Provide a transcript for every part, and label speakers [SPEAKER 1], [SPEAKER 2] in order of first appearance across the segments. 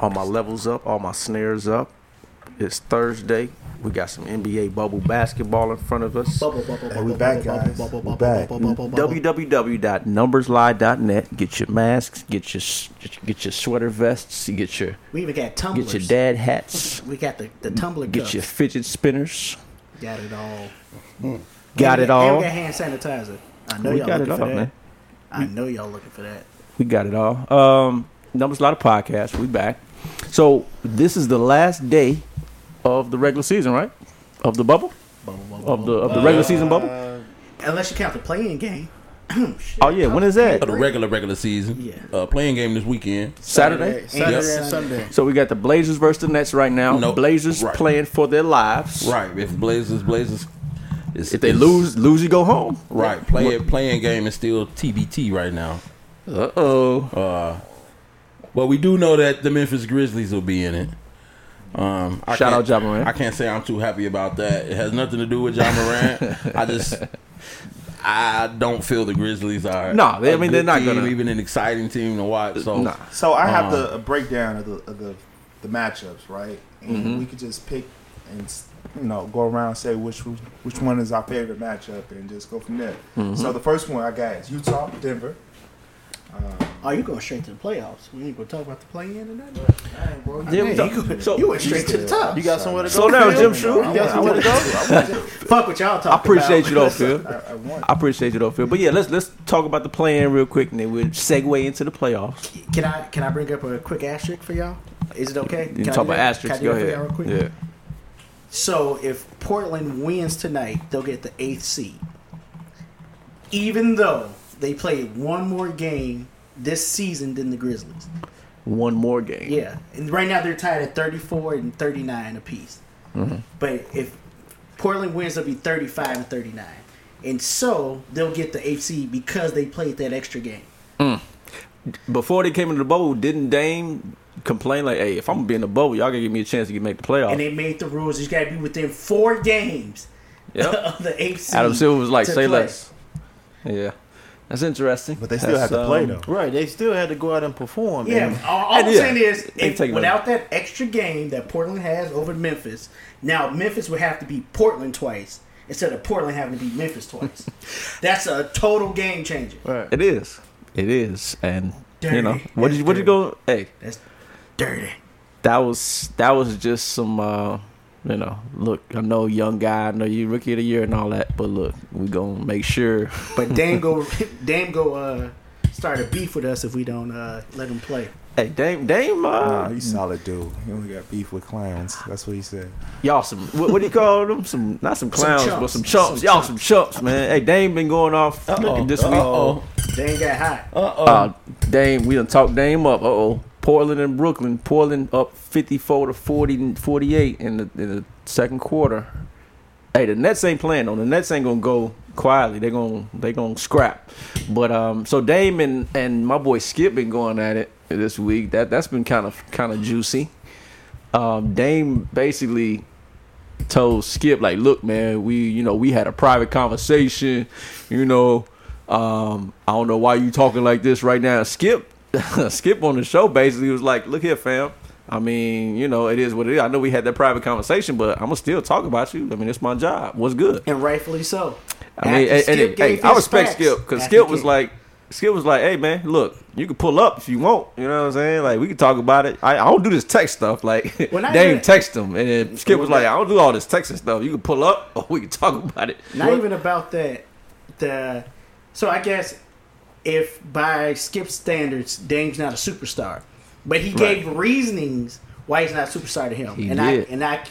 [SPEAKER 1] All my levels up, all my snares up. It's Thursday. We got some NBA bubble basketball in front of us.
[SPEAKER 2] Hey, we back, guys. We back.
[SPEAKER 1] www.numberslie.net. Get your masks, get your s- get your sweater vests, you get your
[SPEAKER 3] We even got
[SPEAKER 1] get
[SPEAKER 3] tumblers.
[SPEAKER 1] your dad hats,
[SPEAKER 3] We got the, the tumbler
[SPEAKER 1] get
[SPEAKER 3] cups.
[SPEAKER 1] your fidget spinners.
[SPEAKER 3] Got it all.
[SPEAKER 1] Got
[SPEAKER 3] And
[SPEAKER 1] it
[SPEAKER 3] we And
[SPEAKER 1] all.
[SPEAKER 3] we got hand sanitizer. I know
[SPEAKER 1] We
[SPEAKER 3] y'all
[SPEAKER 1] got it
[SPEAKER 3] looking
[SPEAKER 1] all,
[SPEAKER 3] for that.
[SPEAKER 1] man.
[SPEAKER 3] I know y'all looking for that.
[SPEAKER 1] We got it all. Um, numbers a lot of podcasts. We back. So this is the last day of the regular season, right? Of the bubble,
[SPEAKER 3] Bubble, bubble,
[SPEAKER 1] of the
[SPEAKER 3] bubble.
[SPEAKER 1] of the regular season bubble.
[SPEAKER 3] Unless you count the playing game. Shit.
[SPEAKER 1] Oh yeah, when is that?
[SPEAKER 4] Of the regular regular season.
[SPEAKER 3] Yeah.
[SPEAKER 4] Uh, playing game this weekend.
[SPEAKER 1] Saturday.
[SPEAKER 2] Saturday
[SPEAKER 4] Yep.
[SPEAKER 2] and Sunday.
[SPEAKER 1] So we got the Blazers versus the Nets right now.
[SPEAKER 4] No,
[SPEAKER 1] Blazers
[SPEAKER 4] right.
[SPEAKER 1] playing for their lives.
[SPEAKER 4] Right. If Blazers Blazers, it's,
[SPEAKER 1] If they
[SPEAKER 4] it's-
[SPEAKER 1] lose, lose you go home.
[SPEAKER 4] right? Play, playing game is still TBT right now. Uh,
[SPEAKER 1] Uh oh.
[SPEAKER 4] But we do know that the Memphis Grizzlies will be in it. Um, I
[SPEAKER 1] Shout
[SPEAKER 4] can't-
[SPEAKER 1] out Ja Morant.
[SPEAKER 4] I can't say I'm too happy about that. It has nothing to do with John Morant. I just I don't feel the Grizzlies are.
[SPEAKER 1] No, they- I
[SPEAKER 4] a
[SPEAKER 1] mean, they're
[SPEAKER 4] good
[SPEAKER 1] not
[SPEAKER 4] team,
[SPEAKER 1] gonna-
[SPEAKER 4] even an exciting team to watch. So
[SPEAKER 1] Nah.
[SPEAKER 2] So I have the
[SPEAKER 1] Um,
[SPEAKER 2] a breakdown of the of the, the matchups, right? And
[SPEAKER 1] Mm-hmm.
[SPEAKER 2] we could just pick and s- you know go around and say which one- which one is our favorite matchup and just go from there.
[SPEAKER 1] Mm-hmm.
[SPEAKER 2] So the first one I got is Utah, Denver.
[SPEAKER 3] Oh, you going straight to the playoffs? We ain't gonna talk about the play in and nothing.
[SPEAKER 1] Yeah, we talk- so-
[SPEAKER 3] you went straight to the top.
[SPEAKER 5] You got somewhere to go?
[SPEAKER 1] Slow down,
[SPEAKER 5] Phil?
[SPEAKER 1] Jim Shrew.
[SPEAKER 5] You got somewhere to go?
[SPEAKER 3] Fuck what y'all talking
[SPEAKER 1] I appreciate you though,
[SPEAKER 3] about.
[SPEAKER 1] Phil.
[SPEAKER 2] I, I want.
[SPEAKER 1] I appreciate you though, Phil. But yeah, let's let's talk about the plan real quick, and then we'll segue into the playoffs.
[SPEAKER 3] you. Can I can I bring up a quick asterisk for y'all? Is it okay?
[SPEAKER 1] You
[SPEAKER 3] can I
[SPEAKER 1] talk
[SPEAKER 3] do
[SPEAKER 1] about
[SPEAKER 3] that?
[SPEAKER 1] asterisks.
[SPEAKER 3] Can
[SPEAKER 1] Go
[SPEAKER 3] I do that for
[SPEAKER 1] ahead.
[SPEAKER 3] y'all real quick?
[SPEAKER 1] Yeah.
[SPEAKER 3] So if Portland wins tonight, they'll get the eighth seed. Even though they played one more game this season than the Grizzlies.
[SPEAKER 1] One more game.
[SPEAKER 3] Yeah. And right now they're tied at 34 and 39 apiece.
[SPEAKER 1] Mm-hmm.
[SPEAKER 3] But if Portland wins, they'll be 35 and 39. And so they'll get the eighth seed because they played that extra game.
[SPEAKER 1] Before they came into the bubble, didn't Dame complain like, "Hey, if I'm gonna be in the bubble, y'all gotta give me a chance to get make the playoffs."
[SPEAKER 3] And they made the rules. You got to be within four games
[SPEAKER 1] yep.
[SPEAKER 3] of the eighth seed.
[SPEAKER 1] Adam Silver was like,
[SPEAKER 3] to
[SPEAKER 1] "Say
[SPEAKER 3] play."
[SPEAKER 1] less." Yeah. That's interesting.
[SPEAKER 2] But they still
[SPEAKER 1] That's,
[SPEAKER 2] have to play
[SPEAKER 1] um,
[SPEAKER 2] though.
[SPEAKER 5] Right, they still had to go out and perform.
[SPEAKER 3] Yeah,
[SPEAKER 5] man.
[SPEAKER 3] all, all I'm
[SPEAKER 1] And yeah,
[SPEAKER 3] saying is,
[SPEAKER 1] they
[SPEAKER 3] if,
[SPEAKER 1] take it
[SPEAKER 3] without that extra game that Portland has over Memphis, now Memphis would have to beat Portland twice instead of Portland having to beat Memphis twice. That's a total game changer.
[SPEAKER 5] Right.
[SPEAKER 1] It is. It is. And you
[SPEAKER 3] Dirty.
[SPEAKER 1] know, what did you what did you
[SPEAKER 3] Dirty.
[SPEAKER 1] go? Hey,
[SPEAKER 3] That's dirty.
[SPEAKER 1] that was that was just some uh you know look i know young guy i know you rookie of the year and all that but look we gonna make sure
[SPEAKER 3] But Dame go, Dame go, uh, start a beef with us if we don't uh, let him play.
[SPEAKER 1] hey dame dame
[SPEAKER 2] Nah,
[SPEAKER 1] uh,
[SPEAKER 2] he's solid dude. He only got beef with clowns. That's what he said.
[SPEAKER 1] y'all some what, what do you call them some not some clowns but
[SPEAKER 3] chumps.
[SPEAKER 1] some chumps
[SPEAKER 3] Some
[SPEAKER 1] y'all some chumps man hey dame been going off
[SPEAKER 4] Uh-oh.
[SPEAKER 1] this week
[SPEAKER 4] Uh-oh.
[SPEAKER 3] Dame got hot.
[SPEAKER 4] Uh-oh.
[SPEAKER 1] uh dame we done talked dame up uh-oh portland and brooklyn portland up 54 to 40 48 in the, in the second quarter hey, the Nets ain't playing though. The Nets ain't gonna go quietly. They gonna they gonna scrap. But um, so Dame and, and my boy Skip been going at it this week. That that's been kind of kind of juicy. Um, Dame basically told Skip like, look, man, we you know we had a private conversation. You know, um, I don't know why you talking like this right now. Skip Skip on the show basically was like, look here, fam. I mean, you know, it is what it is. I know we had that private conversation, but I'm gonna still talk about you. I mean, it's my job. What's good?
[SPEAKER 3] And rightfully so.
[SPEAKER 1] I mean,
[SPEAKER 3] After
[SPEAKER 1] and,
[SPEAKER 3] Skip
[SPEAKER 1] and- hey,
[SPEAKER 3] gave
[SPEAKER 1] I
[SPEAKER 3] his
[SPEAKER 1] respect
[SPEAKER 3] facts,
[SPEAKER 1] Skip because
[SPEAKER 3] after
[SPEAKER 1] Skip was
[SPEAKER 3] Skip-
[SPEAKER 1] like, Skip was like, hey man, look, you can pull up if you want. You know what I'm saying? Like we can talk about it. I, I don't do this text stuff. Like
[SPEAKER 3] Well, not
[SPEAKER 1] Dame
[SPEAKER 3] even-
[SPEAKER 1] text him, and then Skip was like, I don't do all this texting stuff. You can pull up, or we can talk about it.
[SPEAKER 3] Not even about that. The so I guess if by Skip's standards, Dame's not a superstar, but he
[SPEAKER 1] Right.
[SPEAKER 3] gave reasonings why he's not a superstar to him,
[SPEAKER 1] He
[SPEAKER 3] and
[SPEAKER 1] did.
[SPEAKER 3] I and I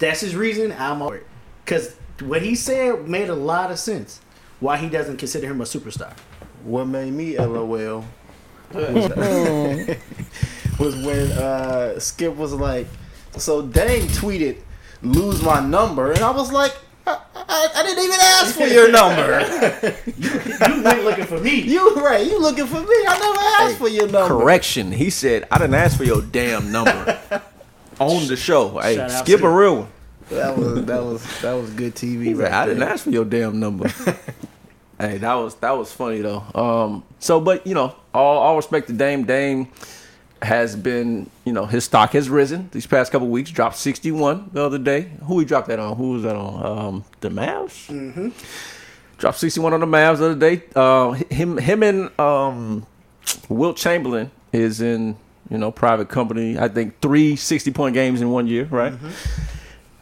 [SPEAKER 3] that's his reason. I'm over it because what he said made a lot of sense. Why he doesn't consider him a superstar?
[SPEAKER 5] What made me LOL was when uh, Skip was like, so Dang tweeted, lose my number. And I was like, I, I, I didn't even ask for your number.
[SPEAKER 3] You went looking for me.
[SPEAKER 5] you right, you looking for me. I never asked for your number.
[SPEAKER 1] Correction, he said, I didn't ask for your damn number on the show. Hey,
[SPEAKER 3] Shout out
[SPEAKER 1] Skip
[SPEAKER 3] to-
[SPEAKER 1] a real one.
[SPEAKER 5] That was that was that was good TV
[SPEAKER 1] He's
[SPEAKER 5] right
[SPEAKER 1] like, I didn't
[SPEAKER 5] there.
[SPEAKER 1] ask for your damn number. hey, that was that was funny though. Um, so but you know, all all respect to Dame. Dame has been, you know, his stock has risen these past couple weeks. Dropped 61 the other day. Who he dropped that on? Who was that on? Um, the Mavs. Mm-hmm. Dropped 61 on the Mavs the other day. Uh, him, him, and um, Wilt Chamberlain is in, you know, private company. I think three 60 point games in one year, right?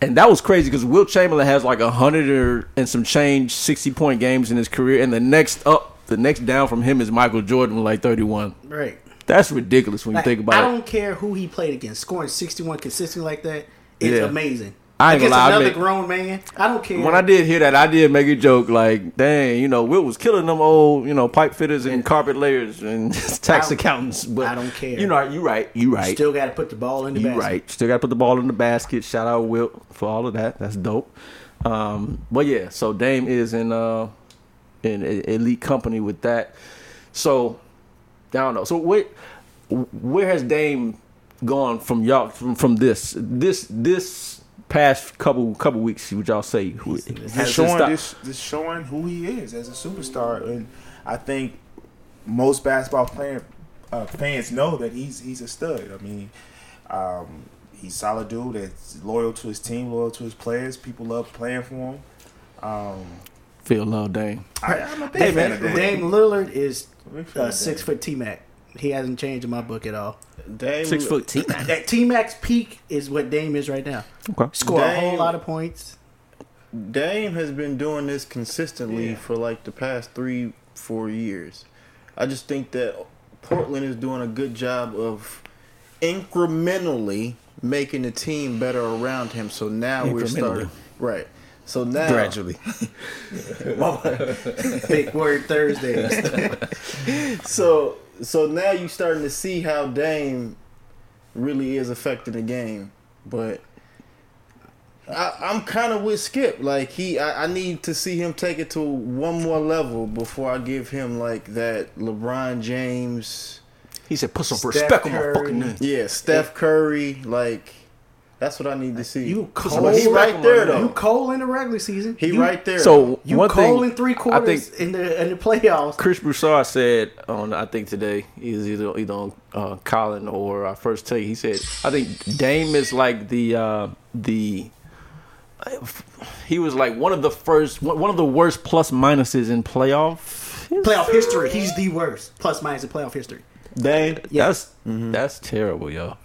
[SPEAKER 1] And that was crazy because Will Chamberlain has like a hundred or- and some change sixty point games in his career, and the next up, the next down from him is Michael Jordan with like thirty one.
[SPEAKER 3] Right.
[SPEAKER 1] That's ridiculous when you think
[SPEAKER 3] I
[SPEAKER 1] about it.
[SPEAKER 3] don't care who he played against. Scoring 61 consistently like that is
[SPEAKER 1] Yeah.
[SPEAKER 3] amazing.
[SPEAKER 1] I ain't
[SPEAKER 3] against
[SPEAKER 1] gonna lie, I
[SPEAKER 3] another
[SPEAKER 1] make-
[SPEAKER 3] grown man, I don't care.
[SPEAKER 1] When I did hear that, I did make a joke like, "Dang, you know, Will was killing them old, you know, pipe fitters and carpet layers and tax
[SPEAKER 3] don't-
[SPEAKER 1] accountants." But
[SPEAKER 3] I don't care.
[SPEAKER 1] You know, you right, you right.
[SPEAKER 3] still got to put the ball in the
[SPEAKER 1] You
[SPEAKER 3] basket.
[SPEAKER 1] right. Still got to put the ball in the basket. Shout out Wilt for all of that. That's dope. Um, but yeah, so Dame is in uh, in e- elite company with that. So I don't know. So what? Where has Dame gone from y'all from from this this this past couple couple weeks? Would y'all say who- has
[SPEAKER 2] Just
[SPEAKER 1] it
[SPEAKER 2] showing
[SPEAKER 1] stopped-
[SPEAKER 2] this, this showing who he is as a superstar, and I think most basketball player, uh, fans know that he's he's a stud. I mean, um, he's a solid dude that's loyal to his team, loyal to his players. People love playing for him. Um,
[SPEAKER 1] Feel love Dame.
[SPEAKER 2] I, I'm a big
[SPEAKER 3] Hey,
[SPEAKER 2] fan
[SPEAKER 3] man,
[SPEAKER 2] of that.
[SPEAKER 3] Dame Lillard is
[SPEAKER 2] Big fan
[SPEAKER 3] uh,
[SPEAKER 2] of that.
[SPEAKER 3] six foot T Mac. He hasn't changed in my book at all.
[SPEAKER 5] Dame,
[SPEAKER 1] Six foot team.
[SPEAKER 3] That T Mac's peak is what Dame is right now.
[SPEAKER 1] Okay.
[SPEAKER 3] Score a whole
[SPEAKER 5] Dame-
[SPEAKER 3] lot of points.
[SPEAKER 5] Dame has been doing this consistently
[SPEAKER 2] Yeah.
[SPEAKER 5] for like the past three, four years. I just think that Portland is doing a good job of incrementally making the team better around him. So now we're starting right. So now
[SPEAKER 4] Gradually.
[SPEAKER 3] Big word Thursdays.
[SPEAKER 5] So so now you starting to see how Dame really is affecting the game, but I, I'm kind of with Skip. Like he, I, I need to see him take it to one more level before I give him like that LeBron James,
[SPEAKER 1] He said, "Put some
[SPEAKER 3] Steph
[SPEAKER 1] respect on my
[SPEAKER 3] Curry.
[SPEAKER 1] fucking name."
[SPEAKER 5] yeah, Steph Curry. Like that's what I need to see.
[SPEAKER 3] You
[SPEAKER 5] But
[SPEAKER 3] cold.
[SPEAKER 5] he right there
[SPEAKER 3] you
[SPEAKER 5] though.
[SPEAKER 3] cold in the regular season.
[SPEAKER 5] He
[SPEAKER 3] you,
[SPEAKER 5] right there.
[SPEAKER 1] So
[SPEAKER 3] You
[SPEAKER 1] one
[SPEAKER 3] cold
[SPEAKER 1] thing
[SPEAKER 3] in three
[SPEAKER 1] I think-
[SPEAKER 3] quarters in the in the playoffs.
[SPEAKER 1] Chris Broussard said on I think today is either either on uh, Colin or our first take. He said I think Dame is like the uh, the he was like one of the first one one of the worst plus minuses in playoff
[SPEAKER 3] Playoff history. He's the worst. Plus minus in playoff history.
[SPEAKER 1] Dame.
[SPEAKER 3] Yeah.
[SPEAKER 1] That's that's terrible, yo.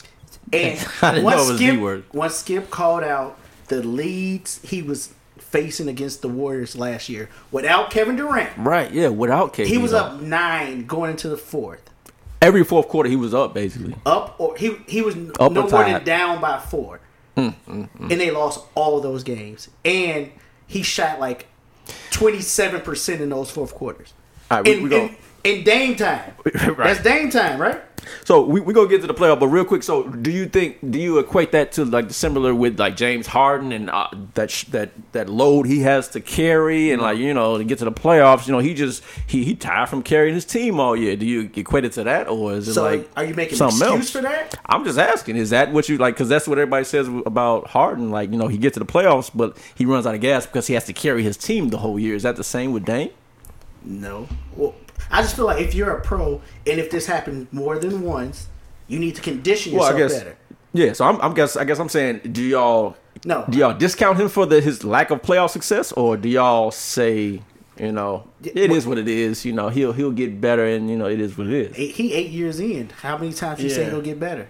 [SPEAKER 3] And
[SPEAKER 1] I didn't know
[SPEAKER 3] once
[SPEAKER 1] it was the word.
[SPEAKER 3] Skip, once Skip called out the leads he was facing against the Warriors last year without Kevin Durant,
[SPEAKER 1] Right? Yeah. Without KD,
[SPEAKER 3] he was
[SPEAKER 1] though.
[SPEAKER 3] up nine going into the fourth.
[SPEAKER 1] every fourth quarter. He was up basically.
[SPEAKER 3] Up or he he was n-
[SPEAKER 1] Up or
[SPEAKER 3] no more than
[SPEAKER 1] tied. Hmm,
[SPEAKER 3] down by 4 and they lost all those games. And he shot like twenty seven percent in those fourth quarters.
[SPEAKER 1] All right, we-
[SPEAKER 3] in,
[SPEAKER 1] we gonna-
[SPEAKER 3] in- in Dame time,
[SPEAKER 1] Right.
[SPEAKER 3] that's Dame time, right?
[SPEAKER 1] So we we gonna get to the playoff, but real quick. So do you think do you equate that to like the similar with like James Harden and uh, that sh- that that load he has to carry and like you know to get to the playoffs? You know he just he he tired from carrying his team all year. Do you equate it to that or is it
[SPEAKER 3] So
[SPEAKER 1] like
[SPEAKER 3] are you making an
[SPEAKER 1] something
[SPEAKER 3] excuse
[SPEAKER 1] else?
[SPEAKER 3] for that?
[SPEAKER 1] I'm just asking. Is that what you like? Because that's what everybody says about Harden. Like you know he gets to the playoffs, but he runs out of gas because he has to carry his team the whole year. Is that the same with Dane?
[SPEAKER 3] No. Well, I just feel like if you're a pro and if this happened more than once, you need to condition
[SPEAKER 1] well,
[SPEAKER 3] yourself
[SPEAKER 1] I guess.
[SPEAKER 3] better.
[SPEAKER 1] Yeah, so I'm, I'm guess I guess I'm saying, do y'all
[SPEAKER 3] No.
[SPEAKER 1] do y'all discount him for the, his lack of playoff success, or do y'all say, you know, it is what it is. You know, he'll he'll get better, and you know, it is what it is.
[SPEAKER 3] Eight, he eight years in. How many times you say
[SPEAKER 5] Yeah.
[SPEAKER 3] he'll get better?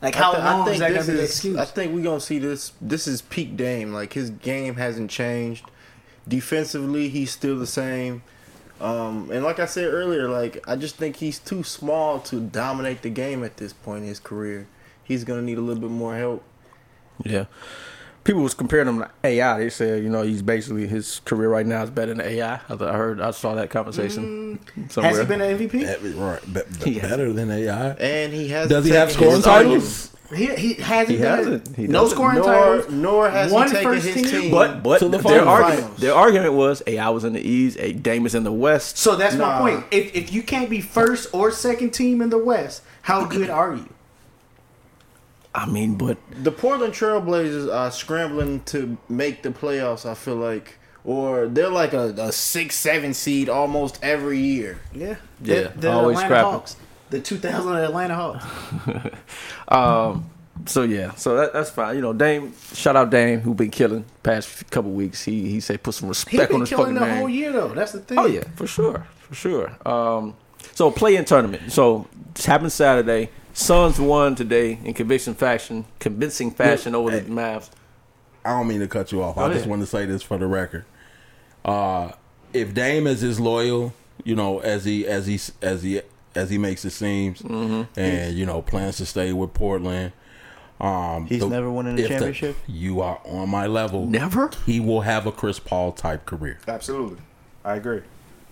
[SPEAKER 3] Like
[SPEAKER 5] I
[SPEAKER 3] how
[SPEAKER 5] thi-
[SPEAKER 3] long
[SPEAKER 5] I
[SPEAKER 3] is
[SPEAKER 5] think
[SPEAKER 3] that gonna
[SPEAKER 5] this
[SPEAKER 3] be the
[SPEAKER 5] is-
[SPEAKER 3] excuse?
[SPEAKER 5] I think we're gonna see this. This is peak Dame. Like his game hasn't changed. Defensively, he's still the same. Um, and like I said earlier, like I just think he's too small to dominate the game at this point in his career. He's gonna need a little bit more help.
[SPEAKER 1] Yeah. People was comparing him to AI. They said, you know, he's basically his career right now is better than AI. I, th- I heard, I saw that conversation somewhere.
[SPEAKER 3] Has he been an MVP?
[SPEAKER 4] Every- right, be- be-
[SPEAKER 1] Yeah.
[SPEAKER 4] Better than AI.
[SPEAKER 5] And he has.
[SPEAKER 4] Does he have scoring titles?
[SPEAKER 3] He, he hasn't.
[SPEAKER 1] He
[SPEAKER 3] done
[SPEAKER 1] hasn't.
[SPEAKER 3] It.
[SPEAKER 1] He
[SPEAKER 3] no
[SPEAKER 1] doesn't.
[SPEAKER 3] scoring
[SPEAKER 5] Nor,
[SPEAKER 3] titles.
[SPEAKER 5] nor has
[SPEAKER 3] One
[SPEAKER 5] he taken
[SPEAKER 3] first
[SPEAKER 5] his
[SPEAKER 3] team.
[SPEAKER 5] team.
[SPEAKER 1] but but
[SPEAKER 4] To the
[SPEAKER 1] their
[SPEAKER 4] finals.
[SPEAKER 1] argument
[SPEAKER 5] Finals.
[SPEAKER 1] their argument was AI was in the East, A- Dame is in the West.
[SPEAKER 3] So that's my
[SPEAKER 5] Nah.
[SPEAKER 3] point. If if you can't be first or second team in the West, how good are you?
[SPEAKER 1] I mean, but
[SPEAKER 5] the Portland Trailblazers are scrambling to make the playoffs. I feel like, or they're like a, a six, seven seed almost every year.
[SPEAKER 3] Yeah.
[SPEAKER 1] Yeah, always scrapping.
[SPEAKER 3] the 2000 Atlanta Hawks.
[SPEAKER 1] Um, so yeah, so that, that's fine. You know, Dame, shout out Dame, who been killing past couple weeks. He he said put some
[SPEAKER 3] He
[SPEAKER 1] respect on
[SPEAKER 3] been
[SPEAKER 1] his
[SPEAKER 3] killing
[SPEAKER 1] fucking
[SPEAKER 3] the
[SPEAKER 1] name.
[SPEAKER 3] whole year though. That's the thing.
[SPEAKER 1] Oh yeah, for sure, for sure. Um, so play-in tournament. So this happened Saturday. Suns won today in conviction fashion, convincing fashion over the Mavs.
[SPEAKER 4] I don't mean to cut you off.
[SPEAKER 1] Go
[SPEAKER 4] I just
[SPEAKER 1] ahead.
[SPEAKER 4] want to say this for the record. Uh, if Dame is as loyal, you know, as he as he as he as he makes it seems,
[SPEAKER 6] Mm-hmm.
[SPEAKER 4] and you know, plans to stay with Portland. Um,
[SPEAKER 6] He's never won in a
[SPEAKER 4] if
[SPEAKER 6] championship?
[SPEAKER 4] you are on my level.
[SPEAKER 1] Never.
[SPEAKER 4] He will have a Chris Paul type career.
[SPEAKER 2] Absolutely, I agree.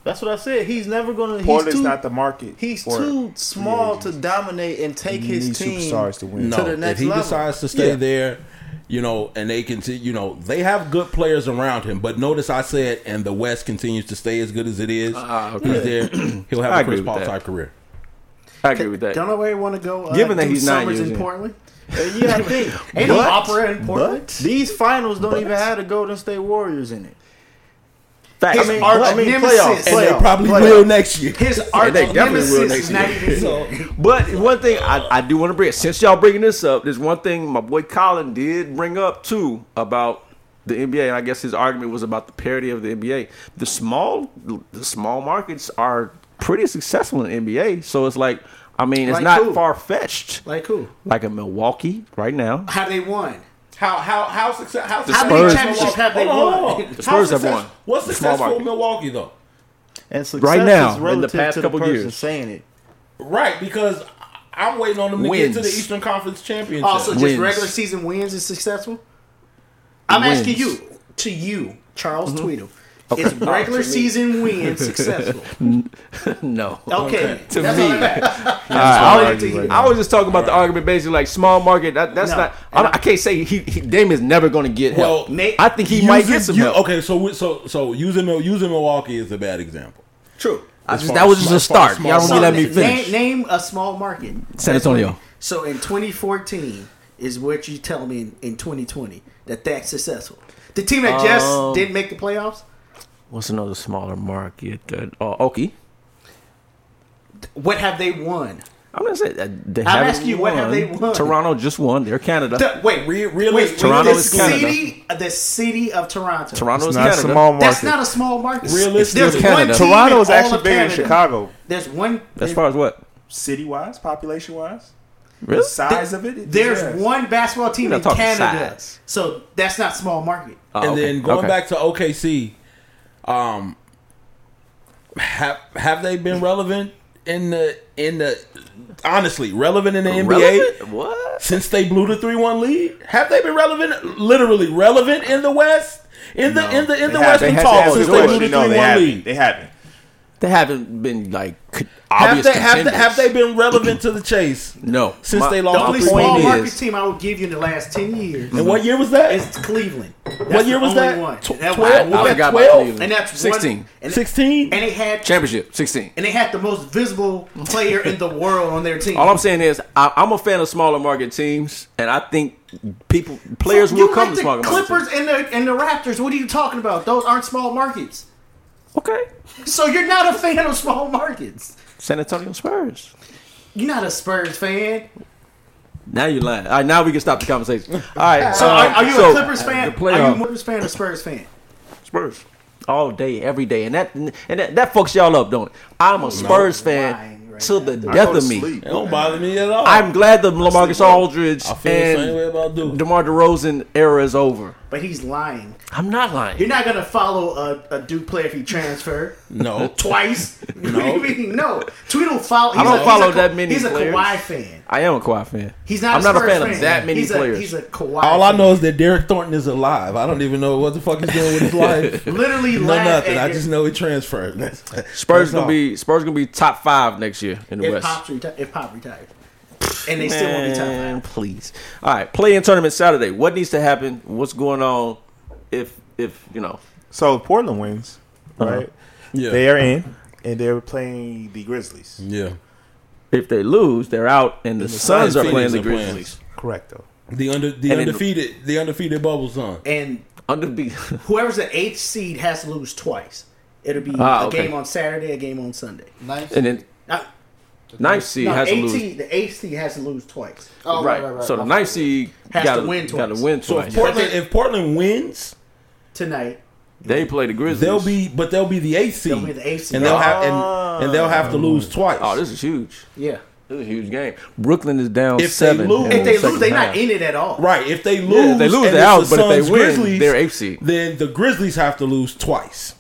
[SPEAKER 5] That's what I said. He's never gonna. He's
[SPEAKER 2] Portland's
[SPEAKER 5] too,
[SPEAKER 2] not the market.
[SPEAKER 5] he's
[SPEAKER 2] for
[SPEAKER 5] too
[SPEAKER 2] free
[SPEAKER 5] small to
[SPEAKER 2] agents.
[SPEAKER 5] dominate and take
[SPEAKER 2] You
[SPEAKER 5] his
[SPEAKER 2] need
[SPEAKER 5] team.
[SPEAKER 2] superstars to win.
[SPEAKER 4] No,
[SPEAKER 5] To the next
[SPEAKER 4] if he
[SPEAKER 5] level.
[SPEAKER 4] decides to stay
[SPEAKER 5] Yeah.
[SPEAKER 4] there, you know, and they can, you know, they have good players around him. But notice I said, and the West continues to stay as good as it is.
[SPEAKER 1] Ah, okay.
[SPEAKER 4] He's there. He'll have
[SPEAKER 1] I
[SPEAKER 4] a
[SPEAKER 1] agree
[SPEAKER 4] Chris
[SPEAKER 1] with
[SPEAKER 4] Paul
[SPEAKER 1] that.
[SPEAKER 4] type career.
[SPEAKER 1] I agree with
[SPEAKER 3] Don't
[SPEAKER 1] that.
[SPEAKER 3] know where you want to go. Uh,
[SPEAKER 1] Given that
[SPEAKER 3] do
[SPEAKER 1] he's not
[SPEAKER 3] summers in
[SPEAKER 1] using-
[SPEAKER 3] Portland,
[SPEAKER 5] And Uh, you gotta think.
[SPEAKER 3] ain't no
[SPEAKER 5] but-
[SPEAKER 3] opera in Portland.
[SPEAKER 5] These finals don't even have the Golden State Warriors in it.
[SPEAKER 1] Facts.
[SPEAKER 3] I mean, arch
[SPEAKER 5] I mean,
[SPEAKER 3] nemesis.
[SPEAKER 5] playoff,
[SPEAKER 3] And they
[SPEAKER 5] playoff,
[SPEAKER 4] Probably
[SPEAKER 5] playoff.
[SPEAKER 4] will next year.
[SPEAKER 3] His
[SPEAKER 1] And
[SPEAKER 3] arch
[SPEAKER 1] they definitely will
[SPEAKER 3] nemesis
[SPEAKER 1] next
[SPEAKER 3] is not even here.
[SPEAKER 1] But one thing I, I do want to bring since y'all bringing this up, there's one thing my boy Colin did bring up too about the NBA, and I guess his argument was about the parity of the NBA. The small the small markets are pretty successful in the NBA, so it's like I mean it's
[SPEAKER 3] Like
[SPEAKER 1] not
[SPEAKER 3] who?
[SPEAKER 1] far fetched. Like,
[SPEAKER 3] Like who?
[SPEAKER 1] in Milwaukee right now,
[SPEAKER 3] How they won?
[SPEAKER 4] How how how successful? How,
[SPEAKER 1] How many Spurs-
[SPEAKER 3] championships have they won?
[SPEAKER 1] The Spurs have won.
[SPEAKER 4] What's
[SPEAKER 1] The small
[SPEAKER 4] successful
[SPEAKER 1] market.
[SPEAKER 4] in Milwaukee though?
[SPEAKER 5] And success
[SPEAKER 1] Right now,
[SPEAKER 5] is
[SPEAKER 1] in the
[SPEAKER 5] relative
[SPEAKER 1] past
[SPEAKER 5] to
[SPEAKER 1] couple
[SPEAKER 5] the person
[SPEAKER 1] years.
[SPEAKER 5] saying it.
[SPEAKER 4] Right, because I'm waiting on them to get to the
[SPEAKER 1] Wins. Oh,
[SPEAKER 4] Eastern Conference Championship.
[SPEAKER 3] Also, Oh, just
[SPEAKER 1] Wins.
[SPEAKER 3] regular season wins is successful. I'm
[SPEAKER 1] Wins. Mm-hmm.
[SPEAKER 3] asking you, to you, Charles Tweedle, is regular season win successful?
[SPEAKER 1] no.
[SPEAKER 3] Okay,
[SPEAKER 1] To
[SPEAKER 3] that's
[SPEAKER 1] me.
[SPEAKER 3] all that matters.
[SPEAKER 1] I,
[SPEAKER 3] I'll
[SPEAKER 1] was-
[SPEAKER 3] argue right
[SPEAKER 1] I was just talking about the argument basically like small market. That, that's
[SPEAKER 3] No.
[SPEAKER 1] not. I, don't- I can't say he, he Dame is never going to get help.
[SPEAKER 4] Well,
[SPEAKER 3] Nate-
[SPEAKER 1] I think he might
[SPEAKER 4] Using-
[SPEAKER 1] get some
[SPEAKER 4] you-
[SPEAKER 1] help.
[SPEAKER 4] Okay, so we- so so using Mil- using Milwaukee is a bad example.
[SPEAKER 3] True.
[SPEAKER 1] I
[SPEAKER 4] As
[SPEAKER 1] just,
[SPEAKER 4] far
[SPEAKER 1] that
[SPEAKER 4] as
[SPEAKER 1] was just a
[SPEAKER 4] small-
[SPEAKER 1] start.
[SPEAKER 4] small
[SPEAKER 1] Y'all
[SPEAKER 4] market.
[SPEAKER 1] won't let me
[SPEAKER 3] name-
[SPEAKER 1] finish.
[SPEAKER 3] Name, a small market.
[SPEAKER 1] San Antonio.
[SPEAKER 3] So in 2014 is what you tell me in, in 2020 that that's successful. The team that
[SPEAKER 1] Um,
[SPEAKER 3] just didn't make the playoffs.
[SPEAKER 1] What's another smaller market? That, uh, Okie.
[SPEAKER 3] What have they won?
[SPEAKER 1] I'm gonna say that they
[SPEAKER 3] I'm
[SPEAKER 1] haven't
[SPEAKER 3] asking you, what have they won?
[SPEAKER 1] Toronto just won. They're Canada.
[SPEAKER 3] The- wait,
[SPEAKER 4] Re-
[SPEAKER 3] wait,
[SPEAKER 4] really?
[SPEAKER 3] wait,
[SPEAKER 1] Toronto
[SPEAKER 3] the
[SPEAKER 1] is Canada.
[SPEAKER 3] City, the city of Toronto.
[SPEAKER 1] Toronto
[SPEAKER 2] It's
[SPEAKER 1] is
[SPEAKER 2] not
[SPEAKER 1] Canada.
[SPEAKER 2] small market.
[SPEAKER 3] That's not a small market.
[SPEAKER 4] Realistically,
[SPEAKER 3] there's
[SPEAKER 1] Canada.
[SPEAKER 3] one team
[SPEAKER 2] Toronto is
[SPEAKER 3] in all
[SPEAKER 2] actually
[SPEAKER 3] of
[SPEAKER 2] bigger than
[SPEAKER 3] Canada.
[SPEAKER 2] Chicago,
[SPEAKER 3] There's one.
[SPEAKER 1] as far as what?
[SPEAKER 2] city wise, population wise,
[SPEAKER 1] Really?
[SPEAKER 2] size of it.
[SPEAKER 3] There's
[SPEAKER 2] yes.
[SPEAKER 3] one basketball team
[SPEAKER 1] We're
[SPEAKER 3] in
[SPEAKER 1] not talking
[SPEAKER 3] Canada.
[SPEAKER 1] size.
[SPEAKER 3] So that's not small market.
[SPEAKER 1] Oh,
[SPEAKER 4] and
[SPEAKER 1] okay.
[SPEAKER 4] then going
[SPEAKER 1] Okay.
[SPEAKER 4] back to OKC, um, have have they been relevant in the in the honestly relevant in the
[SPEAKER 1] Relevant?
[SPEAKER 4] NBA
[SPEAKER 1] What?
[SPEAKER 4] since they blew the three one lead? Have they been relevant? Literally relevant in the West in the in the in the
[SPEAKER 2] They haven't.
[SPEAKER 4] Western
[SPEAKER 2] They
[SPEAKER 4] talk
[SPEAKER 2] haven't.
[SPEAKER 4] since
[SPEAKER 2] Actually,
[SPEAKER 4] they blew the three
[SPEAKER 2] no,
[SPEAKER 4] one
[SPEAKER 2] they haven't.
[SPEAKER 4] lead.
[SPEAKER 2] They haven't.
[SPEAKER 1] They haven't been like c-
[SPEAKER 4] Have
[SPEAKER 1] obvious
[SPEAKER 4] they, have, they,
[SPEAKER 1] contenders.
[SPEAKER 4] have they been relevant to the chase?
[SPEAKER 1] No.
[SPEAKER 4] Since
[SPEAKER 1] My-
[SPEAKER 4] they
[SPEAKER 3] The
[SPEAKER 4] lost
[SPEAKER 3] only
[SPEAKER 4] the
[SPEAKER 1] point
[SPEAKER 3] small
[SPEAKER 4] point
[SPEAKER 3] market
[SPEAKER 4] is,
[SPEAKER 3] team I will give you in the last ten years
[SPEAKER 4] and what year was that?
[SPEAKER 3] is Cleveland. That's
[SPEAKER 4] What year was
[SPEAKER 3] the only
[SPEAKER 4] that?
[SPEAKER 3] One.
[SPEAKER 4] Tw-
[SPEAKER 3] That was-
[SPEAKER 4] 12?
[SPEAKER 1] I
[SPEAKER 4] Was
[SPEAKER 1] forgot
[SPEAKER 4] that
[SPEAKER 1] about
[SPEAKER 4] 12?
[SPEAKER 1] Cleveland.
[SPEAKER 3] And that's one-
[SPEAKER 1] 16
[SPEAKER 3] and-
[SPEAKER 4] 16?
[SPEAKER 3] And they had
[SPEAKER 1] championship. 16.
[SPEAKER 3] and they had the most visible player in the world on their team.
[SPEAKER 1] All I'm saying is I, I'm a fan of smaller market teams, and I think people players
[SPEAKER 3] You
[SPEAKER 1] will
[SPEAKER 3] like
[SPEAKER 1] come to
[SPEAKER 3] the
[SPEAKER 1] smaller market.
[SPEAKER 3] Clippers and the and the Raptors. What are you talking about? Those aren't small markets.
[SPEAKER 1] teams. Okay.
[SPEAKER 3] So you're not a fan of small markets.
[SPEAKER 1] San Antonio Spurs.
[SPEAKER 3] You're not a Spurs fan.
[SPEAKER 1] Now you're lying. All right, now we can stop the conversation. All right.
[SPEAKER 3] So are,
[SPEAKER 1] um,
[SPEAKER 3] are you
[SPEAKER 1] so-
[SPEAKER 3] a Clippers
[SPEAKER 1] The
[SPEAKER 3] fan? Are you a
[SPEAKER 1] playoff.
[SPEAKER 3] Clippers fan or Spurs fan?
[SPEAKER 1] Spurs all day, every day, and that and that, that fucks y'all up, don't it? I'm a Spurs fan
[SPEAKER 3] lying right
[SPEAKER 1] to
[SPEAKER 3] now.
[SPEAKER 1] the
[SPEAKER 2] I
[SPEAKER 1] death
[SPEAKER 2] go to
[SPEAKER 1] of me.
[SPEAKER 2] sleep.
[SPEAKER 4] It don't bother me at all.
[SPEAKER 1] I'm glad the Lamarcus
[SPEAKER 2] well.
[SPEAKER 1] Aldridge
[SPEAKER 4] I feel the same way
[SPEAKER 1] and
[SPEAKER 4] about Duke.
[SPEAKER 1] DeMar DeRozan era is over.
[SPEAKER 3] But he's lying.
[SPEAKER 1] I'm not lying.
[SPEAKER 3] You're not gonna follow a, a Duke player if he transfer
[SPEAKER 4] No,
[SPEAKER 3] twice. No, no. Tweedle follow.
[SPEAKER 1] I don't
[SPEAKER 3] he's a-
[SPEAKER 1] follow
[SPEAKER 3] he's a,
[SPEAKER 1] that many
[SPEAKER 3] He's a
[SPEAKER 1] players.
[SPEAKER 3] Kawhi fan.
[SPEAKER 1] I am a Kawhi fan.
[SPEAKER 3] He's not.
[SPEAKER 1] I'm not a
[SPEAKER 3] Spurs
[SPEAKER 1] fan of that many
[SPEAKER 3] he's
[SPEAKER 1] players.
[SPEAKER 3] A, he's a Kawhi.
[SPEAKER 4] all I
[SPEAKER 3] fan.
[SPEAKER 4] know is that Derek Thornton is alive. I don't even know what the fuck he's doing with his life. no
[SPEAKER 3] literally laugh
[SPEAKER 4] nothing.
[SPEAKER 3] At
[SPEAKER 4] I
[SPEAKER 3] your-
[SPEAKER 4] just know he transferred. That's-
[SPEAKER 1] Spurs
[SPEAKER 4] that's
[SPEAKER 1] gonna
[SPEAKER 4] all.
[SPEAKER 1] be Spurs gonna be top five next year in the
[SPEAKER 3] if
[SPEAKER 1] West.
[SPEAKER 3] Pop, reti- if Pop retired, and they still won't be top
[SPEAKER 1] Man,
[SPEAKER 3] five.
[SPEAKER 1] Please. All right, play in tournament Saturday. What needs to happen? What's going on? If if you know
[SPEAKER 2] So if Portland wins,
[SPEAKER 1] Uh-huh.
[SPEAKER 2] right?
[SPEAKER 4] yeah.
[SPEAKER 2] They are in, and they're playing the Grizzlies.
[SPEAKER 4] yeah.
[SPEAKER 1] if they lose, they're out, and the, Suns are
[SPEAKER 4] Suns
[SPEAKER 1] playing the
[SPEAKER 4] are playing.
[SPEAKER 1] Grizzlies.
[SPEAKER 2] Correct though.
[SPEAKER 4] The under the
[SPEAKER 1] And in-
[SPEAKER 4] undefeated the undefeated bubble son.
[SPEAKER 3] And
[SPEAKER 1] Undefe-
[SPEAKER 3] whoever's the eighth seed has to lose twice. It'll be
[SPEAKER 1] Ah,
[SPEAKER 3] a
[SPEAKER 1] okay.
[SPEAKER 3] game on Saturday, a game on Sunday.
[SPEAKER 5] Nice.
[SPEAKER 1] and then
[SPEAKER 3] I-
[SPEAKER 1] Ninth seed
[SPEAKER 3] No,
[SPEAKER 1] has to
[SPEAKER 3] 18,
[SPEAKER 1] lose.
[SPEAKER 3] The eighth seed has to lose twice.
[SPEAKER 6] Oh,
[SPEAKER 1] right. So the ninth seed
[SPEAKER 3] Has to
[SPEAKER 1] got to
[SPEAKER 3] win
[SPEAKER 1] Got to
[SPEAKER 3] twice.
[SPEAKER 1] win
[SPEAKER 4] So
[SPEAKER 1] twice.
[SPEAKER 4] if Portland, if Portland wins,
[SPEAKER 3] Tonight,
[SPEAKER 1] they play the Grizzlies.
[SPEAKER 4] they'll be, but they'll be the eighth seed,
[SPEAKER 3] They'll be the eighth seed. Ah.
[SPEAKER 4] and they'll have and, and they'll have to lose twice.
[SPEAKER 1] Oh, this is huge.
[SPEAKER 3] yeah.
[SPEAKER 1] This is a huge game. Brooklyn is down
[SPEAKER 4] If they
[SPEAKER 1] seven.
[SPEAKER 4] lose-
[SPEAKER 1] in
[SPEAKER 4] If
[SPEAKER 1] the
[SPEAKER 3] If they lose,
[SPEAKER 1] second
[SPEAKER 3] they're not
[SPEAKER 1] half.
[SPEAKER 3] in it at all.
[SPEAKER 4] right. If they lose,
[SPEAKER 1] Yeah, if they lose,
[SPEAKER 4] and
[SPEAKER 1] they're out.
[SPEAKER 4] it's the
[SPEAKER 1] But if they
[SPEAKER 4] Suns,
[SPEAKER 1] win,
[SPEAKER 4] Grizzlies,
[SPEAKER 1] they're eighth seed.
[SPEAKER 4] Then the Grizzlies have to lose twice.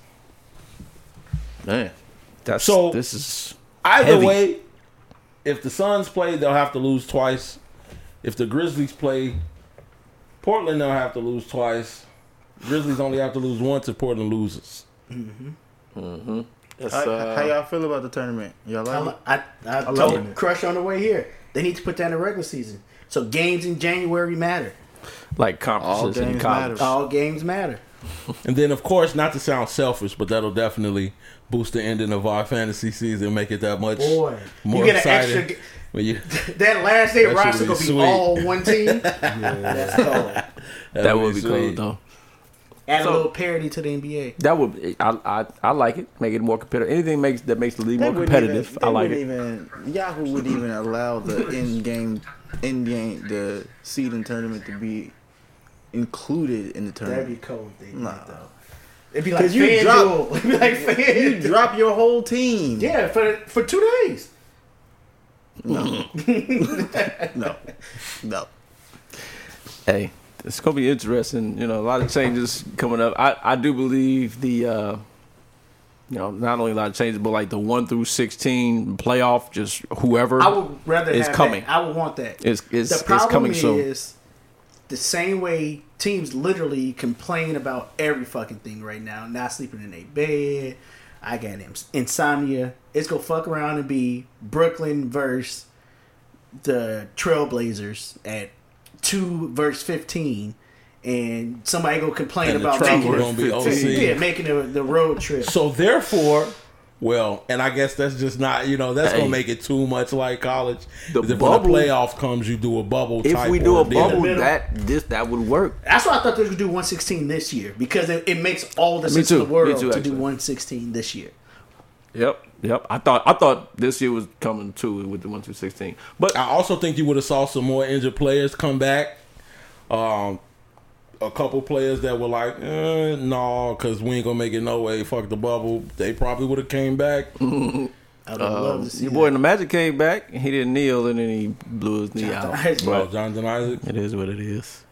[SPEAKER 1] Man, that's
[SPEAKER 4] So-
[SPEAKER 1] this is
[SPEAKER 4] Either
[SPEAKER 1] Heavy.
[SPEAKER 4] way, if the Suns play, they'll have to lose twice. If the Grizzlies play, Portland they'll have to lose twice. Grizzlies only have to lose once if Portland loses.
[SPEAKER 5] How,
[SPEAKER 1] Uh,
[SPEAKER 5] how y'all feel about the tournament? Y'all
[SPEAKER 3] I,
[SPEAKER 5] like it?
[SPEAKER 3] li- I, I,
[SPEAKER 2] loving
[SPEAKER 3] told
[SPEAKER 2] it.
[SPEAKER 3] Crush on the way here. They need to put that in the regular season. So games in January matter.
[SPEAKER 1] like conferences
[SPEAKER 5] All
[SPEAKER 1] in
[SPEAKER 5] games
[SPEAKER 1] college.
[SPEAKER 5] matter.
[SPEAKER 3] All games matter.
[SPEAKER 4] And then, of course, not to sound selfish, but that'll definitely boost the ending of our fantasy season, make it that much
[SPEAKER 3] Boy,
[SPEAKER 4] more
[SPEAKER 3] you get an
[SPEAKER 4] exciting.
[SPEAKER 3] extra. g-
[SPEAKER 4] When you-
[SPEAKER 3] That last day
[SPEAKER 4] That shit
[SPEAKER 3] roster
[SPEAKER 4] would be
[SPEAKER 3] gonna be
[SPEAKER 4] sweet.
[SPEAKER 3] all one team. That's cold.
[SPEAKER 1] That would be
[SPEAKER 4] That'd
[SPEAKER 1] cool
[SPEAKER 4] sweet.
[SPEAKER 1] though.
[SPEAKER 3] Add
[SPEAKER 1] So-
[SPEAKER 3] a little parity to the NBA.
[SPEAKER 1] That would I, I I like it. Make it more competitive. Anything makes that makes the league
[SPEAKER 5] They
[SPEAKER 1] more
[SPEAKER 5] wouldn't
[SPEAKER 1] competitive.
[SPEAKER 5] even-
[SPEAKER 1] I
[SPEAKER 5] they
[SPEAKER 1] like it.
[SPEAKER 5] wouldn't Even, Yahoo would even allow the end game, end game, the seeding tournament to be included in the
[SPEAKER 3] That'd be
[SPEAKER 5] tournament.
[SPEAKER 3] cold. If they did
[SPEAKER 5] Nah.
[SPEAKER 3] that, though. It'd be like
[SPEAKER 5] you
[SPEAKER 3] fan
[SPEAKER 5] drop-
[SPEAKER 3] duel. It'd be like fan.
[SPEAKER 5] You drop your whole team.
[SPEAKER 3] yeah, for for two days.
[SPEAKER 5] No, no.
[SPEAKER 1] Hey, it's gonna be interesting. You know, a lot of changes coming up. I I do believe the. uh you know, not only a lot of changes, but like the one through sixteen playoff, just whoever
[SPEAKER 3] I would rather.
[SPEAKER 1] It's
[SPEAKER 3] have
[SPEAKER 1] coming.
[SPEAKER 3] That. I would want that.
[SPEAKER 1] is is,
[SPEAKER 3] the
[SPEAKER 1] is
[SPEAKER 3] problem
[SPEAKER 1] coming
[SPEAKER 3] is
[SPEAKER 1] soon.
[SPEAKER 3] the same way teams literally complain about every fucking thing right now. Not sleeping in a bed. I got ins- insomnia. It's gonna fuck around and be Brooklyn versus the Trailblazers at two verse fifteen, and somebody gonna complain
[SPEAKER 4] And the
[SPEAKER 3] about
[SPEAKER 4] travel
[SPEAKER 3] making
[SPEAKER 4] gonna be overseas.
[SPEAKER 3] yeah making the, the road trip.
[SPEAKER 4] So therefore, well, and I guess that's just not you know that's
[SPEAKER 1] Hey.
[SPEAKER 4] gonna make it too much like college.
[SPEAKER 1] The
[SPEAKER 4] if when
[SPEAKER 1] bubble-
[SPEAKER 4] the playoff comes, you do a bubble.
[SPEAKER 1] If
[SPEAKER 4] type
[SPEAKER 1] we do a
[SPEAKER 4] ordeal.
[SPEAKER 1] bubble,
[SPEAKER 3] middle.
[SPEAKER 1] that this that would work.
[SPEAKER 3] That's why I thought they would do 116 this year because it, it makes all the
[SPEAKER 1] Me
[SPEAKER 3] sense
[SPEAKER 1] too.
[SPEAKER 3] in
[SPEAKER 1] Me
[SPEAKER 3] the world
[SPEAKER 1] too,
[SPEAKER 3] to
[SPEAKER 1] actually.
[SPEAKER 3] do 116 this year.
[SPEAKER 1] Yep, yep. I thought I thought this year was coming too with the one through sixteen, but
[SPEAKER 4] I also think you would have saw some more injured players come back. Um, a couple players that were like, eh, no, because we ain't gonna make it no way. Fuck the bubble. They probably would have came back.
[SPEAKER 1] Mm-hmm.
[SPEAKER 3] I
[SPEAKER 1] Um,
[SPEAKER 3] would love to see
[SPEAKER 1] your
[SPEAKER 3] that.
[SPEAKER 1] boy in the Magic came back. He didn't kneel, and then he blew his knee out.
[SPEAKER 3] Isaac.
[SPEAKER 4] Well, Jonathan Oh, Isaac.
[SPEAKER 1] It is what it is.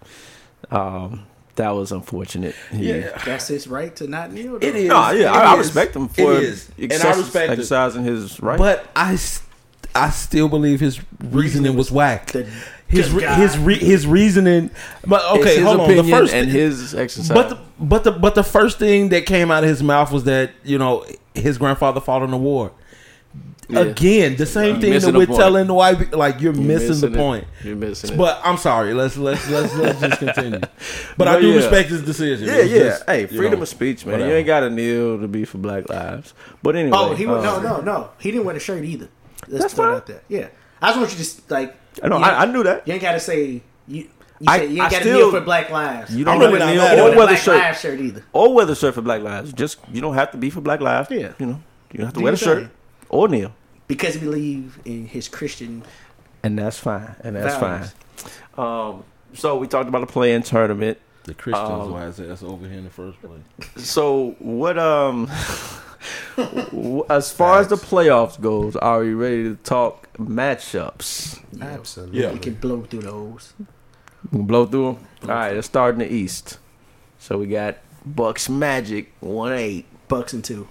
[SPEAKER 1] Um, that was unfortunate. He-
[SPEAKER 3] That's his right to not kneel. though.
[SPEAKER 4] it is.
[SPEAKER 1] Nah, yeah,
[SPEAKER 4] It
[SPEAKER 1] I, I
[SPEAKER 4] is.
[SPEAKER 1] respect him
[SPEAKER 4] It
[SPEAKER 1] for
[SPEAKER 4] is. and I
[SPEAKER 1] excess-
[SPEAKER 4] respect it.
[SPEAKER 1] exercising his right.
[SPEAKER 4] But I, s- I still believe his reasoning was whack.
[SPEAKER 3] the-
[SPEAKER 4] His
[SPEAKER 3] the
[SPEAKER 4] re-
[SPEAKER 3] guy.
[SPEAKER 4] his re- his reasoning. But
[SPEAKER 1] It's
[SPEAKER 4] okay,
[SPEAKER 1] his
[SPEAKER 4] hold on. The
[SPEAKER 1] opinion
[SPEAKER 4] first
[SPEAKER 1] and
[SPEAKER 4] thing-
[SPEAKER 1] his exercise.
[SPEAKER 4] But the, but the but the first thing that came out of his mouth was that you know his grandfather fought in the war.
[SPEAKER 1] Yeah. Uh,
[SPEAKER 4] Again, the same thing
[SPEAKER 1] missing
[SPEAKER 4] that
[SPEAKER 1] the
[SPEAKER 4] we're
[SPEAKER 1] point.
[SPEAKER 4] telling white people, like you're,
[SPEAKER 1] You're
[SPEAKER 4] missing, the
[SPEAKER 1] it.
[SPEAKER 4] point.
[SPEAKER 1] You're missing it.
[SPEAKER 4] But I'm sorry. Let's let's let's let's just continue. But, I
[SPEAKER 1] But
[SPEAKER 4] do
[SPEAKER 1] yeah.
[SPEAKER 4] respect his decision.
[SPEAKER 1] yeah,
[SPEAKER 4] It was
[SPEAKER 1] yeah.
[SPEAKER 4] just,
[SPEAKER 1] hey,
[SPEAKER 4] you
[SPEAKER 1] freedom
[SPEAKER 4] know,
[SPEAKER 1] of speech, man. You
[SPEAKER 4] whatever.
[SPEAKER 1] ain't got to kneel to be for Black Lives. But anyway,
[SPEAKER 3] Oh, he
[SPEAKER 1] uh,
[SPEAKER 3] would, no no no. He didn't wear the shirt either. Let's
[SPEAKER 1] That's
[SPEAKER 3] put
[SPEAKER 1] fine.
[SPEAKER 3] it out there. Yeah, I just want you to just like.
[SPEAKER 1] I know,
[SPEAKER 3] you
[SPEAKER 1] I- I knew that.
[SPEAKER 3] You ain't got to say you. You,
[SPEAKER 1] I-
[SPEAKER 3] say, you
[SPEAKER 1] I
[SPEAKER 3] ain't got to
[SPEAKER 1] still-
[SPEAKER 3] kneel for Black Lives.
[SPEAKER 1] You
[SPEAKER 3] I
[SPEAKER 1] don't
[SPEAKER 4] know
[SPEAKER 1] have to
[SPEAKER 4] that
[SPEAKER 1] kneel
[SPEAKER 3] don't
[SPEAKER 4] I'm mad.
[SPEAKER 1] or
[SPEAKER 3] wear
[SPEAKER 1] wear
[SPEAKER 3] the
[SPEAKER 1] the
[SPEAKER 3] Black
[SPEAKER 1] shirt
[SPEAKER 3] Lives shirt either.
[SPEAKER 1] or wear the shirt for Black Lives. Just you don't have to be for Black Lives.
[SPEAKER 3] Yeah.
[SPEAKER 1] you know, you don't have to
[SPEAKER 3] Do
[SPEAKER 1] wear the
[SPEAKER 3] your
[SPEAKER 1] shirt
[SPEAKER 3] thing.
[SPEAKER 1] or kneel.
[SPEAKER 3] Because he believe in his Christian.
[SPEAKER 1] and that's fine, and that's
[SPEAKER 3] Values.
[SPEAKER 1] fine. Um, so we talked about a play-in tournament.
[SPEAKER 4] the Christians
[SPEAKER 1] Um,
[SPEAKER 4] why is that's over here in the first place.
[SPEAKER 1] So what? Um, w- as far as the playoffs goes, are we ready to talk matchups?
[SPEAKER 6] Absolutely.
[SPEAKER 4] Yeah.
[SPEAKER 3] We can blow through those.
[SPEAKER 1] We can blow through them. All right, let's start in the East. So we got Bucks Magic one eight,
[SPEAKER 3] Bucks and two.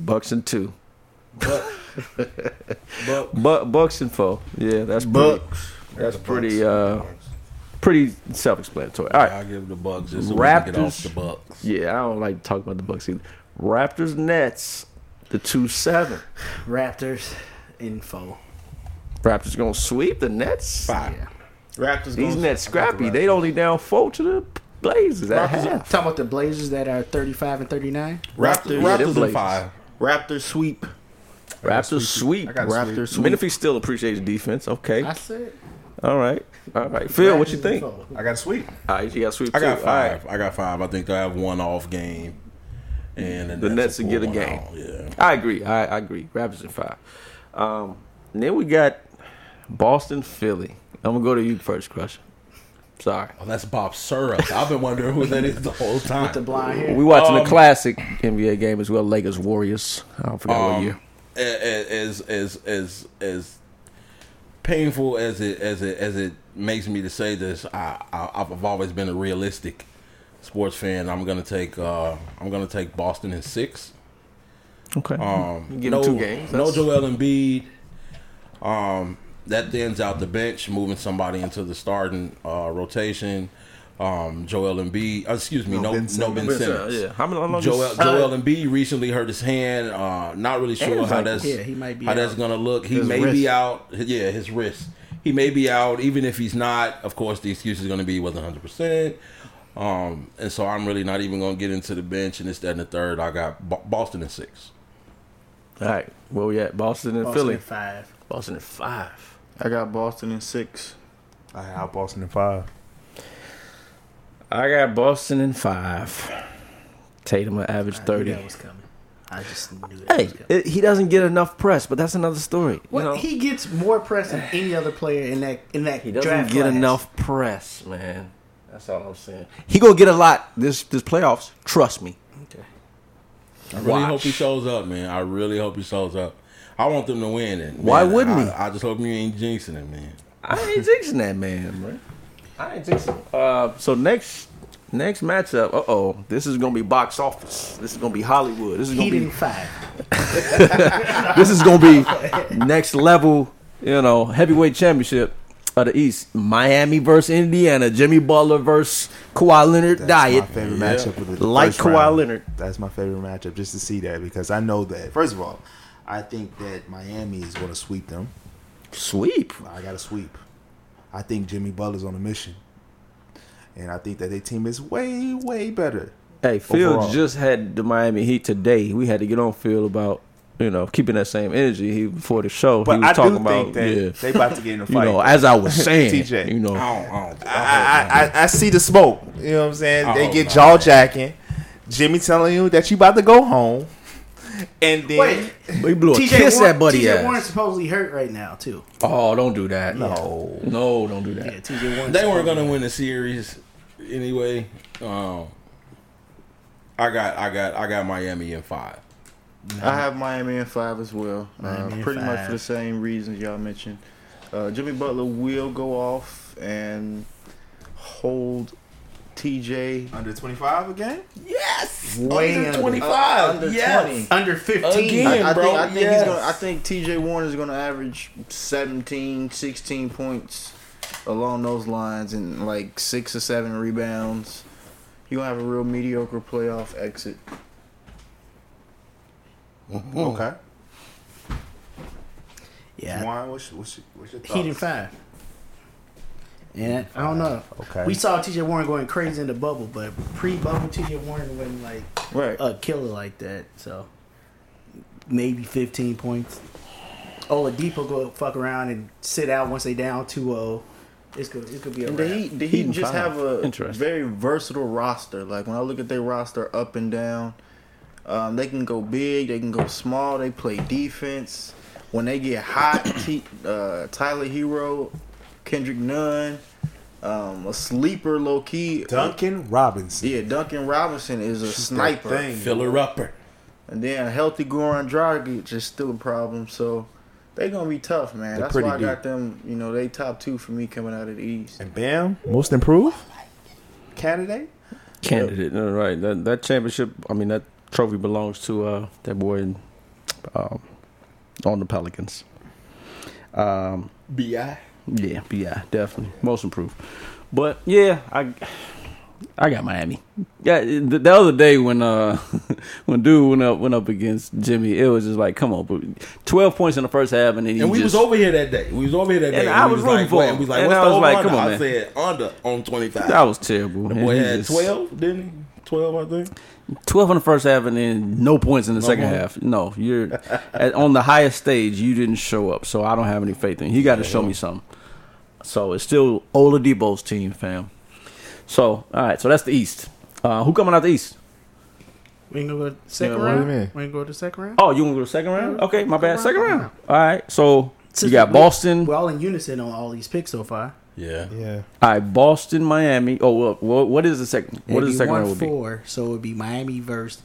[SPEAKER 1] Bucks and two,
[SPEAKER 4] But
[SPEAKER 1] Bu- Bucks and four. Yeah, that's pretty,
[SPEAKER 5] Bucks.
[SPEAKER 1] that's pretty uh, pretty self-explanatory. All right,
[SPEAKER 4] I give the Bucks just so we can get off
[SPEAKER 1] Raptors.
[SPEAKER 4] the Bucks.
[SPEAKER 1] Yeah, I don't like to talk about the Bucks either. Raptors Nets, the two seven.
[SPEAKER 3] Raptors in four.
[SPEAKER 1] Raptors gonna sweep the Nets.
[SPEAKER 4] Five.
[SPEAKER 3] Yeah.
[SPEAKER 5] Raptors.
[SPEAKER 1] These
[SPEAKER 5] gonna-
[SPEAKER 1] Nets scrappy. They only down four to the Blazers at
[SPEAKER 3] Talking
[SPEAKER 1] half.
[SPEAKER 3] about the Blazers that are thirty-five and thirty-nine.
[SPEAKER 4] Raptors,
[SPEAKER 1] Yeah, them
[SPEAKER 4] Raptors in
[SPEAKER 1] Blazers.
[SPEAKER 4] five.
[SPEAKER 5] Raptors sweep.
[SPEAKER 1] Raptors sweep.
[SPEAKER 2] I got
[SPEAKER 5] Raptors
[SPEAKER 2] Raptors.
[SPEAKER 1] I mean, if he still appreciates defense, okay.
[SPEAKER 3] I said.
[SPEAKER 1] All right, all right. Phil, what
[SPEAKER 3] Raptors
[SPEAKER 1] you
[SPEAKER 3] in
[SPEAKER 1] think?
[SPEAKER 3] four.
[SPEAKER 2] I got a sweep.
[SPEAKER 1] All right, you got sweep.
[SPEAKER 4] I
[SPEAKER 1] too.
[SPEAKER 4] got
[SPEAKER 1] All right.
[SPEAKER 4] five. I got five. I think they'll have one off game. and
[SPEAKER 1] The Nets will get a
[SPEAKER 4] pull one
[SPEAKER 1] game.
[SPEAKER 4] out. Yeah,
[SPEAKER 1] I agree. I, I agree. Raptors in five. Um, and then we got Boston, Philly. I'm gonna go to you first, Crush. Sorry.
[SPEAKER 4] oh, that's Bob Syrup. I've been wondering who that is the whole time.
[SPEAKER 3] The blonde hair.
[SPEAKER 1] We watching a
[SPEAKER 4] Um,
[SPEAKER 1] classic NBA game as well, Lakers Warriors. I don't forget what
[SPEAKER 4] Um,
[SPEAKER 1] year.
[SPEAKER 4] a- a- as as as as painful as it as it as it makes me to say this, I, I I've always been a realistic sports fan. I'm gonna take uh I'm gonna take Boston in six.
[SPEAKER 1] Okay.
[SPEAKER 4] Um,
[SPEAKER 1] Give
[SPEAKER 4] no,
[SPEAKER 1] him two games.
[SPEAKER 4] no
[SPEAKER 1] That's-
[SPEAKER 4] Joel Embiid. Um, that thins out the bench, moving somebody into the starting uh, rotation. Um, Joel Embiid, uh, excuse me, no,
[SPEAKER 2] Ben
[SPEAKER 4] no Ben
[SPEAKER 2] Simmons.
[SPEAKER 4] Simmons.
[SPEAKER 1] yeah. How many? How long
[SPEAKER 4] Joel
[SPEAKER 1] is-
[SPEAKER 4] Joel Embiid recently hurt his hand. Uh, not really sure
[SPEAKER 3] was
[SPEAKER 4] how
[SPEAKER 3] like-
[SPEAKER 4] that's
[SPEAKER 3] yeah, he might be
[SPEAKER 4] how that's
[SPEAKER 3] out.
[SPEAKER 4] gonna look. He
[SPEAKER 5] His
[SPEAKER 4] may
[SPEAKER 5] wrist.
[SPEAKER 4] be out. Yeah, his wrist. He may be out. Even if he's not, of course, the excuse is gonna be he wasn't hundred percent. Um, and so I'm really not even gonna get into the bench and this, that, and the third. I got Bo- Boston in six.
[SPEAKER 1] All right. Where we at? Boston and
[SPEAKER 3] Boston
[SPEAKER 1] Philly.
[SPEAKER 3] at five.
[SPEAKER 1] Boston in five.
[SPEAKER 5] I got Boston in six.
[SPEAKER 2] I have Boston in five.
[SPEAKER 1] I got Boston in five. Tatum will average
[SPEAKER 3] I knew
[SPEAKER 1] thirty.
[SPEAKER 3] That was coming. I just knew that
[SPEAKER 1] Hey,
[SPEAKER 3] was coming.
[SPEAKER 1] it, he doesn't get enough press, but that's another story. You
[SPEAKER 3] Well,
[SPEAKER 1] know?
[SPEAKER 3] he gets more press than any other player in that in that
[SPEAKER 1] He doesn't
[SPEAKER 3] draft
[SPEAKER 1] get
[SPEAKER 3] class.
[SPEAKER 1] enough press, man. That's all I'm saying. He gonna get a lot this this playoffs. Trust me.
[SPEAKER 3] Okay.
[SPEAKER 4] I really
[SPEAKER 1] Watch.
[SPEAKER 4] hope he shows up, man. I really hope he shows up. I want them to win it.
[SPEAKER 1] Why
[SPEAKER 4] man.
[SPEAKER 1] wouldn't
[SPEAKER 4] I,
[SPEAKER 1] he?
[SPEAKER 4] I just hope you ain't jinxing it, man.
[SPEAKER 1] I ain't jinxing that man, man. I ain't jinxing. Uh, so next next matchup. Uh oh, this is gonna be box office. This is gonna be Hollywood. This is gonna
[SPEAKER 3] Heat in
[SPEAKER 1] be
[SPEAKER 3] five.
[SPEAKER 1] this is gonna be next level. You know, heavyweight championship of the East. Miami versus Indiana. Jimmy Butler versus Kawhi Leonard.
[SPEAKER 2] That's
[SPEAKER 1] Diet.
[SPEAKER 2] my favorite
[SPEAKER 4] Yeah.
[SPEAKER 2] matchup of the
[SPEAKER 1] Like
[SPEAKER 2] first
[SPEAKER 1] Kawhi
[SPEAKER 2] round.
[SPEAKER 1] Leonard.
[SPEAKER 2] That's my favorite matchup just to see that because I know that first of all, I think that Miami is going to sweep them.
[SPEAKER 1] Sweep.
[SPEAKER 2] I got to sweep. I think Jimmy Butler's on a mission, and I think that their team is way way better.
[SPEAKER 1] Hey, Phil
[SPEAKER 2] Overall.
[SPEAKER 1] just had the Miami Heat today. We had to get on Phil about you know keeping that same energy. He before the show,
[SPEAKER 2] But
[SPEAKER 1] he was
[SPEAKER 2] I
[SPEAKER 1] talking
[SPEAKER 2] do
[SPEAKER 1] about
[SPEAKER 2] think that
[SPEAKER 1] yeah,
[SPEAKER 2] they about to get in a
[SPEAKER 1] you
[SPEAKER 2] fight.
[SPEAKER 1] know, as I was saying,
[SPEAKER 2] TJ.
[SPEAKER 1] you know,
[SPEAKER 4] I don't. I don't, I hope
[SPEAKER 2] I, I, I, I see the smoke. You know what I'm saying?
[SPEAKER 4] I
[SPEAKER 2] they
[SPEAKER 4] hope
[SPEAKER 2] get
[SPEAKER 4] not.
[SPEAKER 2] jaw jacking. Jimmy telling you that you about to go home, and then
[SPEAKER 3] Wait,
[SPEAKER 1] he blew a kiss
[SPEAKER 3] Warren,
[SPEAKER 1] at buddy
[SPEAKER 3] TJ
[SPEAKER 1] ass.
[SPEAKER 3] Warren's supposedly hurt right now too.
[SPEAKER 1] Oh, don't do that.
[SPEAKER 2] No.
[SPEAKER 1] no, don't do that.
[SPEAKER 3] Yeah, TJ
[SPEAKER 4] not.
[SPEAKER 3] Warren.
[SPEAKER 4] they weren't gonna win the series anyway. Um, I got, I got, I got Miami in five.
[SPEAKER 5] I have Miami in five as well. Uh,
[SPEAKER 3] Miami in
[SPEAKER 5] pretty much
[SPEAKER 3] five.
[SPEAKER 5] for the same reasons y'all mentioned. Uh, Jimmy Butler will go off and hold uh, TJ
[SPEAKER 2] under 25 again.
[SPEAKER 4] Yes,
[SPEAKER 3] Way
[SPEAKER 4] under
[SPEAKER 3] under.
[SPEAKER 4] twenty
[SPEAKER 5] Uh,
[SPEAKER 4] five.
[SPEAKER 5] under
[SPEAKER 4] yes.
[SPEAKER 5] 20.
[SPEAKER 3] Under fifteen.
[SPEAKER 4] Again.
[SPEAKER 5] I, I
[SPEAKER 4] bro.
[SPEAKER 5] think, I think
[SPEAKER 4] Yes.
[SPEAKER 5] he's gonna, I think TJ Warren is going to average 17, 16 points along those lines and like six or seven rebounds. You're going to have a real mediocre playoff exit.
[SPEAKER 2] Okay.
[SPEAKER 3] Yeah,
[SPEAKER 2] Juan, what's, what's, what's your
[SPEAKER 3] Heat in five. And I don't know.
[SPEAKER 2] Okay.
[SPEAKER 3] We saw TJ Warren going crazy in the bubble, but pre-bubble TJ Warren wasn't like
[SPEAKER 5] Right.
[SPEAKER 3] a killer like that. So maybe 15 points. Oladipo go fuck around and sit out once they down 2-0. It's gonna it's gonna be a
[SPEAKER 5] And
[SPEAKER 3] wrap.
[SPEAKER 5] the Heat, the Heat
[SPEAKER 1] Heat
[SPEAKER 5] just
[SPEAKER 1] and five.
[SPEAKER 5] have a
[SPEAKER 1] Interesting.
[SPEAKER 5] very versatile roster. Like when I look at their roster, up and down, um, they can go big, they can go small. They play defense. When they get hot, T, uh, Tyler Hero, Kendrick Nunn, um, a sleeper low key.
[SPEAKER 2] Duncan Robinson.
[SPEAKER 5] Yeah, Duncan Robinson is a
[SPEAKER 2] Shoot that
[SPEAKER 5] sniper.
[SPEAKER 2] thing.
[SPEAKER 4] Filler upper.
[SPEAKER 5] And then a healthy Goran Dragic is still a problem. So they gonna be tough, man.
[SPEAKER 2] They're
[SPEAKER 5] That's
[SPEAKER 2] pretty
[SPEAKER 5] why I
[SPEAKER 2] deep.
[SPEAKER 5] got them. You know, they top two for me coming out of the East.
[SPEAKER 2] And Bam, most improved candidate.
[SPEAKER 1] Candidate, no, right? That that championship, I mean, that trophy belongs to uh, that boy in, um, on the Pelicans. Um,
[SPEAKER 5] Bi.
[SPEAKER 1] Yeah, yeah, definitely most improved. But yeah, I I got Miami. Yeah, the, the other day when uh when dude went up went up against Jimmy, it was just like, come on, but twelve points in the first half, and then he
[SPEAKER 4] And we
[SPEAKER 1] just,
[SPEAKER 4] was over here that day. We was over here that day.
[SPEAKER 1] And I
[SPEAKER 4] we
[SPEAKER 1] was rooting
[SPEAKER 4] like,
[SPEAKER 1] for
[SPEAKER 4] what?
[SPEAKER 1] him.
[SPEAKER 4] We was like,
[SPEAKER 1] And
[SPEAKER 4] what's
[SPEAKER 1] I
[SPEAKER 4] the
[SPEAKER 1] was
[SPEAKER 4] over
[SPEAKER 1] like,
[SPEAKER 4] under?
[SPEAKER 1] come on,
[SPEAKER 4] I
[SPEAKER 1] man.
[SPEAKER 4] said under on twenty five.
[SPEAKER 1] that was terrible.
[SPEAKER 4] the
[SPEAKER 1] And
[SPEAKER 4] boy
[SPEAKER 1] he
[SPEAKER 4] had
[SPEAKER 1] just-
[SPEAKER 4] twelve, didn't he? Twelve, I think.
[SPEAKER 1] 12 in the first half, and then no points in the second
[SPEAKER 4] points.
[SPEAKER 1] half. No, you're at, on the highest stage. You didn't show up, so I don't have any faith in you. You got to show me something. So it's still Oladipo's team, fam. So all right, so that's the East. Uh, who coming out the East?
[SPEAKER 3] We ain't gonna go to the second
[SPEAKER 1] Yeah, what
[SPEAKER 6] do you
[SPEAKER 3] round.
[SPEAKER 6] mean?
[SPEAKER 3] We ain't go to the second round.
[SPEAKER 1] Oh, you want to go to second round? Okay, my bad.
[SPEAKER 3] round,
[SPEAKER 1] Second
[SPEAKER 3] second
[SPEAKER 1] round.
[SPEAKER 3] round.
[SPEAKER 1] All right. So you
[SPEAKER 3] Since
[SPEAKER 1] got
[SPEAKER 3] we-
[SPEAKER 1] Boston.
[SPEAKER 3] We're all in unison on all these picks so far.
[SPEAKER 4] Yeah.
[SPEAKER 6] Yeah.
[SPEAKER 1] All right, Boston, Miami. Oh, well, what, what is the second? What
[SPEAKER 3] It'd
[SPEAKER 1] is the second
[SPEAKER 3] one
[SPEAKER 1] round would be?
[SPEAKER 3] four, so it would be Miami versus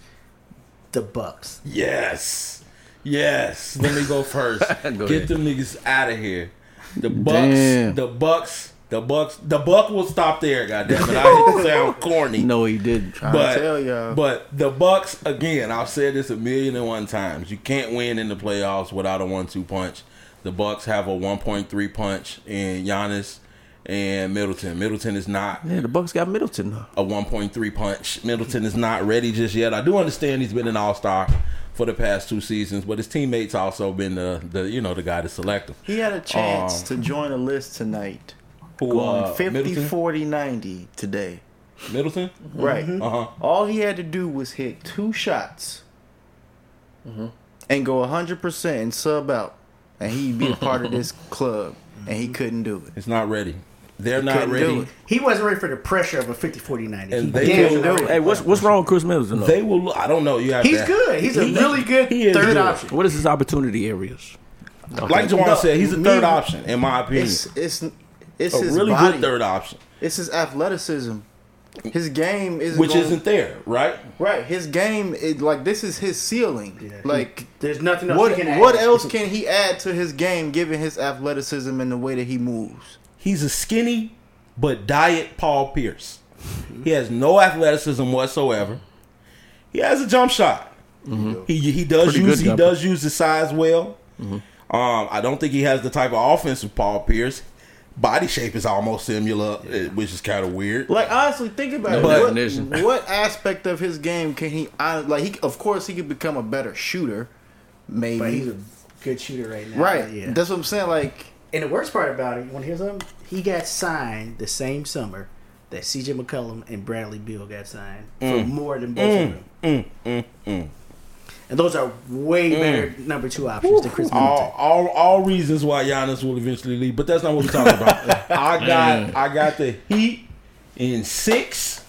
[SPEAKER 3] the Bucks.
[SPEAKER 4] Yes. Yes. Let me go first.
[SPEAKER 1] Go
[SPEAKER 4] Get
[SPEAKER 1] ahead.
[SPEAKER 4] them niggas out of here. The Bucks.
[SPEAKER 1] Damn.
[SPEAKER 4] The Bucks. The Bucks. The Buck will stop there. Goddamn it! I hate to sound corny.
[SPEAKER 1] No, he didn't.
[SPEAKER 4] But,
[SPEAKER 5] tell y'all.
[SPEAKER 4] but the Bucks again. I've said this a million and one times. You can't win in the playoffs without a one-two punch. The Bucks have a one point three punch in Giannis and Middleton. Middleton is not
[SPEAKER 1] Yeah, the Bucks got Middleton. though.
[SPEAKER 4] a one point three punch. Middleton is not ready just yet. I do understand he's been an All Star for the past two seasons, but his teammates also been the, the you know the guy to select him.
[SPEAKER 5] He had a chance
[SPEAKER 4] Um,
[SPEAKER 5] to join a list tonight.
[SPEAKER 4] Who
[SPEAKER 5] Going
[SPEAKER 4] uh,
[SPEAKER 5] 50,
[SPEAKER 4] Middleton?
[SPEAKER 5] 40, 90 today.
[SPEAKER 4] Middleton?
[SPEAKER 5] Right.
[SPEAKER 4] Uh huh.
[SPEAKER 5] All he had to do was hit two shots
[SPEAKER 4] Mm-hmm.
[SPEAKER 5] and go 100% and sub out. And he'd be a part of this club. And he couldn't do it.
[SPEAKER 4] It's not ready. They're not
[SPEAKER 5] couldn't do
[SPEAKER 4] ready.
[SPEAKER 5] it.
[SPEAKER 3] He wasn't ready for the pressure of a 50 40 90.
[SPEAKER 4] And
[SPEAKER 3] he
[SPEAKER 4] they
[SPEAKER 3] damn sure
[SPEAKER 4] will do
[SPEAKER 3] not
[SPEAKER 1] Hey,
[SPEAKER 3] ready.
[SPEAKER 1] what's what's wrong with Chris Middleton? Though?
[SPEAKER 4] They will. I don't know. You have
[SPEAKER 3] He's
[SPEAKER 4] to-
[SPEAKER 3] good. He's a
[SPEAKER 4] He-
[SPEAKER 3] really good
[SPEAKER 4] he is
[SPEAKER 3] third
[SPEAKER 4] good.
[SPEAKER 3] option.
[SPEAKER 1] What is his opportunity areas?
[SPEAKER 4] Like Juwan
[SPEAKER 5] No,
[SPEAKER 4] said, he's a
[SPEAKER 5] me-
[SPEAKER 4] third option in my opinion.
[SPEAKER 5] It's it's it's
[SPEAKER 4] a
[SPEAKER 5] his
[SPEAKER 4] Oh, really
[SPEAKER 5] body.
[SPEAKER 4] good third option,
[SPEAKER 5] It's his athleticism. His game is
[SPEAKER 4] which isn't there, right?
[SPEAKER 5] right. His game is like this is his ceiling.
[SPEAKER 3] Yeah.
[SPEAKER 5] Like
[SPEAKER 3] There's nothing else.
[SPEAKER 5] what
[SPEAKER 3] he can
[SPEAKER 5] what
[SPEAKER 3] add.
[SPEAKER 5] else can he add to his game given his athleticism and the way that he moves?
[SPEAKER 4] He's a skinny but diet Paul Pierce. He has no athleticism whatsoever. He has a jump shot. He he does
[SPEAKER 1] Pretty
[SPEAKER 4] use
[SPEAKER 1] good
[SPEAKER 4] he
[SPEAKER 1] jumper.
[SPEAKER 4] does use his size well. Um, I don't think he has the type of offense of Paul Pierce. Body shape is almost similar, eh, which is kind of weird.
[SPEAKER 5] Like honestly, think about
[SPEAKER 1] No
[SPEAKER 5] it.
[SPEAKER 1] definition.
[SPEAKER 5] What, what aspect of his game can he? hon- Like he, of course, he could become a better shooter, maybe.
[SPEAKER 3] But he's a good shooter right now.
[SPEAKER 5] right.
[SPEAKER 3] Yeah.
[SPEAKER 5] That's what I'm saying. Like
[SPEAKER 3] and the worst part about it, you want to hear something? He got signed the same summer that CJ McCollum and Bradley Beal got signed
[SPEAKER 5] Mm.
[SPEAKER 3] for more than both of them. And those are way better
[SPEAKER 5] Mm.
[SPEAKER 3] number two options than Chris Middleton.
[SPEAKER 4] all, all all reasons why Giannis will eventually leave, but that's not what we're talking about. I got I got the Heat in six.